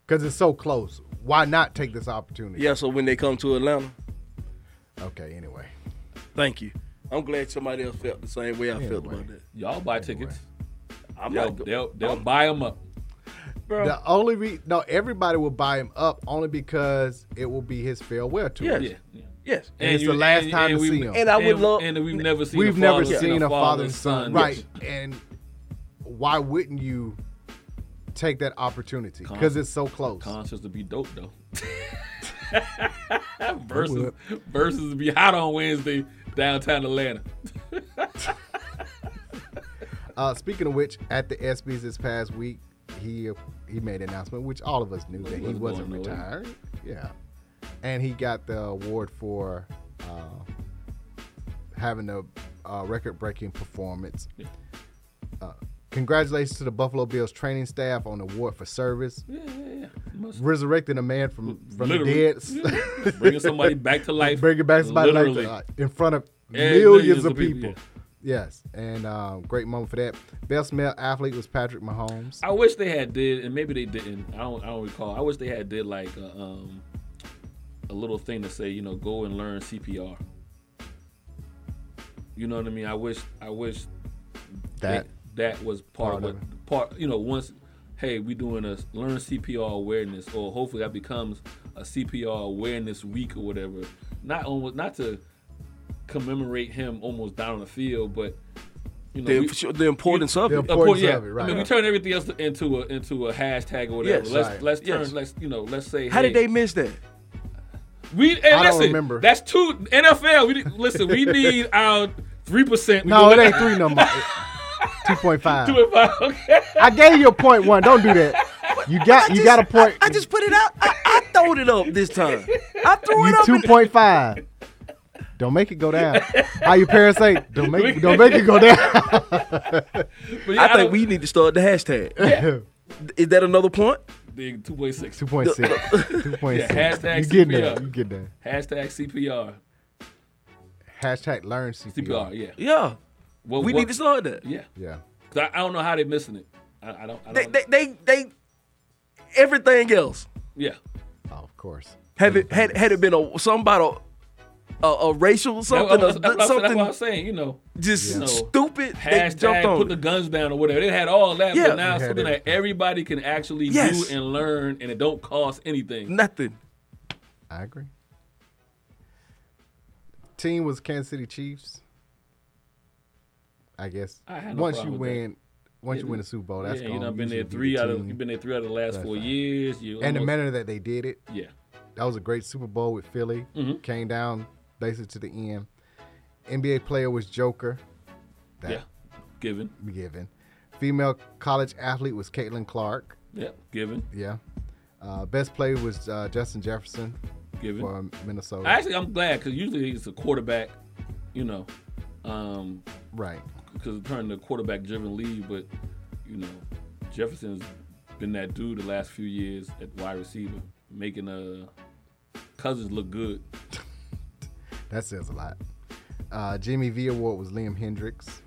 Speaker 5: because it's so close. Why not take this opportunity?
Speaker 6: Yeah, so when they come to Atlanta,
Speaker 5: Okay. Anyway,
Speaker 6: thank you. I'm glad somebody else felt the same way I felt
Speaker 5: Anyway.
Speaker 6: about that.
Speaker 8: Y'all buy tickets.
Speaker 6: I'm
Speaker 8: They'll,
Speaker 6: not go-
Speaker 8: they'll, they'll buy them up.
Speaker 6: bro.
Speaker 5: the only re- no, everybody will buy him up only because it will be his farewell tour.
Speaker 6: Yes.
Speaker 8: Yeah. yeah.
Speaker 6: Yes.
Speaker 5: And it's the last time to see him.
Speaker 6: And I would
Speaker 8: and-
Speaker 6: love-
Speaker 8: And we've never seen.
Speaker 5: We've
Speaker 8: a
Speaker 5: never
Speaker 8: father-
Speaker 5: seen a father and son, right?
Speaker 8: Yes.
Speaker 5: And why wouldn't you take that opportunity? Because it's so close.
Speaker 8: Concerts would be dope though. versus versus would be hot on Wednesday downtown Atlanta.
Speaker 5: Uh, speaking of which, at the ESPYS this past week, he he made an announcement, which all of us knew that he
Speaker 8: wasn't
Speaker 5: wasn't
Speaker 8: going nowhere.
Speaker 5: retired. Yeah, and he got the award for uh, having a uh, record-breaking performance. Uh, congratulations to the Buffalo Bills training staff on the award for service,
Speaker 8: Yeah, yeah, yeah. Must-
Speaker 5: resurrecting a man from from
Speaker 8: Literally.
Speaker 5: the dead,
Speaker 8: Yeah. Bringing somebody back to life.
Speaker 5: bringing back somebody like
Speaker 8: Literally.
Speaker 5: that uh, in front of
Speaker 8: And
Speaker 5: millions, of people.
Speaker 8: yeah.
Speaker 5: Yes, and um, great moment for that. Best male athlete was Patrick Mahomes.
Speaker 8: I wish they had did, and maybe they didn't. I don't. I don't recall. I wish they had did like a, um, a little thing to say, you know, go and learn CPR. You know what I mean? I wish. I wish
Speaker 5: that
Speaker 8: they- that was part,
Speaker 5: Part
Speaker 8: of
Speaker 5: of
Speaker 8: what part. You know, once, hey, we doing a learn CPR awareness, or hopefully that becomes a CPR awareness week or whatever. Not almost not to commemorate him almost down on the field, but you know,
Speaker 6: the,
Speaker 8: we-
Speaker 6: the importance of
Speaker 5: the
Speaker 6: it.
Speaker 8: of
Speaker 5: importance
Speaker 8: course, yeah.
Speaker 5: of it, right?
Speaker 8: I mean, we turn everything else into a into a hashtag or whatever.
Speaker 6: Yes.
Speaker 8: let's
Speaker 5: Right.
Speaker 8: let's turn
Speaker 6: Yes.
Speaker 8: let's you know let's say.
Speaker 6: How did
Speaker 8: hey,
Speaker 6: they miss that?
Speaker 8: We hey,
Speaker 5: I don't
Speaker 8: listen.
Speaker 5: remember.
Speaker 8: That's two NFL. We did- listen. We need our three percent.
Speaker 5: no, it ain't three no more. Two point five.
Speaker 8: Okay.
Speaker 5: I gave you a point one. Don't do that. You got you got a point.
Speaker 6: I just put it out. I, I throwed it up this time. I threw it
Speaker 5: you
Speaker 6: up.
Speaker 5: two
Speaker 6: and-
Speaker 5: point five. Don't make it go down. How your parents say? Don't make don't make it go down.
Speaker 8: But yeah,
Speaker 6: I think
Speaker 8: don't-
Speaker 6: we need to start the hashtag. Is that another point?
Speaker 8: Dig two point six.
Speaker 5: Two point six. Two point six.
Speaker 8: Yeah, hashtag
Speaker 5: you getting
Speaker 8: CPR.
Speaker 5: that? You getting that?
Speaker 8: Hashtag CPR.
Speaker 5: Hashtag learn CPR.
Speaker 8: CPR. Yeah.
Speaker 6: Yeah.
Speaker 8: Well,
Speaker 6: We
Speaker 8: what-
Speaker 6: need to start that.
Speaker 8: Yeah.
Speaker 5: Yeah.
Speaker 8: 'Cause I, I don't know how they're missing it. I, I don't. I
Speaker 6: They,
Speaker 8: don't
Speaker 6: they, they, they, everything else.
Speaker 8: yeah.
Speaker 5: Oh, of course.
Speaker 6: Have it had had it been a somebody a, a racial
Speaker 8: That-
Speaker 6: something
Speaker 8: that's,
Speaker 6: a-
Speaker 8: that's- that's
Speaker 6: something
Speaker 8: what I'm saying. You know.
Speaker 6: just
Speaker 8: Yeah.
Speaker 6: stupid they jumped
Speaker 8: hashtag
Speaker 6: on
Speaker 8: put the
Speaker 6: it.
Speaker 8: guns down or whatever. They had all that,
Speaker 6: Yeah.
Speaker 8: but now
Speaker 5: They had
Speaker 8: something that everybody can actually
Speaker 6: Yes.
Speaker 8: do and learn, and it don't cost anything.
Speaker 6: nothing.
Speaker 5: I agree. Team was Kansas City Chiefs. I guess
Speaker 8: I had no
Speaker 5: once you
Speaker 8: problem with that.
Speaker 5: win, once you win the Super Bowl, Oh, that's
Speaker 8: yeah,
Speaker 5: gonna
Speaker 8: you know, been
Speaker 5: usually
Speaker 8: there
Speaker 5: be the
Speaker 8: three out of
Speaker 5: team.
Speaker 8: you've been there three out of the last four
Speaker 5: fine.
Speaker 8: years. You
Speaker 5: and the
Speaker 8: almost-
Speaker 5: manner that they did it.
Speaker 8: yeah,
Speaker 5: That was a great Super Bowl with Philly.
Speaker 8: Mm-hmm.
Speaker 5: Came down basically to the end. NBA player was Joker. That
Speaker 8: yeah, given,
Speaker 5: given. Female college athlete was Caitlin Clark.
Speaker 8: yeah, given.
Speaker 5: Yeah. Uh, best play was uh, Justin Jefferson
Speaker 8: Given.
Speaker 5: for Minnesota.
Speaker 8: Actually, I'm glad because usually it's a quarterback, you know, um,
Speaker 5: right.
Speaker 8: because it turned to quarterback driven league. But you know, Jefferson's been that dude the last few years at wide receiver, making uh Cousins look good.
Speaker 5: That says a lot. Uh, Jimmy V award was Liam Hendricks.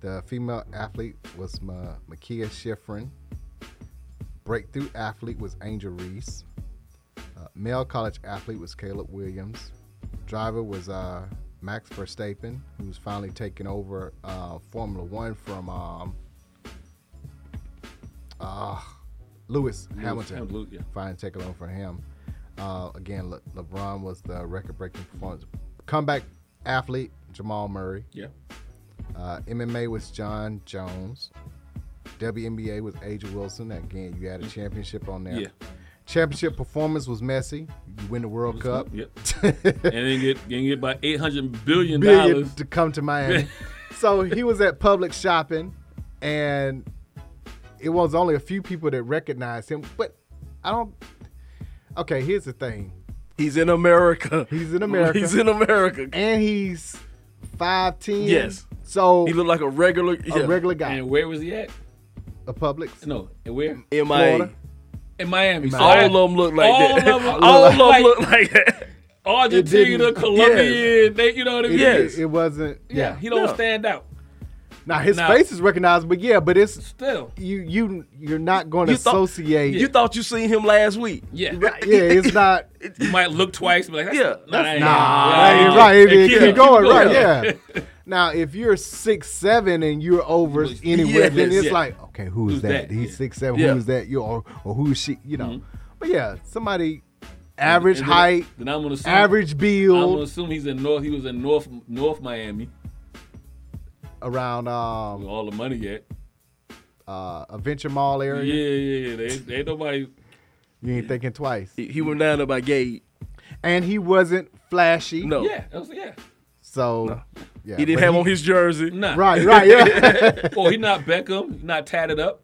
Speaker 5: The female athlete was Ma- Makia Schifrin. Breakthrough athlete was Angel Reese. Uh, male college athlete was Caleb Williams. Driver was uh, Max Verstappen, who's finally taken over uh, Formula One from um, uh, Lewis, Hamilton.
Speaker 8: Hamilton, yeah.
Speaker 5: Finally taken over from him. Uh, again, Le- LeBron was the record-breaking performance. Comeback athlete Jamal Murray.
Speaker 8: Yeah.
Speaker 5: Uh, MMA was John Jones. WNBA was Aja Wilson. Again, you had a championship on there.
Speaker 8: Yeah.
Speaker 5: Championship performance was Messi. You win the World Cup.
Speaker 8: Yep. and then get then get by eight hundred billion
Speaker 5: Billion
Speaker 8: dollars.
Speaker 5: to come to Miami. so he was at public shopping, and it was only a few people that recognized him. But I don't. Okay, here's the thing.
Speaker 6: He's in America.
Speaker 5: He's in America.
Speaker 6: He's in America.
Speaker 5: and he's five ten.
Speaker 6: Yes.
Speaker 5: So
Speaker 6: He looked like a regular.
Speaker 5: a
Speaker 6: Yeah.
Speaker 5: regular guy.
Speaker 8: And where was he at?
Speaker 5: a Publix.
Speaker 8: No, and where?
Speaker 6: In my
Speaker 5: Florida.
Speaker 8: In Miami. So I-
Speaker 6: all of them look like
Speaker 8: all
Speaker 6: that.
Speaker 8: Of them,
Speaker 6: all of them
Speaker 8: like
Speaker 6: look like that.
Speaker 8: Argentina,
Speaker 5: didn't-
Speaker 8: Colombian. They, you know what I mean?
Speaker 5: It,
Speaker 6: Yes.
Speaker 5: it, it wasn't. Yeah.
Speaker 8: Yeah, he don't
Speaker 6: Yeah.
Speaker 8: stand out.
Speaker 5: Now his
Speaker 8: Now-
Speaker 5: face is recognized, but yeah, but it's
Speaker 8: Still,
Speaker 5: you you you're not going to
Speaker 6: You thought-
Speaker 5: associate.
Speaker 6: You thought you seen him last week?
Speaker 8: yeah.
Speaker 5: yeah, it's not.
Speaker 8: You might look twice, but like, that's,
Speaker 6: Yeah,
Speaker 8: nah, that ain't
Speaker 5: Nah,
Speaker 8: him.
Speaker 5: that
Speaker 8: Yeah.
Speaker 5: ain't right. It,
Speaker 8: And
Speaker 5: it keep, going, right?
Speaker 8: yeah.
Speaker 5: Yeah. now, if you're six seven and you're over anywhere, then
Speaker 6: Yes.
Speaker 5: it's
Speaker 8: Yeah.
Speaker 5: like, okay, who is
Speaker 8: Who's
Speaker 5: that?
Speaker 8: that?
Speaker 5: He's
Speaker 8: Yeah. Mm-hmm.
Speaker 5: six seven.
Speaker 6: Yeah.
Speaker 5: Who is that? You or, or who is she? You know. But yeah, somebody average
Speaker 8: And then-
Speaker 5: height,
Speaker 8: Then I'm gonna assume,
Speaker 5: average
Speaker 8: I'm gonna
Speaker 5: build
Speaker 8: assume he's in North. He was in North North Miami.
Speaker 5: around
Speaker 8: With
Speaker 5: um
Speaker 8: all the money yet?
Speaker 5: uh Adventure Mall
Speaker 8: Yeah,
Speaker 5: area.
Speaker 8: yeah, yeah. They, they ain't nobody.
Speaker 5: You ain't thinking twice.
Speaker 6: He, he went down there by Gade.
Speaker 5: And he wasn't flashy.
Speaker 6: No,
Speaker 8: Yeah, that was, yeah.
Speaker 5: So yeah.
Speaker 6: he didn't
Speaker 5: but
Speaker 6: have on his jersey.
Speaker 8: Nah.
Speaker 5: Right, right, yeah.
Speaker 8: Or he not Beckham. He not tatted up.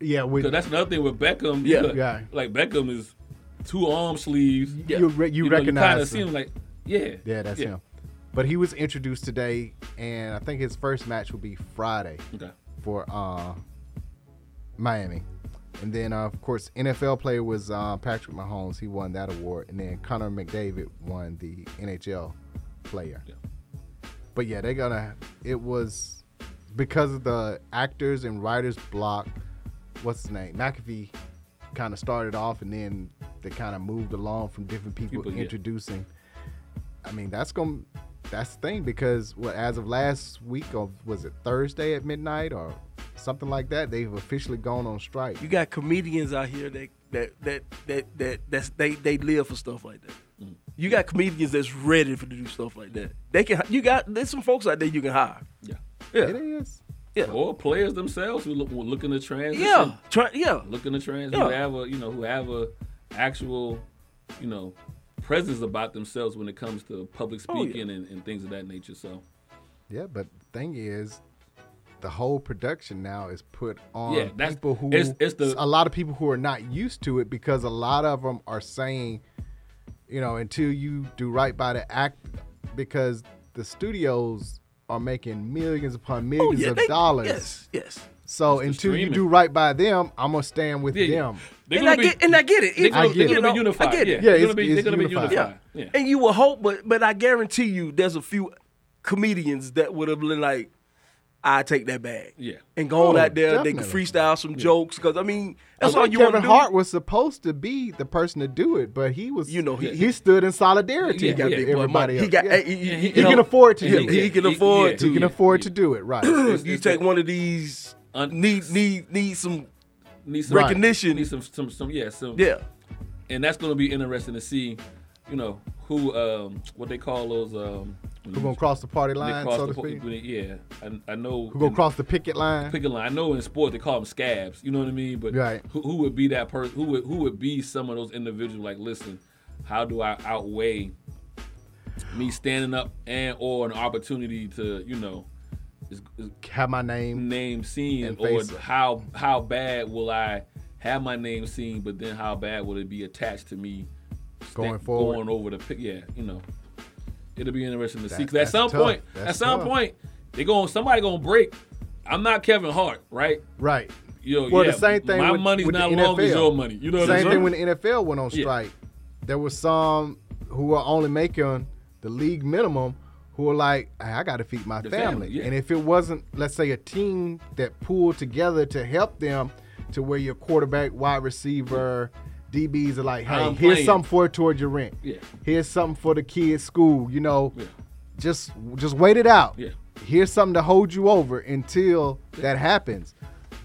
Speaker 5: yeah, with
Speaker 8: Because that's another thing with Beckham. you
Speaker 6: Yeah.
Speaker 8: look-
Speaker 5: Yeah.
Speaker 8: Like Beckham is two arm sleeves.
Speaker 5: you re- you,
Speaker 8: kind of
Speaker 5: recognize
Speaker 8: see
Speaker 5: him.
Speaker 8: him like, yeah,
Speaker 5: Yeah, that's him. But he was introduced today and I think his first match will be Friday
Speaker 8: Okay.
Speaker 5: for uh Miami. And then uh, of course NFL player was uh, Patrick Mahomes. He won that award. And then Connor McDavid won the NHL player.
Speaker 8: Yeah.
Speaker 5: But yeah, they're gonna it was because of the actors and writers block, what's his name? McAfee kind of started off and then they kind of moved along from different people,
Speaker 8: People, yeah.
Speaker 5: introducing. I mean, that's gonna that's the thing because well, as of last week or was it Thursday at midnight or something like that, they've officially gone on strike.
Speaker 6: You got comedians out here that that that that that that's they they live for stuff like that. You got comedians that's ready for to do stuff like that. They can you got there's some folks out there you can hire.
Speaker 8: Yeah.
Speaker 5: It
Speaker 6: Yeah.
Speaker 5: is.
Speaker 8: Or players themselves who look, were looking to transition.
Speaker 6: Yeah. Try, yeah.
Speaker 8: Looking to trans who
Speaker 6: Yeah.
Speaker 8: have a you know who have a actual you know presence about themselves when it comes to public
Speaker 6: Oh, yeah.
Speaker 8: speaking and, and things of that nature. So
Speaker 5: Yeah, but the thing is, the whole production now is put on
Speaker 8: Yeah, that's-
Speaker 5: people who
Speaker 8: it's- it's the-
Speaker 5: a lot of people who are not used to it because a lot of them are saying, you know, until you do right by the act, because the studios are making millions upon
Speaker 6: Oh,
Speaker 5: millions
Speaker 6: yeah,
Speaker 5: of
Speaker 6: they-
Speaker 5: dollars.
Speaker 6: Yes. Yes.
Speaker 5: So
Speaker 8: the
Speaker 5: until you
Speaker 8: streaming.
Speaker 5: do right by them, I'm gonna stand with
Speaker 8: yeah,
Speaker 5: them.
Speaker 8: they're
Speaker 6: and I
Speaker 8: gonna be
Speaker 6: get and I get it.
Speaker 8: they're gonna,
Speaker 5: I get
Speaker 8: they're
Speaker 5: it.
Speaker 8: gonna
Speaker 6: I
Speaker 8: be unified.
Speaker 6: get it.
Speaker 8: Yeah,
Speaker 5: it's-
Speaker 8: they're gonna be they're
Speaker 5: it's
Speaker 8: gonna be
Speaker 5: unified.
Speaker 8: unified.
Speaker 6: Yeah.
Speaker 8: Yeah.
Speaker 6: And you will hope, but but I guarantee you there's a few comedians that would have been like, I take that bag.
Speaker 8: Yeah.
Speaker 6: And gone
Speaker 5: Oh,
Speaker 6: out there, they can
Speaker 5: definitely.
Speaker 6: freestyle some jokes. Cause I mean, that's
Speaker 5: I
Speaker 6: all
Speaker 5: think
Speaker 6: you want to
Speaker 5: Kevin
Speaker 6: do.
Speaker 5: Hart was supposed to be the person to do it, but he was.
Speaker 6: You know, he-
Speaker 5: he, stood in solidarity
Speaker 8: Yeah,
Speaker 5: with
Speaker 8: yeah.
Speaker 6: boy
Speaker 5: everybody
Speaker 6: money.
Speaker 5: else.
Speaker 6: He got
Speaker 5: Yeah.
Speaker 6: hey, he, he-
Speaker 8: He
Speaker 6: you
Speaker 5: can
Speaker 6: know,
Speaker 5: afford to
Speaker 6: he-
Speaker 5: do it.
Speaker 6: He can afford
Speaker 8: yeah.
Speaker 6: to.
Speaker 5: he can afford to do it, right?
Speaker 6: If you take one of these,
Speaker 8: Un-
Speaker 6: need need need some
Speaker 8: Need some
Speaker 6: recognition.
Speaker 8: Need some some some yeah some
Speaker 6: Yeah,
Speaker 8: and that's gonna be interesting to see, you know, who um what they call those um when
Speaker 5: Who
Speaker 8: you-
Speaker 5: gonna cross the party
Speaker 8: when they
Speaker 5: line,
Speaker 8: cross
Speaker 5: so to
Speaker 8: the po-
Speaker 5: speak?
Speaker 8: when they- yeah, I, I know
Speaker 5: Who gonna
Speaker 8: in-
Speaker 5: cross the picket line?
Speaker 8: pick a line. I know in sport they call them scabs. You know what I mean? But
Speaker 5: Right.
Speaker 8: who, who would be that person? Who would who would be some of those individuals? Like, listen, how do I outweigh me standing up and or an opportunity to you know is, is
Speaker 5: Have my name.
Speaker 8: name seen
Speaker 5: And
Speaker 8: or
Speaker 5: face it.
Speaker 8: how how bad will I have my name seen, but then how bad would it be attached to me sta-
Speaker 5: Going forward.
Speaker 8: Going over the pic, yeah, you know, it'll be interesting to see.
Speaker 5: That-
Speaker 8: Because at
Speaker 5: that's
Speaker 8: some
Speaker 5: tough.
Speaker 8: point,
Speaker 5: That's
Speaker 8: at some
Speaker 5: tough.
Speaker 8: point, they going somebody gonna break. I'm not Kevin Hart, right?
Speaker 5: Right.
Speaker 8: You know,
Speaker 5: Well,
Speaker 8: yeah,
Speaker 5: the same thing.
Speaker 8: My
Speaker 5: with,
Speaker 8: money's
Speaker 5: with the
Speaker 8: not long as
Speaker 5: NFL.
Speaker 8: your money. You know what I'm
Speaker 5: Same
Speaker 8: saying?
Speaker 5: thing when the NFL went on
Speaker 8: Yeah.
Speaker 5: strike. There were some who were only making the league minimum who were like, "Hey, I got to feed my
Speaker 8: The
Speaker 5: family.
Speaker 8: family, yeah.
Speaker 5: And if it wasn't, let's say, a team that pooled together to help them, to where your quarterback, wide receiver, DBs are like, "Hey,
Speaker 8: I'm
Speaker 5: here's
Speaker 8: playing."
Speaker 5: something for towards your rent.
Speaker 8: Yeah.
Speaker 5: Here's something for the kids' school. You know,
Speaker 8: Yeah.
Speaker 5: just just wait it out.
Speaker 8: Yeah.
Speaker 5: Here's something to hold you over until that happens.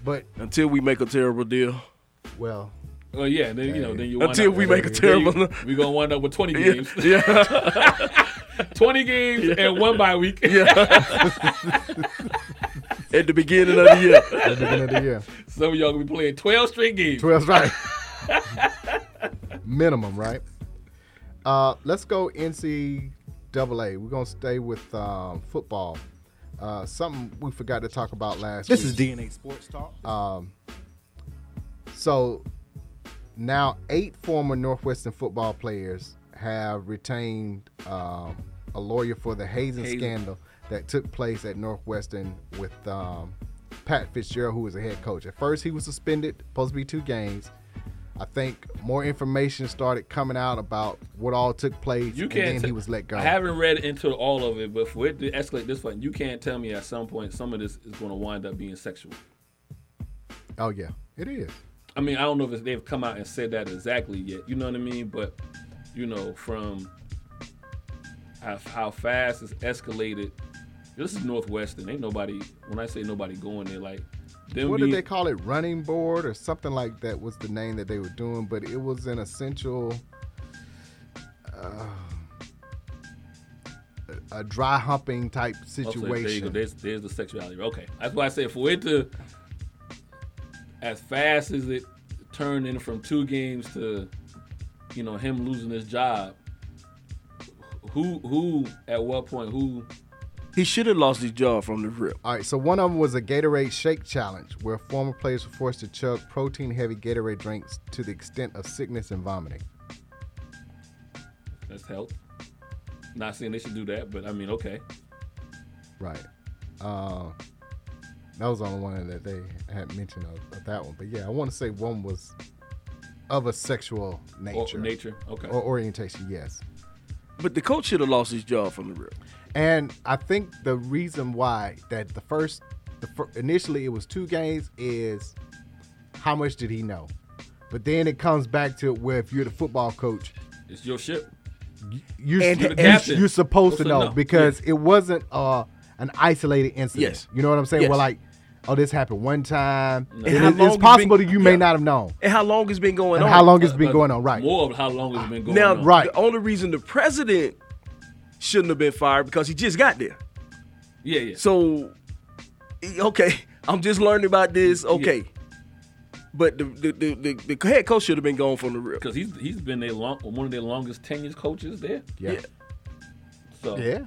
Speaker 5: But
Speaker 6: Until we make a terrible deal.
Speaker 5: well,
Speaker 8: Well, yeah, then you know, then you
Speaker 6: Until
Speaker 8: wind
Speaker 6: we
Speaker 8: up,
Speaker 6: make a
Speaker 8: then you-
Speaker 6: terrible-
Speaker 8: we gonna wind up with twenty
Speaker 6: Yeah,
Speaker 8: games,
Speaker 6: yeah,
Speaker 8: twenty games, and one bye week.
Speaker 6: at the beginning of the year.
Speaker 5: at the beginning of the year.
Speaker 8: Some of y'all gonna be playing twelve straight games.
Speaker 5: Twelve's right. Minimum, right? Uh, let's go NCAA. We're gonna stay with um, football. Uh, something we forgot to talk about last
Speaker 2: This
Speaker 5: week.
Speaker 2: is DNA Sports Talk.
Speaker 5: So now eight former Northwestern football players have retained um, a lawyer for the hazing
Speaker 8: Hazing.
Speaker 5: scandal that took place at Northwestern with um, Pat Fitzgerald, who was a head coach. At first, he was suspended, supposed to be two games. I think more information started coming out about what all took place,
Speaker 8: You
Speaker 5: and
Speaker 8: can't.
Speaker 5: then
Speaker 8: t-
Speaker 5: he was let go.
Speaker 8: I haven't read into all of it, but for it to escalate this far, you can't tell me at some point some of this is going to wind up being sexual.
Speaker 5: oh yeah, it is.
Speaker 8: I mean, I don't know if it's, they've come out and said that exactly yet. You know what I mean? But you know, from how, how fast it's escalated, this is Northwestern. Ain't nobody. When I say nobody going there, like them
Speaker 5: What
Speaker 8: being,
Speaker 5: did they call it? Running board or something like that was the name that they were doing, but it was an essential, uh, a a dry humping type
Speaker 8: Also, there you go.
Speaker 5: situation.
Speaker 8: There's, there's the sexuality. Okay, that's why I said for it to, as fast as it turned in from two games to, you know, him losing his job. Who who at what point who?
Speaker 6: He should have lost his job from the rip.
Speaker 5: All right, so one of them was a Gatorade Shake Challenge, where former players were forced to chug protein-heavy Gatorade drinks to the extent of sickness and vomiting.
Speaker 8: That's health. Not saying they should do that, but I mean, okay.
Speaker 5: Right. Uh, that was the only one that they had mentioned of, of that one. But yeah, I want to say one was of a sexual
Speaker 8: Or
Speaker 5: nature, Oh.
Speaker 8: nature. Okay.
Speaker 5: or orientation. Yes.
Speaker 6: But the coach should have lost his job from the rip.
Speaker 5: And I think the reason why that the first, the fir- initially it was two games is how much did he know? But then it comes back to where if you're the football coach,
Speaker 8: It's your ship.
Speaker 5: you're,
Speaker 6: And-
Speaker 5: you're,
Speaker 6: and-
Speaker 5: you're- you're supposed to
Speaker 8: Supposed to
Speaker 5: know
Speaker 8: know.
Speaker 5: because it wasn't uh, an isolated incident.
Speaker 6: Yes.
Speaker 5: You know what I'm saying?
Speaker 6: Yes.
Speaker 5: Well, like, oh, this happened one time.
Speaker 6: And
Speaker 5: It
Speaker 6: how
Speaker 5: is-
Speaker 6: long
Speaker 5: it's
Speaker 6: it's
Speaker 5: possible
Speaker 6: been-
Speaker 5: that you may
Speaker 6: yeah.
Speaker 5: not have known.
Speaker 6: And how long it's been going
Speaker 5: And
Speaker 6: on?
Speaker 5: how long it's been
Speaker 8: But
Speaker 5: going on, right? Ah.
Speaker 8: More of how long it's been going
Speaker 6: Now,
Speaker 8: on.
Speaker 5: Right.
Speaker 6: the only reason the president shouldn't have been fired because he just got there.
Speaker 8: Yeah, yeah.
Speaker 6: So, e- okay, I'm just learning about this. Okay, but the the, the the the head coach should have been gone from the rip.
Speaker 8: Because he's he's been their long one of their longest tenured coaches there.
Speaker 5: Yeah.
Speaker 8: So
Speaker 5: Yeah.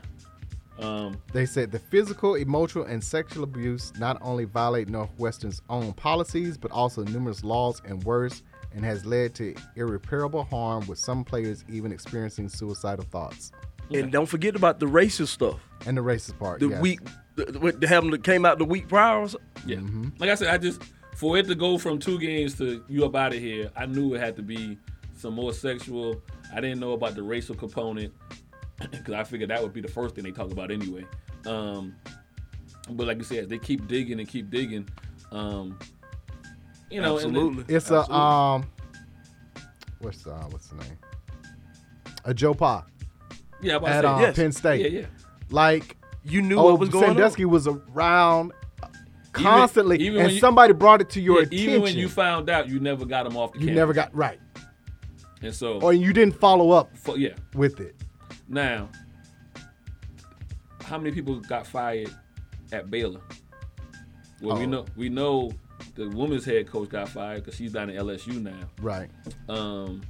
Speaker 8: um
Speaker 5: They said the physical, emotional, and sexual abuse not only violate Northwestern's own policies, but also numerous laws and worse, and has led to irreparable harm, with some players even experiencing suicidal thoughts.
Speaker 6: And don't forget about the racist stuff.
Speaker 5: And the racist part.
Speaker 6: The
Speaker 5: yes.
Speaker 6: week, the, what the happened that came out the week prior. or so-
Speaker 8: Yeah.
Speaker 5: Mm-hmm.
Speaker 8: Like I said, I just for it to go from two games to you up out of here, I knew it had to be some more sexual. I didn't know about the racial component because I figured that would be the first thing they talk about anyway. Um, but like you said, as they keep digging and keep digging. Um, you know, and then-
Speaker 6: Absolutely.
Speaker 5: It's
Speaker 8: Absolutely.
Speaker 5: a um. What's the uh, what's the name? A Joe Pa
Speaker 8: yeah, I'm about to
Speaker 5: at
Speaker 8: say,
Speaker 5: uh,
Speaker 6: yes.
Speaker 5: Penn State.
Speaker 8: yeah, yeah.
Speaker 5: Like
Speaker 6: You knew
Speaker 5: oh,
Speaker 6: what was going
Speaker 5: Sandusky
Speaker 6: on.
Speaker 5: was around uh, constantly,
Speaker 8: even
Speaker 5: and
Speaker 8: when you-
Speaker 5: somebody brought it to your
Speaker 8: Yeah,
Speaker 5: attention.
Speaker 8: even when you found out, you never got them off the
Speaker 5: you
Speaker 8: campus.
Speaker 5: never got Oh, right,
Speaker 8: And so,
Speaker 5: or you didn't follow up
Speaker 8: fo- yeah.
Speaker 5: with it.
Speaker 8: Now, how many people got fired at Baylor? Well, we
Speaker 5: Oh.
Speaker 8: know we know the women's head coach got fired because she's down at LSU now.
Speaker 5: Right.
Speaker 8: Um,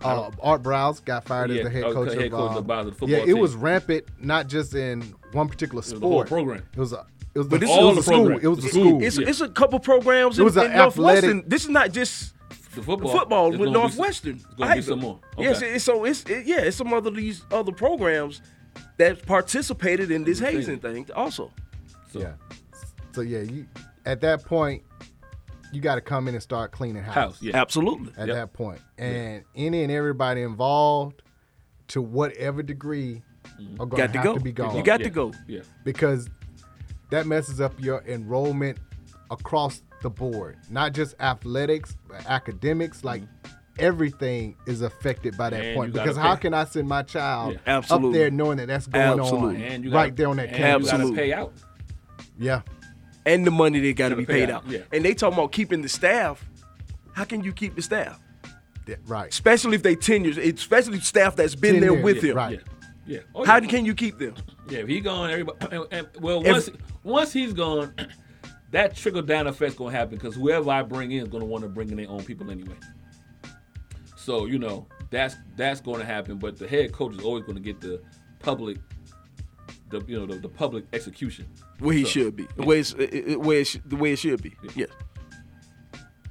Speaker 5: Uh, Art Browse got fired
Speaker 8: Yeah,
Speaker 5: as the head
Speaker 8: oh,
Speaker 5: coach
Speaker 8: head
Speaker 5: of,
Speaker 8: coach
Speaker 5: um,
Speaker 8: of Boston football
Speaker 5: Yeah, it
Speaker 8: team.
Speaker 5: was rampant, not just in one particular
Speaker 8: was
Speaker 5: sport.
Speaker 8: the whole program.
Speaker 5: It was a it It was the,
Speaker 6: But this
Speaker 5: it
Speaker 6: is
Speaker 5: was
Speaker 6: all
Speaker 5: the
Speaker 6: the
Speaker 5: school.
Speaker 8: program.
Speaker 5: It was the
Speaker 8: It's-
Speaker 5: school.
Speaker 6: It's,
Speaker 8: Yeah.
Speaker 6: it's a couple programs
Speaker 5: It
Speaker 6: in,
Speaker 5: was
Speaker 6: in
Speaker 5: an
Speaker 6: Northwestern.
Speaker 5: athletic-
Speaker 6: This is not just
Speaker 8: The football.
Speaker 6: football
Speaker 8: It's
Speaker 6: with
Speaker 8: gonna be-
Speaker 6: Northwestern.
Speaker 8: It's gonna be
Speaker 6: either.
Speaker 8: some more.
Speaker 6: Yes,
Speaker 8: Okay.
Speaker 6: it, so it's it, yeah, it's some other these other programs that participated in this
Speaker 8: Thing.
Speaker 6: hazing thing also.
Speaker 8: So,
Speaker 5: Yeah. So yeah, you at that point, you got to come in and start cleaning house.
Speaker 8: House. Yeah.
Speaker 6: Absolutely.
Speaker 5: At
Speaker 8: Yep.
Speaker 5: that point, and any and everybody involved, to whatever degree,
Speaker 8: Mm-hmm.
Speaker 5: are going
Speaker 6: Got
Speaker 5: to
Speaker 6: to
Speaker 5: have
Speaker 6: go.
Speaker 5: to be gone
Speaker 6: You got
Speaker 8: Yeah.
Speaker 6: to go.
Speaker 8: Yeah.
Speaker 5: because that messes up your enrollment across the board. Not just athletics, but academics, like. Everything is affected by that
Speaker 8: And
Speaker 5: point
Speaker 8: Mm-hmm. you gotta
Speaker 5: because how
Speaker 8: pay.
Speaker 5: can I send my child
Speaker 6: Yeah.
Speaker 5: up
Speaker 6: Absolutely.
Speaker 5: there knowing that that's going
Speaker 6: Absolutely.
Speaker 5: on
Speaker 8: And you
Speaker 5: right
Speaker 8: gotta-
Speaker 5: there on that
Speaker 8: and
Speaker 5: campus?
Speaker 8: You gotta
Speaker 6: Absolutely.
Speaker 8: pay out.
Speaker 5: Yeah,
Speaker 6: And the money that got
Speaker 8: Gotta
Speaker 6: to be
Speaker 8: pay
Speaker 6: paid
Speaker 8: out,
Speaker 6: out.
Speaker 8: yeah.
Speaker 6: And they talking about keeping the staff. How can you keep the staff?
Speaker 5: Yeah, right.
Speaker 6: Especially if they tenured, especially staff that's been
Speaker 5: Tenured,
Speaker 6: there with
Speaker 5: yeah,
Speaker 6: him.
Speaker 5: right.
Speaker 8: Yeah. Yeah. Oh,
Speaker 6: How
Speaker 8: yeah.
Speaker 6: can you keep them?
Speaker 8: Yeah, if he gone, everybody. And, and- well, once once he's gone, that trickle down effect's gonna happen because whoever I bring in is gonna want to bring in their own people anyway. So you know that's that's gonna happen. But the head coach is always gonna get the public, the you know the, the public execution.
Speaker 6: Where he
Speaker 8: So,
Speaker 6: should be,
Speaker 8: yeah.
Speaker 6: where it's, it- it- where it sh- the way it should be. Yes.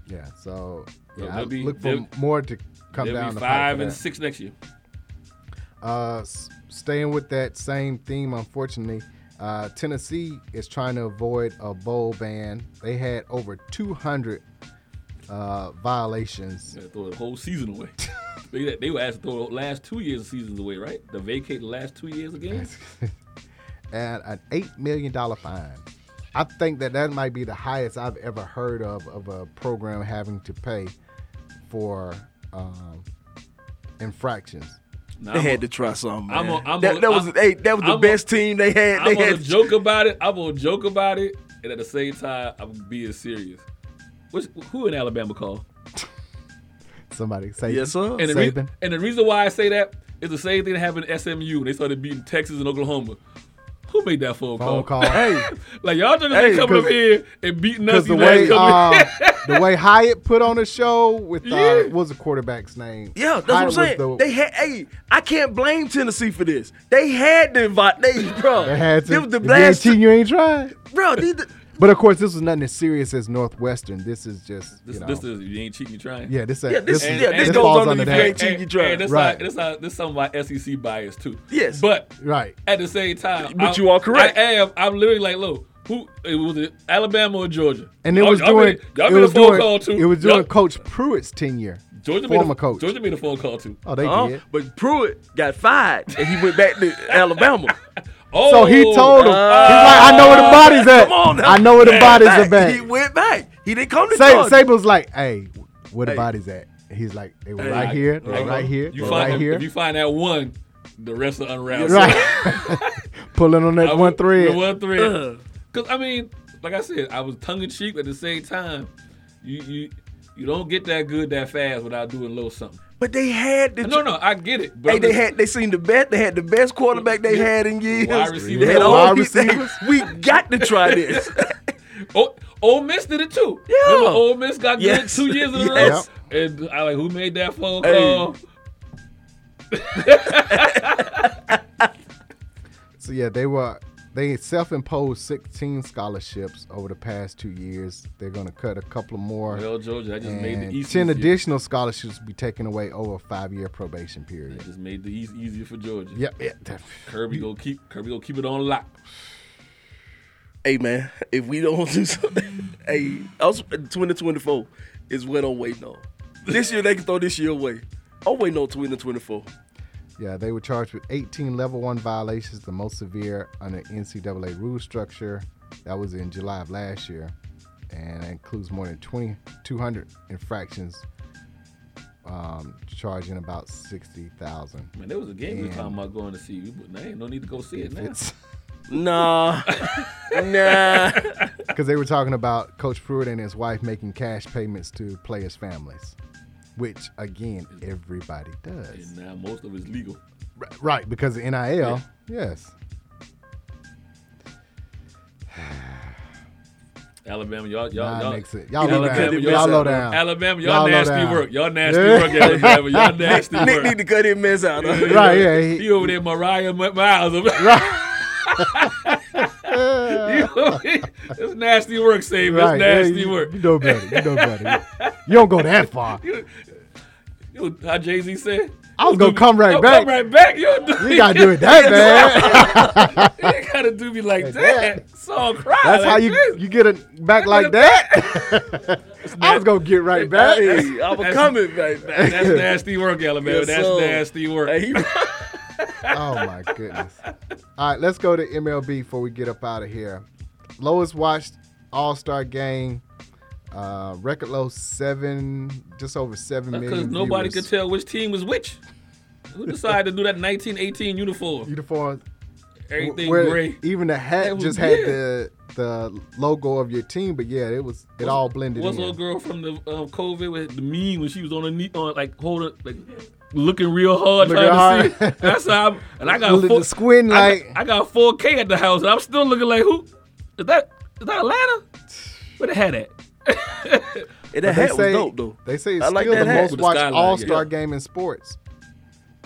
Speaker 5: Yeah, so
Speaker 8: So
Speaker 5: yeah, I
Speaker 8: there'll be-
Speaker 5: look for
Speaker 8: there'll-
Speaker 5: more to come
Speaker 8: There'll
Speaker 5: down.
Speaker 8: be
Speaker 5: the pipe
Speaker 8: five
Speaker 5: for
Speaker 8: and
Speaker 5: that.
Speaker 8: six next year.
Speaker 5: Uh, s- staying with that same theme, unfortunately, uh, Tennessee is trying to avoid a bowl ban. They had over 200 uh, violations.
Speaker 8: Gotta throw the whole season away. they, they were asked to throw the last two years of seasons away, right? To vacate the last two years again.
Speaker 5: and an eight million dollar fine. I think that that might be the highest I've ever heard of of a program having to pay for um, infractions.
Speaker 8: Now,
Speaker 6: They
Speaker 8: I'm
Speaker 6: had
Speaker 8: a-
Speaker 6: to try something.
Speaker 8: I'm
Speaker 6: man.
Speaker 8: a- I'm
Speaker 6: that,
Speaker 8: a-
Speaker 6: that was
Speaker 8: I'm-
Speaker 6: hey, that was the
Speaker 8: I'm a-
Speaker 6: best team they had. They
Speaker 8: I'm gonna
Speaker 6: had
Speaker 8: joke about it. I'm gonna joke about it, and at the same time, I'm being serious. What's, who in Alabama called?
Speaker 5: Somebody say
Speaker 6: Yes, sir.
Speaker 8: And the,
Speaker 5: Saban.
Speaker 8: reason, and the reason why I say that is the same thing that happened at SMU. They started beating Texas and Oklahoma. Who made that phone,
Speaker 5: phone
Speaker 8: call?
Speaker 5: call. Hey,
Speaker 8: Like y'all just
Speaker 6: Hey,
Speaker 8: coming up
Speaker 5: 'cause-
Speaker 8: here and beating us.
Speaker 5: Because the
Speaker 8: you guys
Speaker 5: way
Speaker 8: coming-
Speaker 5: uh, the way Hyatt put on a show with uh,
Speaker 8: Yeah.
Speaker 5: what was the quarterback's name?
Speaker 6: Yeah, that's
Speaker 5: Hyatt
Speaker 6: what I'm saying.
Speaker 5: was the-
Speaker 6: they had, hey, I can't blame Tennessee for this. They had to invite, they, bro.
Speaker 5: they had to.
Speaker 6: It was the
Speaker 5: If you ain't
Speaker 6: last,
Speaker 5: cheating, you ain't trying.
Speaker 6: bro. They, the,
Speaker 5: But of course, this was nothing as serious as Northwestern. This is just
Speaker 8: this,
Speaker 5: you know,
Speaker 8: this is you ain't cheating, you trying.
Speaker 5: yeah, this
Speaker 6: Yeah, this-
Speaker 5: is-
Speaker 6: yeah, this goes
Speaker 5: falls
Speaker 6: under
Speaker 5: under
Speaker 6: if you
Speaker 5: that.
Speaker 6: ain't cheating. you trying.
Speaker 8: And that's
Speaker 5: Right.
Speaker 8: right. That's how this something about SEC bias too.
Speaker 6: Yes.
Speaker 8: but
Speaker 5: Right.
Speaker 8: at the same time,
Speaker 6: But
Speaker 8: I'm-
Speaker 6: you are correct.
Speaker 8: I am. I'm literally like, look, who it was it Alabama or Georgia?
Speaker 5: And it
Speaker 8: Y'all-
Speaker 5: was
Speaker 8: y'all
Speaker 5: doing
Speaker 8: made- y'all
Speaker 5: it
Speaker 8: made a
Speaker 5: was
Speaker 8: phone
Speaker 5: doing
Speaker 8: call too.
Speaker 5: it was
Speaker 8: Y'all-
Speaker 5: doing Coach Pruitt's tenure.
Speaker 8: Georgia made
Speaker 5: former
Speaker 8: a,
Speaker 5: coach.
Speaker 8: Georgia made a phone call too.
Speaker 5: Oh, they
Speaker 6: uh,
Speaker 5: did.
Speaker 6: but Pruitt got fired and he went back to Alabama.
Speaker 8: Oh,
Speaker 5: So he told him. he's like, I know where the body's at.
Speaker 6: Come on now.
Speaker 5: I know where the
Speaker 6: He
Speaker 5: bodies
Speaker 6: back.
Speaker 5: are back.
Speaker 6: He went back. He didn't come to
Speaker 5: Sa-
Speaker 6: Georgia.
Speaker 5: Sable's like, hey, where the
Speaker 6: Hey.
Speaker 5: bodies at? He's like, they were
Speaker 6: Hey,
Speaker 5: right
Speaker 6: I-
Speaker 5: here, they were
Speaker 8: Uh-huh.
Speaker 5: right here, they
Speaker 8: You
Speaker 5: were
Speaker 8: find,
Speaker 5: right here.
Speaker 8: If you find that one, the rest are unraveled.
Speaker 5: Right. Pulling on
Speaker 8: I
Speaker 5: that
Speaker 8: was-
Speaker 5: one
Speaker 8: the
Speaker 5: thread.
Speaker 8: One
Speaker 6: Ugh.
Speaker 8: thread. Because I mean, like I said, I was tongue in cheek, but at the same time, you you you don't get that good that fast without doing a little something.
Speaker 6: but they had the.
Speaker 8: No, no, I get it. But
Speaker 6: Hey,
Speaker 8: I'm
Speaker 6: they
Speaker 8: just-
Speaker 6: had they seen the best. They had the best quarterback they had in years.
Speaker 8: Wide
Speaker 6: They
Speaker 8: receivers.
Speaker 6: had all
Speaker 5: Wide
Speaker 6: these-
Speaker 5: receivers.
Speaker 6: We got to try this.
Speaker 8: Oh, Ole Miss did it too.
Speaker 6: Yeah.
Speaker 8: Remember Ole Miss got
Speaker 6: Yes.
Speaker 8: good two years in a
Speaker 6: Yes.
Speaker 8: row. And I like who made that phone
Speaker 6: Hey.
Speaker 8: call?
Speaker 5: So yeah, they were they self-imposed 16 scholarships over the past two years. They're going to cut a couple of more.
Speaker 8: Well, Georgia, I just made the
Speaker 5: and
Speaker 8: East
Speaker 5: 10
Speaker 8: easier.
Speaker 5: additional scholarships will be taken away over a five-year probation period.
Speaker 8: Just made the East easier for Georgia.
Speaker 5: Yep. Yeah, that-
Speaker 8: Kirby gonna keep Kirby gonna keep it on lock.
Speaker 6: hey man, if we don't do something, hey, us- 2024 is what I'm waiting on. This year they can throw this year away. I'm waiting on 2024.
Speaker 5: yeah, they were charged with 18 level one violations, the most severe under NCAA rule structure. That was in July of last year, and that includes more than 20, 200 infractions, um, charging about 60,000.
Speaker 8: Man, there was a game we were talking about going to see, but there ain't no need to go see it now.
Speaker 5: It's
Speaker 6: Nah, nah.
Speaker 5: because they were talking about Coach Pruitt and his wife making cash payments to players' families, which again everybody does.
Speaker 8: And now most of it's legal.
Speaker 5: R- Right, because of NIL, yes.
Speaker 8: Alabama, y'all, y'all,
Speaker 5: Nah,
Speaker 8: y'all
Speaker 5: makes it. Y'all
Speaker 6: y'all
Speaker 5: look
Speaker 6: cut
Speaker 5: down.
Speaker 6: it
Speaker 5: Y'all low
Speaker 6: out.
Speaker 5: down.
Speaker 8: Alabama, y'all,
Speaker 5: Y'all low
Speaker 8: nasty
Speaker 5: down.
Speaker 8: work. Y'all nasty
Speaker 5: Yeah.
Speaker 8: work, Alabama. Y'all nasty
Speaker 6: Nick
Speaker 8: work.
Speaker 6: need to cut his mess out. huh?
Speaker 5: Right, yeah. he-
Speaker 8: You over there, Mariah M- Miles. it's nasty work, Save.
Speaker 2: Right,
Speaker 8: It's
Speaker 2: yeah,
Speaker 8: nasty
Speaker 2: you,
Speaker 8: work.
Speaker 2: You know better. You know better. You don't go that far.
Speaker 8: You know how Jay Z said?
Speaker 2: I was gonna come right
Speaker 8: Yo,
Speaker 2: back.
Speaker 8: Come right back. Yo, dude.
Speaker 2: You gotta do it that bad.
Speaker 8: You ain't gotta do me like that. So I'll cry.
Speaker 2: That's
Speaker 8: like
Speaker 2: how you
Speaker 8: this.
Speaker 2: you get it back like that. I was gonna get right back.
Speaker 6: Hey, I'm
Speaker 8: that's-
Speaker 6: coming right back.
Speaker 8: That's nasty work, Alabama.
Speaker 6: Yes,
Speaker 8: That's
Speaker 6: sir.
Speaker 8: nasty work.
Speaker 6: Hey,
Speaker 2: Oh my goodness. All right, let's go to MLB before we get up out of here. Lowest watched All Star game. Uh, record low seven, just over seven million.
Speaker 8: Because Uh, nobody
Speaker 2: viewers.
Speaker 8: could tell which team was which. Who decided to do that 1918 uniform?
Speaker 2: Uniform
Speaker 8: Everything
Speaker 2: where
Speaker 8: gray.
Speaker 2: Even the
Speaker 8: That
Speaker 2: hat
Speaker 8: was
Speaker 2: just had
Speaker 8: weird.
Speaker 2: the the logo of your team, but yeah, it was it all blended
Speaker 8: What's
Speaker 2: in.
Speaker 8: little girl from the uh, COVID with the meme when she was on her knee, on like holding, like looking real hard
Speaker 2: Looking
Speaker 8: trying to
Speaker 2: hard.
Speaker 8: see. That's how. I'm, and I got
Speaker 2: Looking-
Speaker 8: four,
Speaker 2: squinting
Speaker 8: I
Speaker 2: like-
Speaker 8: got, I got 4K at the house, and I'm still looking like who? Is that is that Atlanta? Where the hat at?
Speaker 6: Hey, that hat was dope though.
Speaker 2: They say
Speaker 6: I
Speaker 2: it's
Speaker 6: like
Speaker 2: still
Speaker 6: that
Speaker 2: the
Speaker 6: hat.
Speaker 2: most
Speaker 8: With the
Speaker 2: watched
Speaker 8: skyline,
Speaker 2: All Star
Speaker 8: yeah.
Speaker 2: game in sports.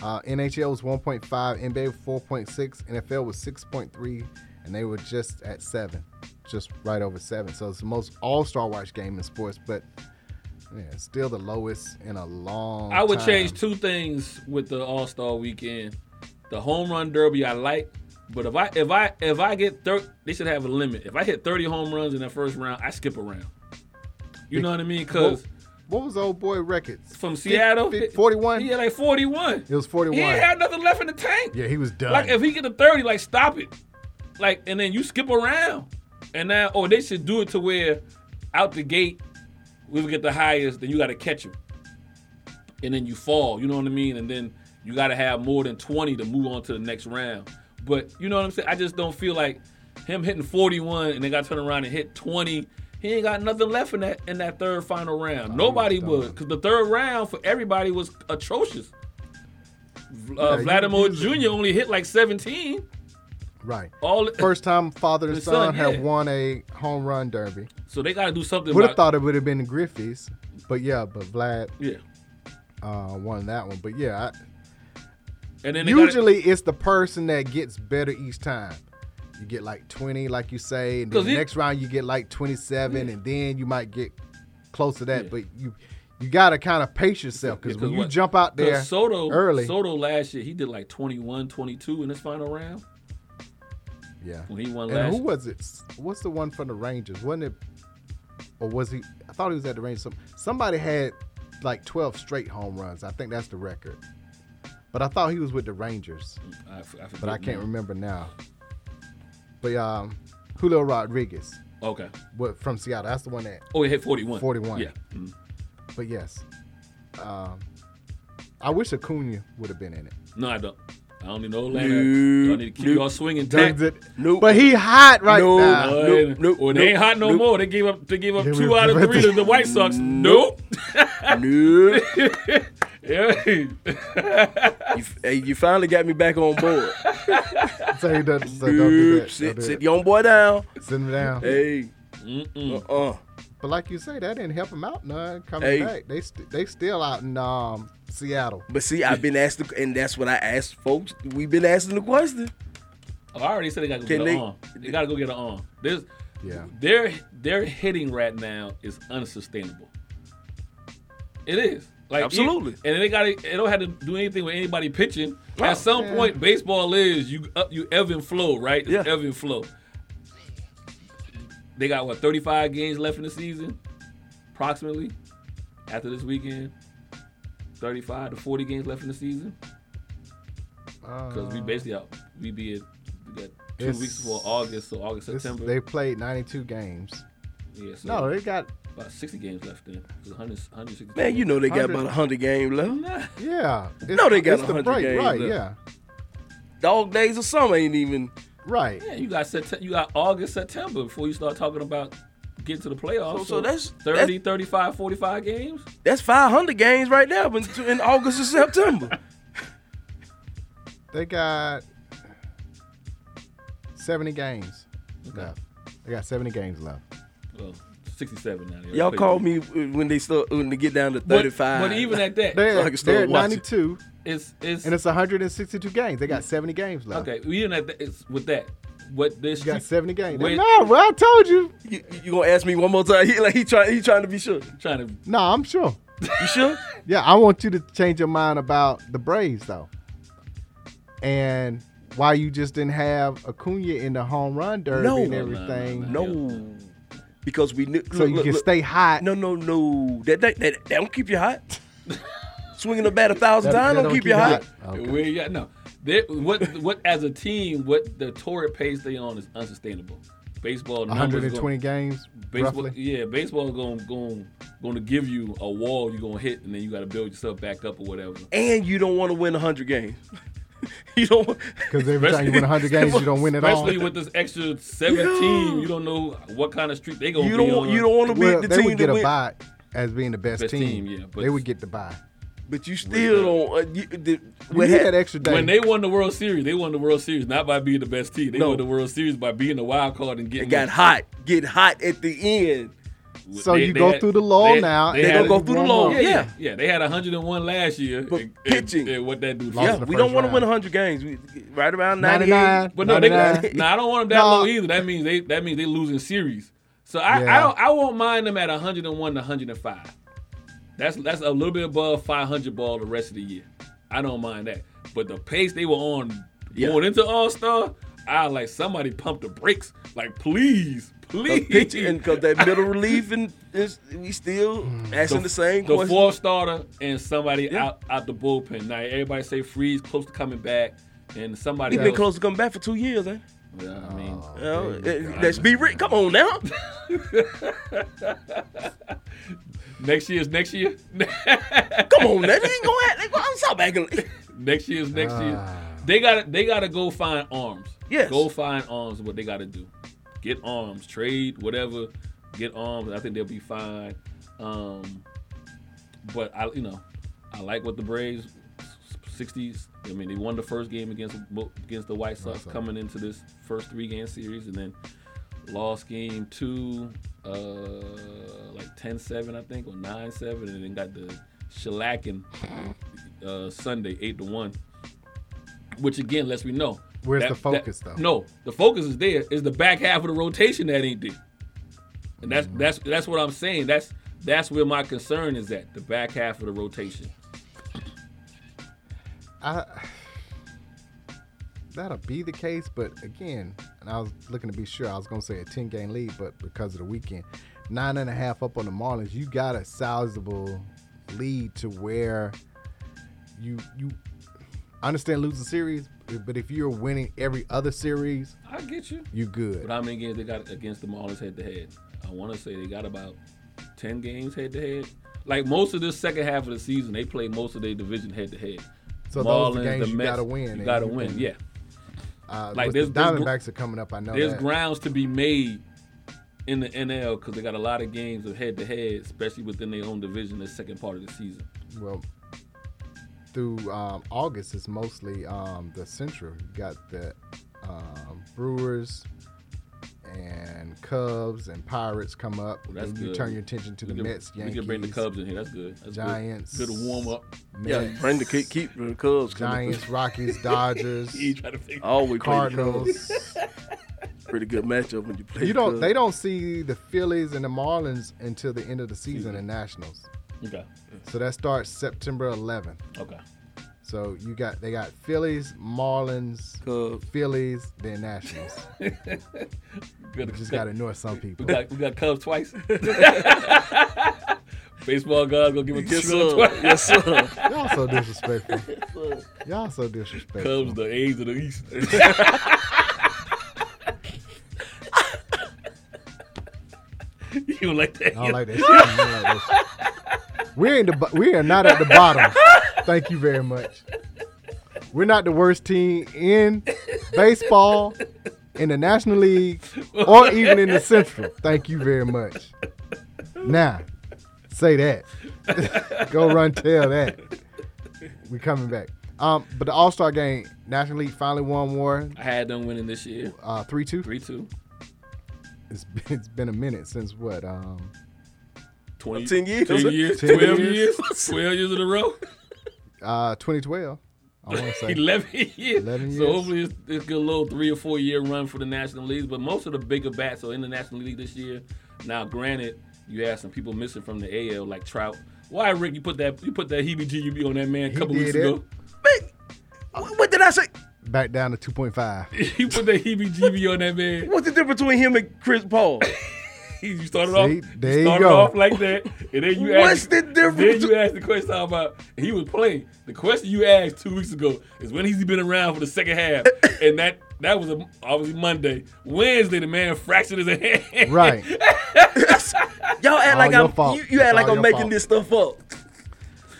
Speaker 2: Uh, NHL was 1.5, NBA was 4.6, NFL was 6.3, and they were just at seven, just right over seven. So it's the most All Star watched game in sports, but yeah, still the lowest in a long.
Speaker 8: I would
Speaker 2: time.
Speaker 8: change two things with the All Star Weekend. The home run derby I like, but if I if I if I get thirty, they should have a limit. If I hit thirty home runs in that first round, I skip a round. You know what I mean? Because
Speaker 2: What was old boy records?
Speaker 8: from Seattle,
Speaker 2: fif- 41?
Speaker 8: He had like forty-one.
Speaker 2: It was 41.
Speaker 8: He ain't had nothing left in the tank.
Speaker 2: yeah, he was done.
Speaker 8: Like if he get a thirty, like stop it. Like and then you skip around, and now or they should do it to where out the gate we get the highest, then you got to catch him, and then you fall. You know what I mean? And then you got to have more than twenty to move on to the next round. But you know what I'm saying? I just don't feel like him hitting 41 and then got to turn around and hit 20. He ain't got nothing left in that in that third final round. Nobody would, because the third round for everybody was atrocious. Uh,
Speaker 2: Yeah, you-
Speaker 8: Vladimir
Speaker 2: you-
Speaker 8: Jr. only hit like 17.
Speaker 2: right.
Speaker 8: All
Speaker 2: First time father and
Speaker 8: His
Speaker 2: son,
Speaker 8: son,
Speaker 2: have
Speaker 8: yeah.
Speaker 2: won a home run derby.
Speaker 8: so they got to do something.
Speaker 2: Would have
Speaker 8: About,
Speaker 2: thought it would have been the Griffey's, but yeah, but Vlad
Speaker 8: yeah,
Speaker 2: uh, won that one. But yeah, I,
Speaker 8: and then they gotta-
Speaker 2: usually it's the person that gets better each time. You get like 20, like you say, and then
Speaker 8: 'Cause
Speaker 2: the
Speaker 8: it-
Speaker 2: next round you get like 27, and then you might get close to that. But you you gotta kind of pace yourself because
Speaker 8: Yeah, 'cause
Speaker 2: when you
Speaker 8: what-
Speaker 2: jump out there
Speaker 8: Because Soto
Speaker 2: early,
Speaker 8: Soto last year he did like 21, 22 in his final round
Speaker 2: yeah.
Speaker 8: when he won
Speaker 2: And
Speaker 8: last.
Speaker 2: who was it? S- What's the one from the Rangers? Wasn't it? Or was he? I thought he was at the Rangers. Some, somebody had like 12 straight home runs. I think that's the record. But I thought he was with the Rangers.
Speaker 8: I, f- I
Speaker 2: But I
Speaker 8: forget
Speaker 2: can't
Speaker 8: now.
Speaker 2: remember now. But um, Julio Rodriguez,
Speaker 8: Okay.
Speaker 2: what from Seattle? That's the one that.
Speaker 8: Oh, he hit 41.
Speaker 2: 41.
Speaker 8: Yeah.
Speaker 2: But yes, um, I wish Acuna would have been in it.
Speaker 8: No, I don't. I don't need no Atlanta.
Speaker 6: Nope.
Speaker 8: Y'all need to keep
Speaker 6: Nope.
Speaker 8: y'all swinging.
Speaker 2: Does
Speaker 8: Tack.
Speaker 2: it-
Speaker 6: Nope.
Speaker 2: But he hot right
Speaker 6: No,
Speaker 2: now.
Speaker 8: No,
Speaker 6: Nope,
Speaker 8: and-
Speaker 6: nope,
Speaker 8: well, they
Speaker 6: nope,
Speaker 8: ain't hot no
Speaker 6: nope.
Speaker 8: more. They gave up. They gave up
Speaker 2: They
Speaker 8: two
Speaker 2: were-
Speaker 8: out of three to the White Sox. Nope.
Speaker 6: Nope.
Speaker 8: Yeah.
Speaker 6: You, hey, you finally got me back on board.
Speaker 2: So he doesn't, so don't do that.
Speaker 6: Nope.
Speaker 2: Don't
Speaker 6: Sit,
Speaker 2: do
Speaker 6: sit
Speaker 2: that.
Speaker 6: your young boy down.
Speaker 2: Send him down.
Speaker 6: Hey.
Speaker 8: Mm-mm.
Speaker 6: Uh.
Speaker 2: But like you say, that didn't help him out none coming
Speaker 6: Hey.
Speaker 2: back. They st- they still out in um, Seattle.
Speaker 6: But see, I've been asked, the, and that's what I asked folks. We've been asking the question.
Speaker 8: Oh, I already said they got to go
Speaker 6: Can
Speaker 8: get
Speaker 6: they-
Speaker 8: an arm. They got to go get an arm. There's,
Speaker 2: Yeah.
Speaker 8: Their their hitting right now is unsustainable. It is. Like
Speaker 6: Absolutely.
Speaker 8: e- and they got to they don't have to do anything with anybody pitching. At some
Speaker 2: yeah.
Speaker 8: point, baseball is you up you ebb and flow, right? It's
Speaker 6: Yeah.
Speaker 8: ebb and flow. They got what 35 games left in the season, approximately. After this weekend, 35 to 40 games left in the season. Because we basically out, we be at, we got two
Speaker 2: It's-
Speaker 8: weeks before August, so August
Speaker 2: This-
Speaker 8: September.
Speaker 2: they played 92 games.
Speaker 8: yeah, so
Speaker 2: No, they got
Speaker 8: about sixty games left. Then It's 100, 160.
Speaker 6: Man, you know they got
Speaker 2: 100.
Speaker 6: about 100 games left.
Speaker 8: Nah.
Speaker 2: yeah. It's-
Speaker 6: No, they got
Speaker 2: it's the
Speaker 6: 100
Speaker 2: break,
Speaker 6: games
Speaker 2: right?
Speaker 6: left.
Speaker 2: Yeah,
Speaker 6: Dog days or something ain't even.
Speaker 2: right.
Speaker 8: Yeah, you got Sept- you got August, September before you start talking about getting to the playoffs.
Speaker 6: So- so that's-
Speaker 8: 30, 35, 45 games.
Speaker 6: That's 500 games right there but in- in August and September.
Speaker 2: They got 70 games left. They got 70 games left.
Speaker 8: Well, 67 now. yeah,
Speaker 6: Y'all
Speaker 8: quick.
Speaker 6: call me uh, when they start when they get down to
Speaker 8: But-
Speaker 6: 35.
Speaker 8: But, even at that,
Speaker 2: They're,
Speaker 6: So I can still
Speaker 2: they're at
Speaker 6: watch it.
Speaker 2: 92,
Speaker 8: it's it's,
Speaker 2: and it's 162 games. They got 70 games left.
Speaker 8: okay. Even at that, it's with that. what this
Speaker 5: You got 70 games.
Speaker 8: Wait.
Speaker 5: Nah, bro, I told you.
Speaker 6: You, you gonna ask me one more time? He like he trying he trying to be sure.
Speaker 8: trying to
Speaker 5: Nah, I'm sure.
Speaker 6: You sure?
Speaker 5: Yeah, I want you to change your mind about the Braves though, and why you just didn't have Acuna in the home run derby
Speaker 6: No.
Speaker 5: and
Speaker 6: No,
Speaker 8: no, no,
Speaker 5: everything,
Speaker 6: no, because we knew.
Speaker 5: so
Speaker 6: look,
Speaker 5: you
Speaker 6: look,
Speaker 5: can
Speaker 6: look.
Speaker 5: stay hot.
Speaker 6: No, no, no. That that, that, that don't keep you hot. Swinging the bat a thousand
Speaker 5: That-
Speaker 6: times
Speaker 5: that
Speaker 6: don't, keep you hot.
Speaker 5: Okay.
Speaker 8: Where you at? No. They, what what as a team, what the torrid pace they on is unsustainable. Baseball numbers
Speaker 5: 120
Speaker 8: going
Speaker 5: games,
Speaker 8: baseball
Speaker 5: roughly.
Speaker 8: yeah, baseball is going going going to give you a wall you're going to hit and then you got to build yourself back up or whatever.
Speaker 6: And you don't want to win hundred games. you don't. Want,
Speaker 5: Because every time you win 100 games, you don't win at all.
Speaker 8: Especially with this extra 17, you don't know what kind of streak they going to
Speaker 6: you
Speaker 8: be
Speaker 6: don't.
Speaker 8: on.
Speaker 6: want- You don't want to be
Speaker 5: Well,
Speaker 6: the
Speaker 5: they
Speaker 6: team
Speaker 5: would get
Speaker 6: to
Speaker 5: a
Speaker 6: win.
Speaker 5: bye as being the best,
Speaker 8: Best
Speaker 5: team.
Speaker 8: team, yeah, but-
Speaker 5: they would get the bye.
Speaker 6: But you still don't. Uh, you, the,
Speaker 5: We
Speaker 6: what
Speaker 5: had
Speaker 6: hap-
Speaker 5: that extra day.
Speaker 8: When they won the World Series, they won the World Series not by being the best team. They
Speaker 6: No.
Speaker 8: won the World Series by being the wild card and getting
Speaker 6: it got hot. Get hot at the end.
Speaker 5: So you go through the lull now,
Speaker 8: They,
Speaker 5: and
Speaker 6: They
Speaker 8: had,
Speaker 6: gonna
Speaker 5: had
Speaker 6: go
Speaker 5: to
Speaker 6: through the
Speaker 5: warm
Speaker 6: low.
Speaker 5: up.
Speaker 8: yeah, yeah, yeah. They had 101 last year.
Speaker 6: But
Speaker 8: and,
Speaker 6: pitching.
Speaker 8: And, and what that dude
Speaker 5: Lost
Speaker 6: Yeah,
Speaker 5: the
Speaker 6: we
Speaker 5: first
Speaker 6: don't want to win
Speaker 5: round.
Speaker 6: 100 games. We, right around 98.
Speaker 5: 99.
Speaker 8: But no, they,
Speaker 5: 99.
Speaker 8: nah, I don't want them that
Speaker 5: No.
Speaker 8: low either. That means they that means they losing series. So I,
Speaker 5: Yeah.
Speaker 8: I don't I won't mind them at 101 to 105. That's that's a little bit above 500 ball the rest of the year. I don't mind that. But the pace they were on
Speaker 6: Yeah.
Speaker 8: going into All Star, I like somebody pump the brakes. Like please, please.
Speaker 6: Pitching because that middle relief and is, we still
Speaker 5: Hmm.
Speaker 6: asking the, same
Speaker 8: the
Speaker 6: question.
Speaker 8: fourth starter and somebody
Speaker 6: Yeah.
Speaker 8: out out the bullpen. Now everybody say freeze close to coming back, and somebody
Speaker 6: We've been
Speaker 8: else-
Speaker 6: close to coming back for two years, eh?
Speaker 8: Yeah, I mean,
Speaker 6: You know, uh, let's be real. Come on now.
Speaker 8: next year's next year.
Speaker 6: Come on now. You ain't gonna act like I'm so back. in-
Speaker 8: Next year's next year. They gotta they gotta go find arms.
Speaker 6: Yes.
Speaker 8: Go find arms is what they gotta do. Get arms. Trade, whatever. Get arms. I think they'll be fine. Um but I you know, I like what the Braves sixties I mean they won the first game against against the White Sox coming into this first three game series and then lost game two uh like 10-7 I think or 9-7 and then got the shellacking uh Sunday 8 to 1 which again lets me know
Speaker 5: Where's the focus, though?
Speaker 8: No, the focus is there. Is the back half of the rotation that ain't there, and
Speaker 5: Mm-hmm.
Speaker 8: that's that's that's what I'm saying. That's that's where my concern is at the back half of the rotation.
Speaker 5: I, that'll be the case, but again, and I was looking to be sure. I was gonna say a ten game lead, but because of the weekend, nine and a half up on the Marlins, you got a sizable lead to where you you I understand losing series, but if you're winning every other series,
Speaker 8: I get you.
Speaker 5: you good.
Speaker 8: But how many games they got against the Marlins head to head? I want to say they got about ten games head to head. Like most of this second half of the season, they play most of their division head to head.
Speaker 5: So those are the games you gotta win,
Speaker 8: You
Speaker 5: and
Speaker 8: gotta
Speaker 5: you
Speaker 8: win.
Speaker 5: can-
Speaker 8: yeah,
Speaker 5: Uh,
Speaker 8: like
Speaker 5: like
Speaker 8: there's-
Speaker 5: the
Speaker 8: there's gr-
Speaker 5: Diamondbacks are coming up. I know
Speaker 8: there's
Speaker 5: that.
Speaker 8: grounds to be made in the NL because they got a lot of games of head to head, especially within their own division. The second part of the season.
Speaker 5: well through um, August is mostly um, the Central. You got the um, Brewers and Cubs and Pirates come up.
Speaker 8: Well, that's
Speaker 5: then you
Speaker 8: good.
Speaker 5: turn your attention to
Speaker 8: We
Speaker 5: the
Speaker 8: can-
Speaker 5: Mets, Yankees,
Speaker 8: We can bring the Cubs in here. That's good. That's good.
Speaker 5: Giants.
Speaker 8: Good, warm up.
Speaker 6: Yeah,
Speaker 5: Mets,
Speaker 6: bring the keep, keep the Cubs. coming.
Speaker 5: Giants, Rockies, Dodgers,
Speaker 8: He trying to figure.
Speaker 6: Always Cardinals.
Speaker 5: Cardinals.
Speaker 6: Pretty good matchup when you play.
Speaker 5: You
Speaker 6: the
Speaker 5: don't. They
Speaker 6: Cubs.
Speaker 5: don't see the Phillies and the Marlins until the end of the season in Nationals.
Speaker 8: Okay.
Speaker 5: So that starts September 11th.
Speaker 8: Okay.
Speaker 5: So you got they got Phillies, Marlins,
Speaker 6: Cubs.
Speaker 5: Phillies, then Nationals.
Speaker 8: Good.
Speaker 5: You just gotta annoy some people.
Speaker 8: We got we got Cubs twice. Baseball gods gonna give a
Speaker 6: Yes
Speaker 8: kiss
Speaker 6: sir.
Speaker 8: on twice.
Speaker 6: yes sir.
Speaker 5: Y'all so disrespectful. Y'all so disrespectful.
Speaker 8: Cubs the A's of the East. you don't like that?
Speaker 5: I don't like that. shit. I don't like that shit. We're in the bo- we are not at the bottom. Thank you very much. We're not the worst team in baseball, in the National League, or even in the Central. Thank you very much. Now, say that. Go run tell that. We're coming back. Um, but the All Star game, National League finally won war
Speaker 8: I had them winning this year.
Speaker 5: uh, three two.
Speaker 8: Three two.
Speaker 5: It's been, it's been a minute since what? Um,
Speaker 8: 20,
Speaker 6: 10 years.
Speaker 8: 10 years,
Speaker 5: 10
Speaker 8: twelve
Speaker 5: years.
Speaker 8: years, twelve years in a row.
Speaker 5: uh, 2012. I want to say
Speaker 8: 11 years.
Speaker 5: 11
Speaker 8: So
Speaker 5: years.
Speaker 8: hopefully it's, it's a little three or four year run for the National Leagues. But most of the bigger bats are in the National League this year. Now, granted, you had some people missing from the AL like Trout. Why, Rick? You put that you put that heebie-jeebie on that man a
Speaker 5: He
Speaker 8: couple weeks
Speaker 5: did it.
Speaker 8: ago.
Speaker 6: What what did I say?
Speaker 5: back down to 2.5.
Speaker 8: you put that heebie-jeebie on that man.
Speaker 6: What's the difference between him and Chris Paul?
Speaker 8: You started off,
Speaker 5: See, there you
Speaker 8: started
Speaker 5: go.
Speaker 8: off like that, and then you
Speaker 6: What's
Speaker 8: asked,
Speaker 6: the
Speaker 8: Then
Speaker 6: difference?
Speaker 8: you asked the question about he was playing. The question you asked two weeks ago is when he's been around for the second half, and that that was a, obviously Monday. Wednesday, the man fractured his hand.
Speaker 5: Right.
Speaker 6: Y'all act
Speaker 5: All
Speaker 6: like
Speaker 5: your
Speaker 6: I'm
Speaker 5: fault.
Speaker 6: you, you act
Speaker 5: It's
Speaker 6: like
Speaker 5: all
Speaker 6: I'm
Speaker 5: your
Speaker 6: making
Speaker 5: fault.
Speaker 6: this stuff up.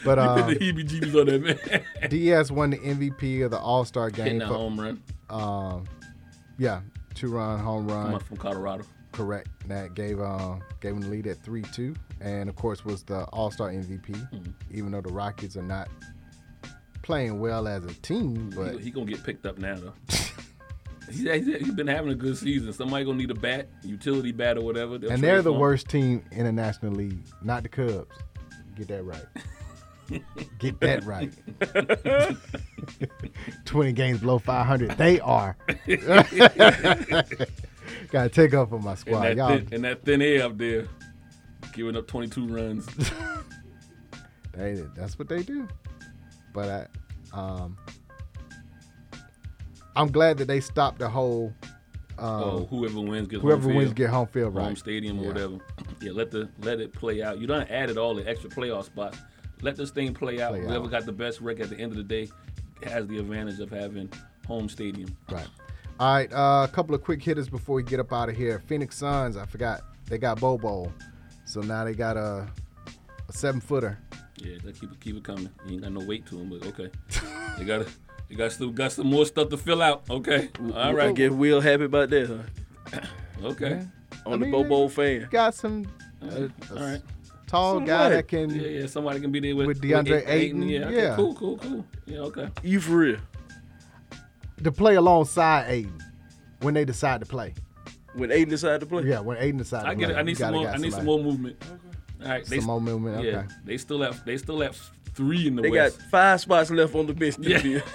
Speaker 5: But
Speaker 8: Put
Speaker 5: uh,
Speaker 8: the heebie-jeebies on that man.
Speaker 5: Diaz won the MVP of the All Star game.
Speaker 8: Hitting a
Speaker 5: for-
Speaker 8: home run
Speaker 5: Yeah, two run home run.
Speaker 8: Come on, from Colorado.
Speaker 5: Correct. That gave uh, gave him the lead at three two, and of course was the All Star MVP.
Speaker 8: Mm-hmm.
Speaker 5: Even though the Rockets are not playing well as a team, but
Speaker 8: He, he gonna get picked up now though. He's, he's, he's been having a good season. Somebody gonna need a bat, utility bat or whatever. They'll
Speaker 5: and
Speaker 8: trade
Speaker 5: they're the
Speaker 8: for him.
Speaker 5: worst team in the National League, not the Cubs. Get that right. Get that right. Twenty games below five hundred. They are. Gotta take up for my
Speaker 8: And,
Speaker 5: squad,
Speaker 8: that
Speaker 5: y'all.
Speaker 8: thin, and that thin air up there, giving up 22 runs.
Speaker 5: They, that's what they do. But I, um, I'm glad that they stopped the whole
Speaker 8: oh, whoever wins gets
Speaker 5: Um, whoever
Speaker 8: home
Speaker 5: wins
Speaker 8: field,
Speaker 5: get home field
Speaker 8: home
Speaker 5: right.
Speaker 8: stadium or
Speaker 5: Yeah.
Speaker 8: whatever. Yeah, let the let it play out. You done added all the extra playoff spots. Let this thing play out.
Speaker 5: Play
Speaker 8: whoever
Speaker 5: out.
Speaker 8: got the best record at the end of the day has the advantage of having home stadium.
Speaker 5: Right. All right. Uh, a couple of quick hitters before we get up out of here. Phoenix Suns. I forgot they got Bobo, so now they got a, a seven footer.
Speaker 8: Yeah, they keep it keep it coming. You ain't got no weight to them, but okay. they got they got still got some more stuff to fill out. Okay, all
Speaker 6: I
Speaker 8: right,
Speaker 6: get Will happy about that, huh?
Speaker 8: okay,
Speaker 6: On
Speaker 5: mean,
Speaker 6: the Bobo fan.
Speaker 5: Got some
Speaker 8: all right.
Speaker 5: tall
Speaker 6: Some
Speaker 5: guy
Speaker 6: what?
Speaker 5: that can.
Speaker 8: Yeah, yeah, somebody can be there with,
Speaker 5: With DeAndre Ayton,
Speaker 8: Yeah, okay,
Speaker 5: yeah.
Speaker 8: cool, cool, cool. Yeah, okay.
Speaker 6: You for real?
Speaker 5: to play alongside Aiden when they decide to play.
Speaker 6: When Aiden decided to play?
Speaker 5: Yeah, when Aiden decides
Speaker 8: I
Speaker 5: to
Speaker 8: get
Speaker 5: play.
Speaker 8: it. I
Speaker 5: you
Speaker 8: need some
Speaker 5: gotta
Speaker 8: more.
Speaker 5: got
Speaker 8: I need some
Speaker 5: somebody.
Speaker 8: more movement. All right,
Speaker 5: Some more movement,
Speaker 8: Yeah,
Speaker 5: okay.
Speaker 8: they still have. They still have three in the
Speaker 6: They got
Speaker 8: West.
Speaker 6: five spots left on the bench this
Speaker 8: Yeah.
Speaker 6: year.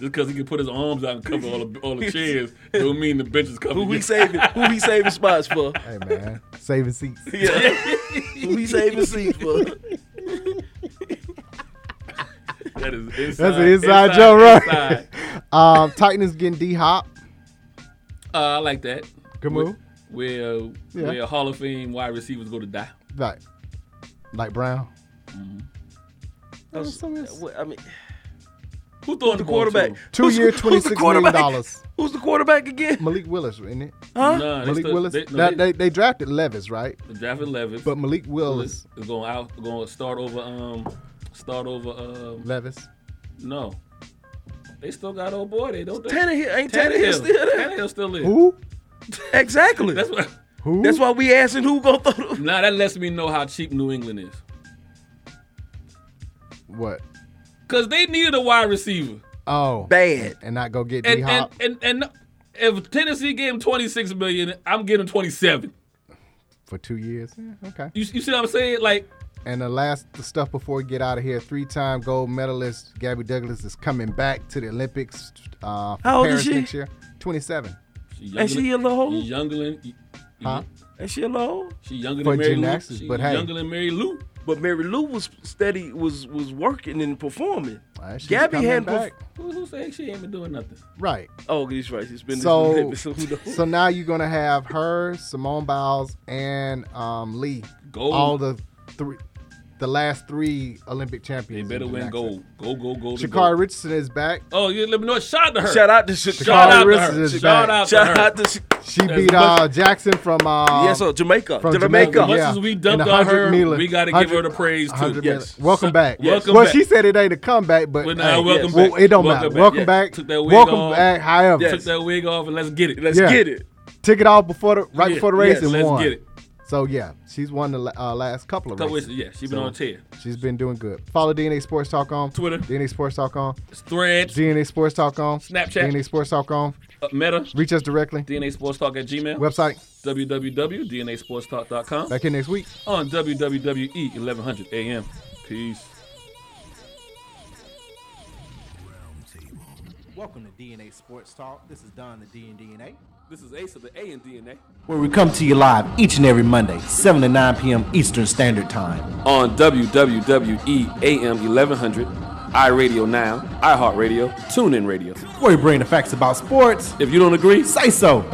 Speaker 8: Just because he can put his arms out and cover all the all the chairs, don't mean the bench is covered.
Speaker 6: Who we
Speaker 8: yet.
Speaker 6: saving? Who we saving spots for?
Speaker 5: Hey man, saving seats.
Speaker 6: Yeah. Who we saving seats for?
Speaker 8: That is inside,
Speaker 5: That's an inside joke, right?
Speaker 8: inside.
Speaker 5: Um, Titans getting D Hop.
Speaker 8: Uh, I like that.
Speaker 5: Good
Speaker 8: Where-
Speaker 5: move.
Speaker 8: Where uh,
Speaker 5: Yeah.
Speaker 8: where Hall of Fame wide receivers go to die.
Speaker 5: Like, like Brown.
Speaker 6: That's- what- I mean,
Speaker 8: Who throwing the ball
Speaker 6: the
Speaker 8: to
Speaker 6: quarterback.
Speaker 8: him?
Speaker 5: Two year, twenty
Speaker 6: who's the
Speaker 5: six million
Speaker 6: quarterback?
Speaker 5: dollars.
Speaker 6: Who's the quarterback again?
Speaker 5: Malik Willis, isn't it?
Speaker 8: Nah, they
Speaker 5: Malik
Speaker 8: still-
Speaker 5: Willis.
Speaker 8: They, no,
Speaker 5: Now,
Speaker 8: they-
Speaker 5: they, they drafted Levis, right?
Speaker 8: they drafted Levis.
Speaker 5: But Malik Willis,
Speaker 8: Willis is going out. Going to start over. Um, start over. Um,
Speaker 5: Levis.
Speaker 8: No. They still got old boy. They don't.
Speaker 6: Tannehill ain't Tannehill,
Speaker 8: Tannehill.
Speaker 6: still there?
Speaker 8: Tannehill still there.
Speaker 5: Who?
Speaker 6: Exactly.
Speaker 8: That's what.
Speaker 5: Who?
Speaker 6: That's why we asking who gonna throw the
Speaker 8: Now that lets me know how cheap New England is.
Speaker 5: what.
Speaker 8: Cause they needed a wide receiver,
Speaker 5: Oh,
Speaker 6: bad.
Speaker 5: and not go get D
Speaker 8: and and,
Speaker 5: Hop.
Speaker 8: and and if Tennessee gave him twenty six million, I'm getting twenty seven.
Speaker 5: for two years. Yeah, okay.
Speaker 8: You, you see what I'm saying? Like
Speaker 5: And the last stuff before we get out of here, three time gold medalist Gabby Douglas is coming back to the Olympics. Uh, for
Speaker 6: How old is
Speaker 5: Paris
Speaker 6: she?
Speaker 5: Next year. 27.
Speaker 6: And she a little old?
Speaker 8: Youngling, you- you-
Speaker 5: Huh?
Speaker 6: And she alone.
Speaker 8: She younger
Speaker 5: For
Speaker 8: than Mary Lou.
Speaker 5: gymnastics,
Speaker 8: She
Speaker 5: but hey.
Speaker 8: younger than Mary Lou.
Speaker 6: But Mary Lou was steady, was was working and performing.
Speaker 5: All right, she's
Speaker 6: Gabby
Speaker 5: coming
Speaker 6: had
Speaker 5: back.
Speaker 6: perf-
Speaker 8: Who, who say she ain't been doing nothing?
Speaker 5: Right.
Speaker 6: Oh, he's right. He's been
Speaker 5: So,
Speaker 6: so who knows?
Speaker 5: so now you're gonna have her, Simone Biles, and um, Lee.
Speaker 8: Gold.
Speaker 5: All the three, the last three Olympic
Speaker 8: They
Speaker 5: champions.
Speaker 8: better
Speaker 5: in the
Speaker 8: win
Speaker 5: next
Speaker 8: gold. Go go go. to
Speaker 5: Shakari
Speaker 8: gold.
Speaker 5: Richardson is back.
Speaker 8: Oh, you let me know. a Shout out to her.
Speaker 6: Shout out to
Speaker 8: Shout out
Speaker 6: Chicago.
Speaker 8: to
Speaker 5: Richardson
Speaker 8: her.
Speaker 5: is
Speaker 8: Shout
Speaker 5: back.
Speaker 8: out to
Speaker 6: Shout
Speaker 8: her.
Speaker 6: out to
Speaker 5: She
Speaker 8: That's
Speaker 5: beat
Speaker 8: much-
Speaker 5: uh, Jackson from uh,
Speaker 6: yes, sir, Jamaica.
Speaker 5: from
Speaker 6: Jamaica.
Speaker 5: Jamaica.
Speaker 8: As much
Speaker 5: Yeah.
Speaker 8: as we
Speaker 5: In
Speaker 8: dumped
Speaker 5: the
Speaker 8: on
Speaker 5: 100
Speaker 8: her,
Speaker 5: million-
Speaker 8: we got to give her the
Speaker 5: 100
Speaker 8: praise too.
Speaker 5: 100 million.
Speaker 6: Yes.
Speaker 5: Welcome
Speaker 8: So-
Speaker 5: back.
Speaker 8: Welcome
Speaker 5: well,
Speaker 8: back.
Speaker 5: she said it ain't a comeback, but
Speaker 8: Well, nah,
Speaker 5: hey,
Speaker 8: welcome
Speaker 5: well,
Speaker 8: back.
Speaker 5: it don't
Speaker 8: Welcome
Speaker 5: matter.
Speaker 8: back.
Speaker 5: welcome
Speaker 8: Yeah.
Speaker 5: back.
Speaker 8: Took that wig
Speaker 5: welcome
Speaker 8: off.
Speaker 5: back. However,
Speaker 6: Yes.
Speaker 8: Took that wig off and let's get it.
Speaker 6: Let's
Speaker 5: Yeah.
Speaker 6: get it.
Speaker 5: took it off before the right before the race
Speaker 6: yes,
Speaker 5: and
Speaker 8: let's
Speaker 5: won.
Speaker 8: get it.
Speaker 5: So yeah, she's won the la- uh, last couple of
Speaker 8: Couple
Speaker 5: races.
Speaker 8: races, yeah, she been on a tear.
Speaker 5: She's been doing good. Follow DNA Sports Talk on
Speaker 8: Twitter.
Speaker 5: DNA Sports Talk on
Speaker 8: It's threads,
Speaker 5: DNA Sports Talk on
Speaker 8: Snapchat.
Speaker 5: DNA Sports Talk on.
Speaker 8: uh, Meta,
Speaker 5: Reach us directly.
Speaker 8: DNA Sports Talk at Gmail,
Speaker 5: Website
Speaker 8: www.dnasportstalk.com,
Speaker 5: back in next week.
Speaker 8: on E WWE 1100 AM. Peace.
Speaker 5: Welcome to DNA Sports Talk. This is Don the D and DNA,
Speaker 8: This is Ace of the A and DNA
Speaker 5: where we come to you live each and every Monday, 7 to 9 p.m. Eastern Standard Time.
Speaker 8: on E WWWE AM 1100, iRadio Now, iHeartRadio, TuneIn Radio.
Speaker 5: Where we bring the facts about sports.
Speaker 8: If you don't agree,
Speaker 5: Say so.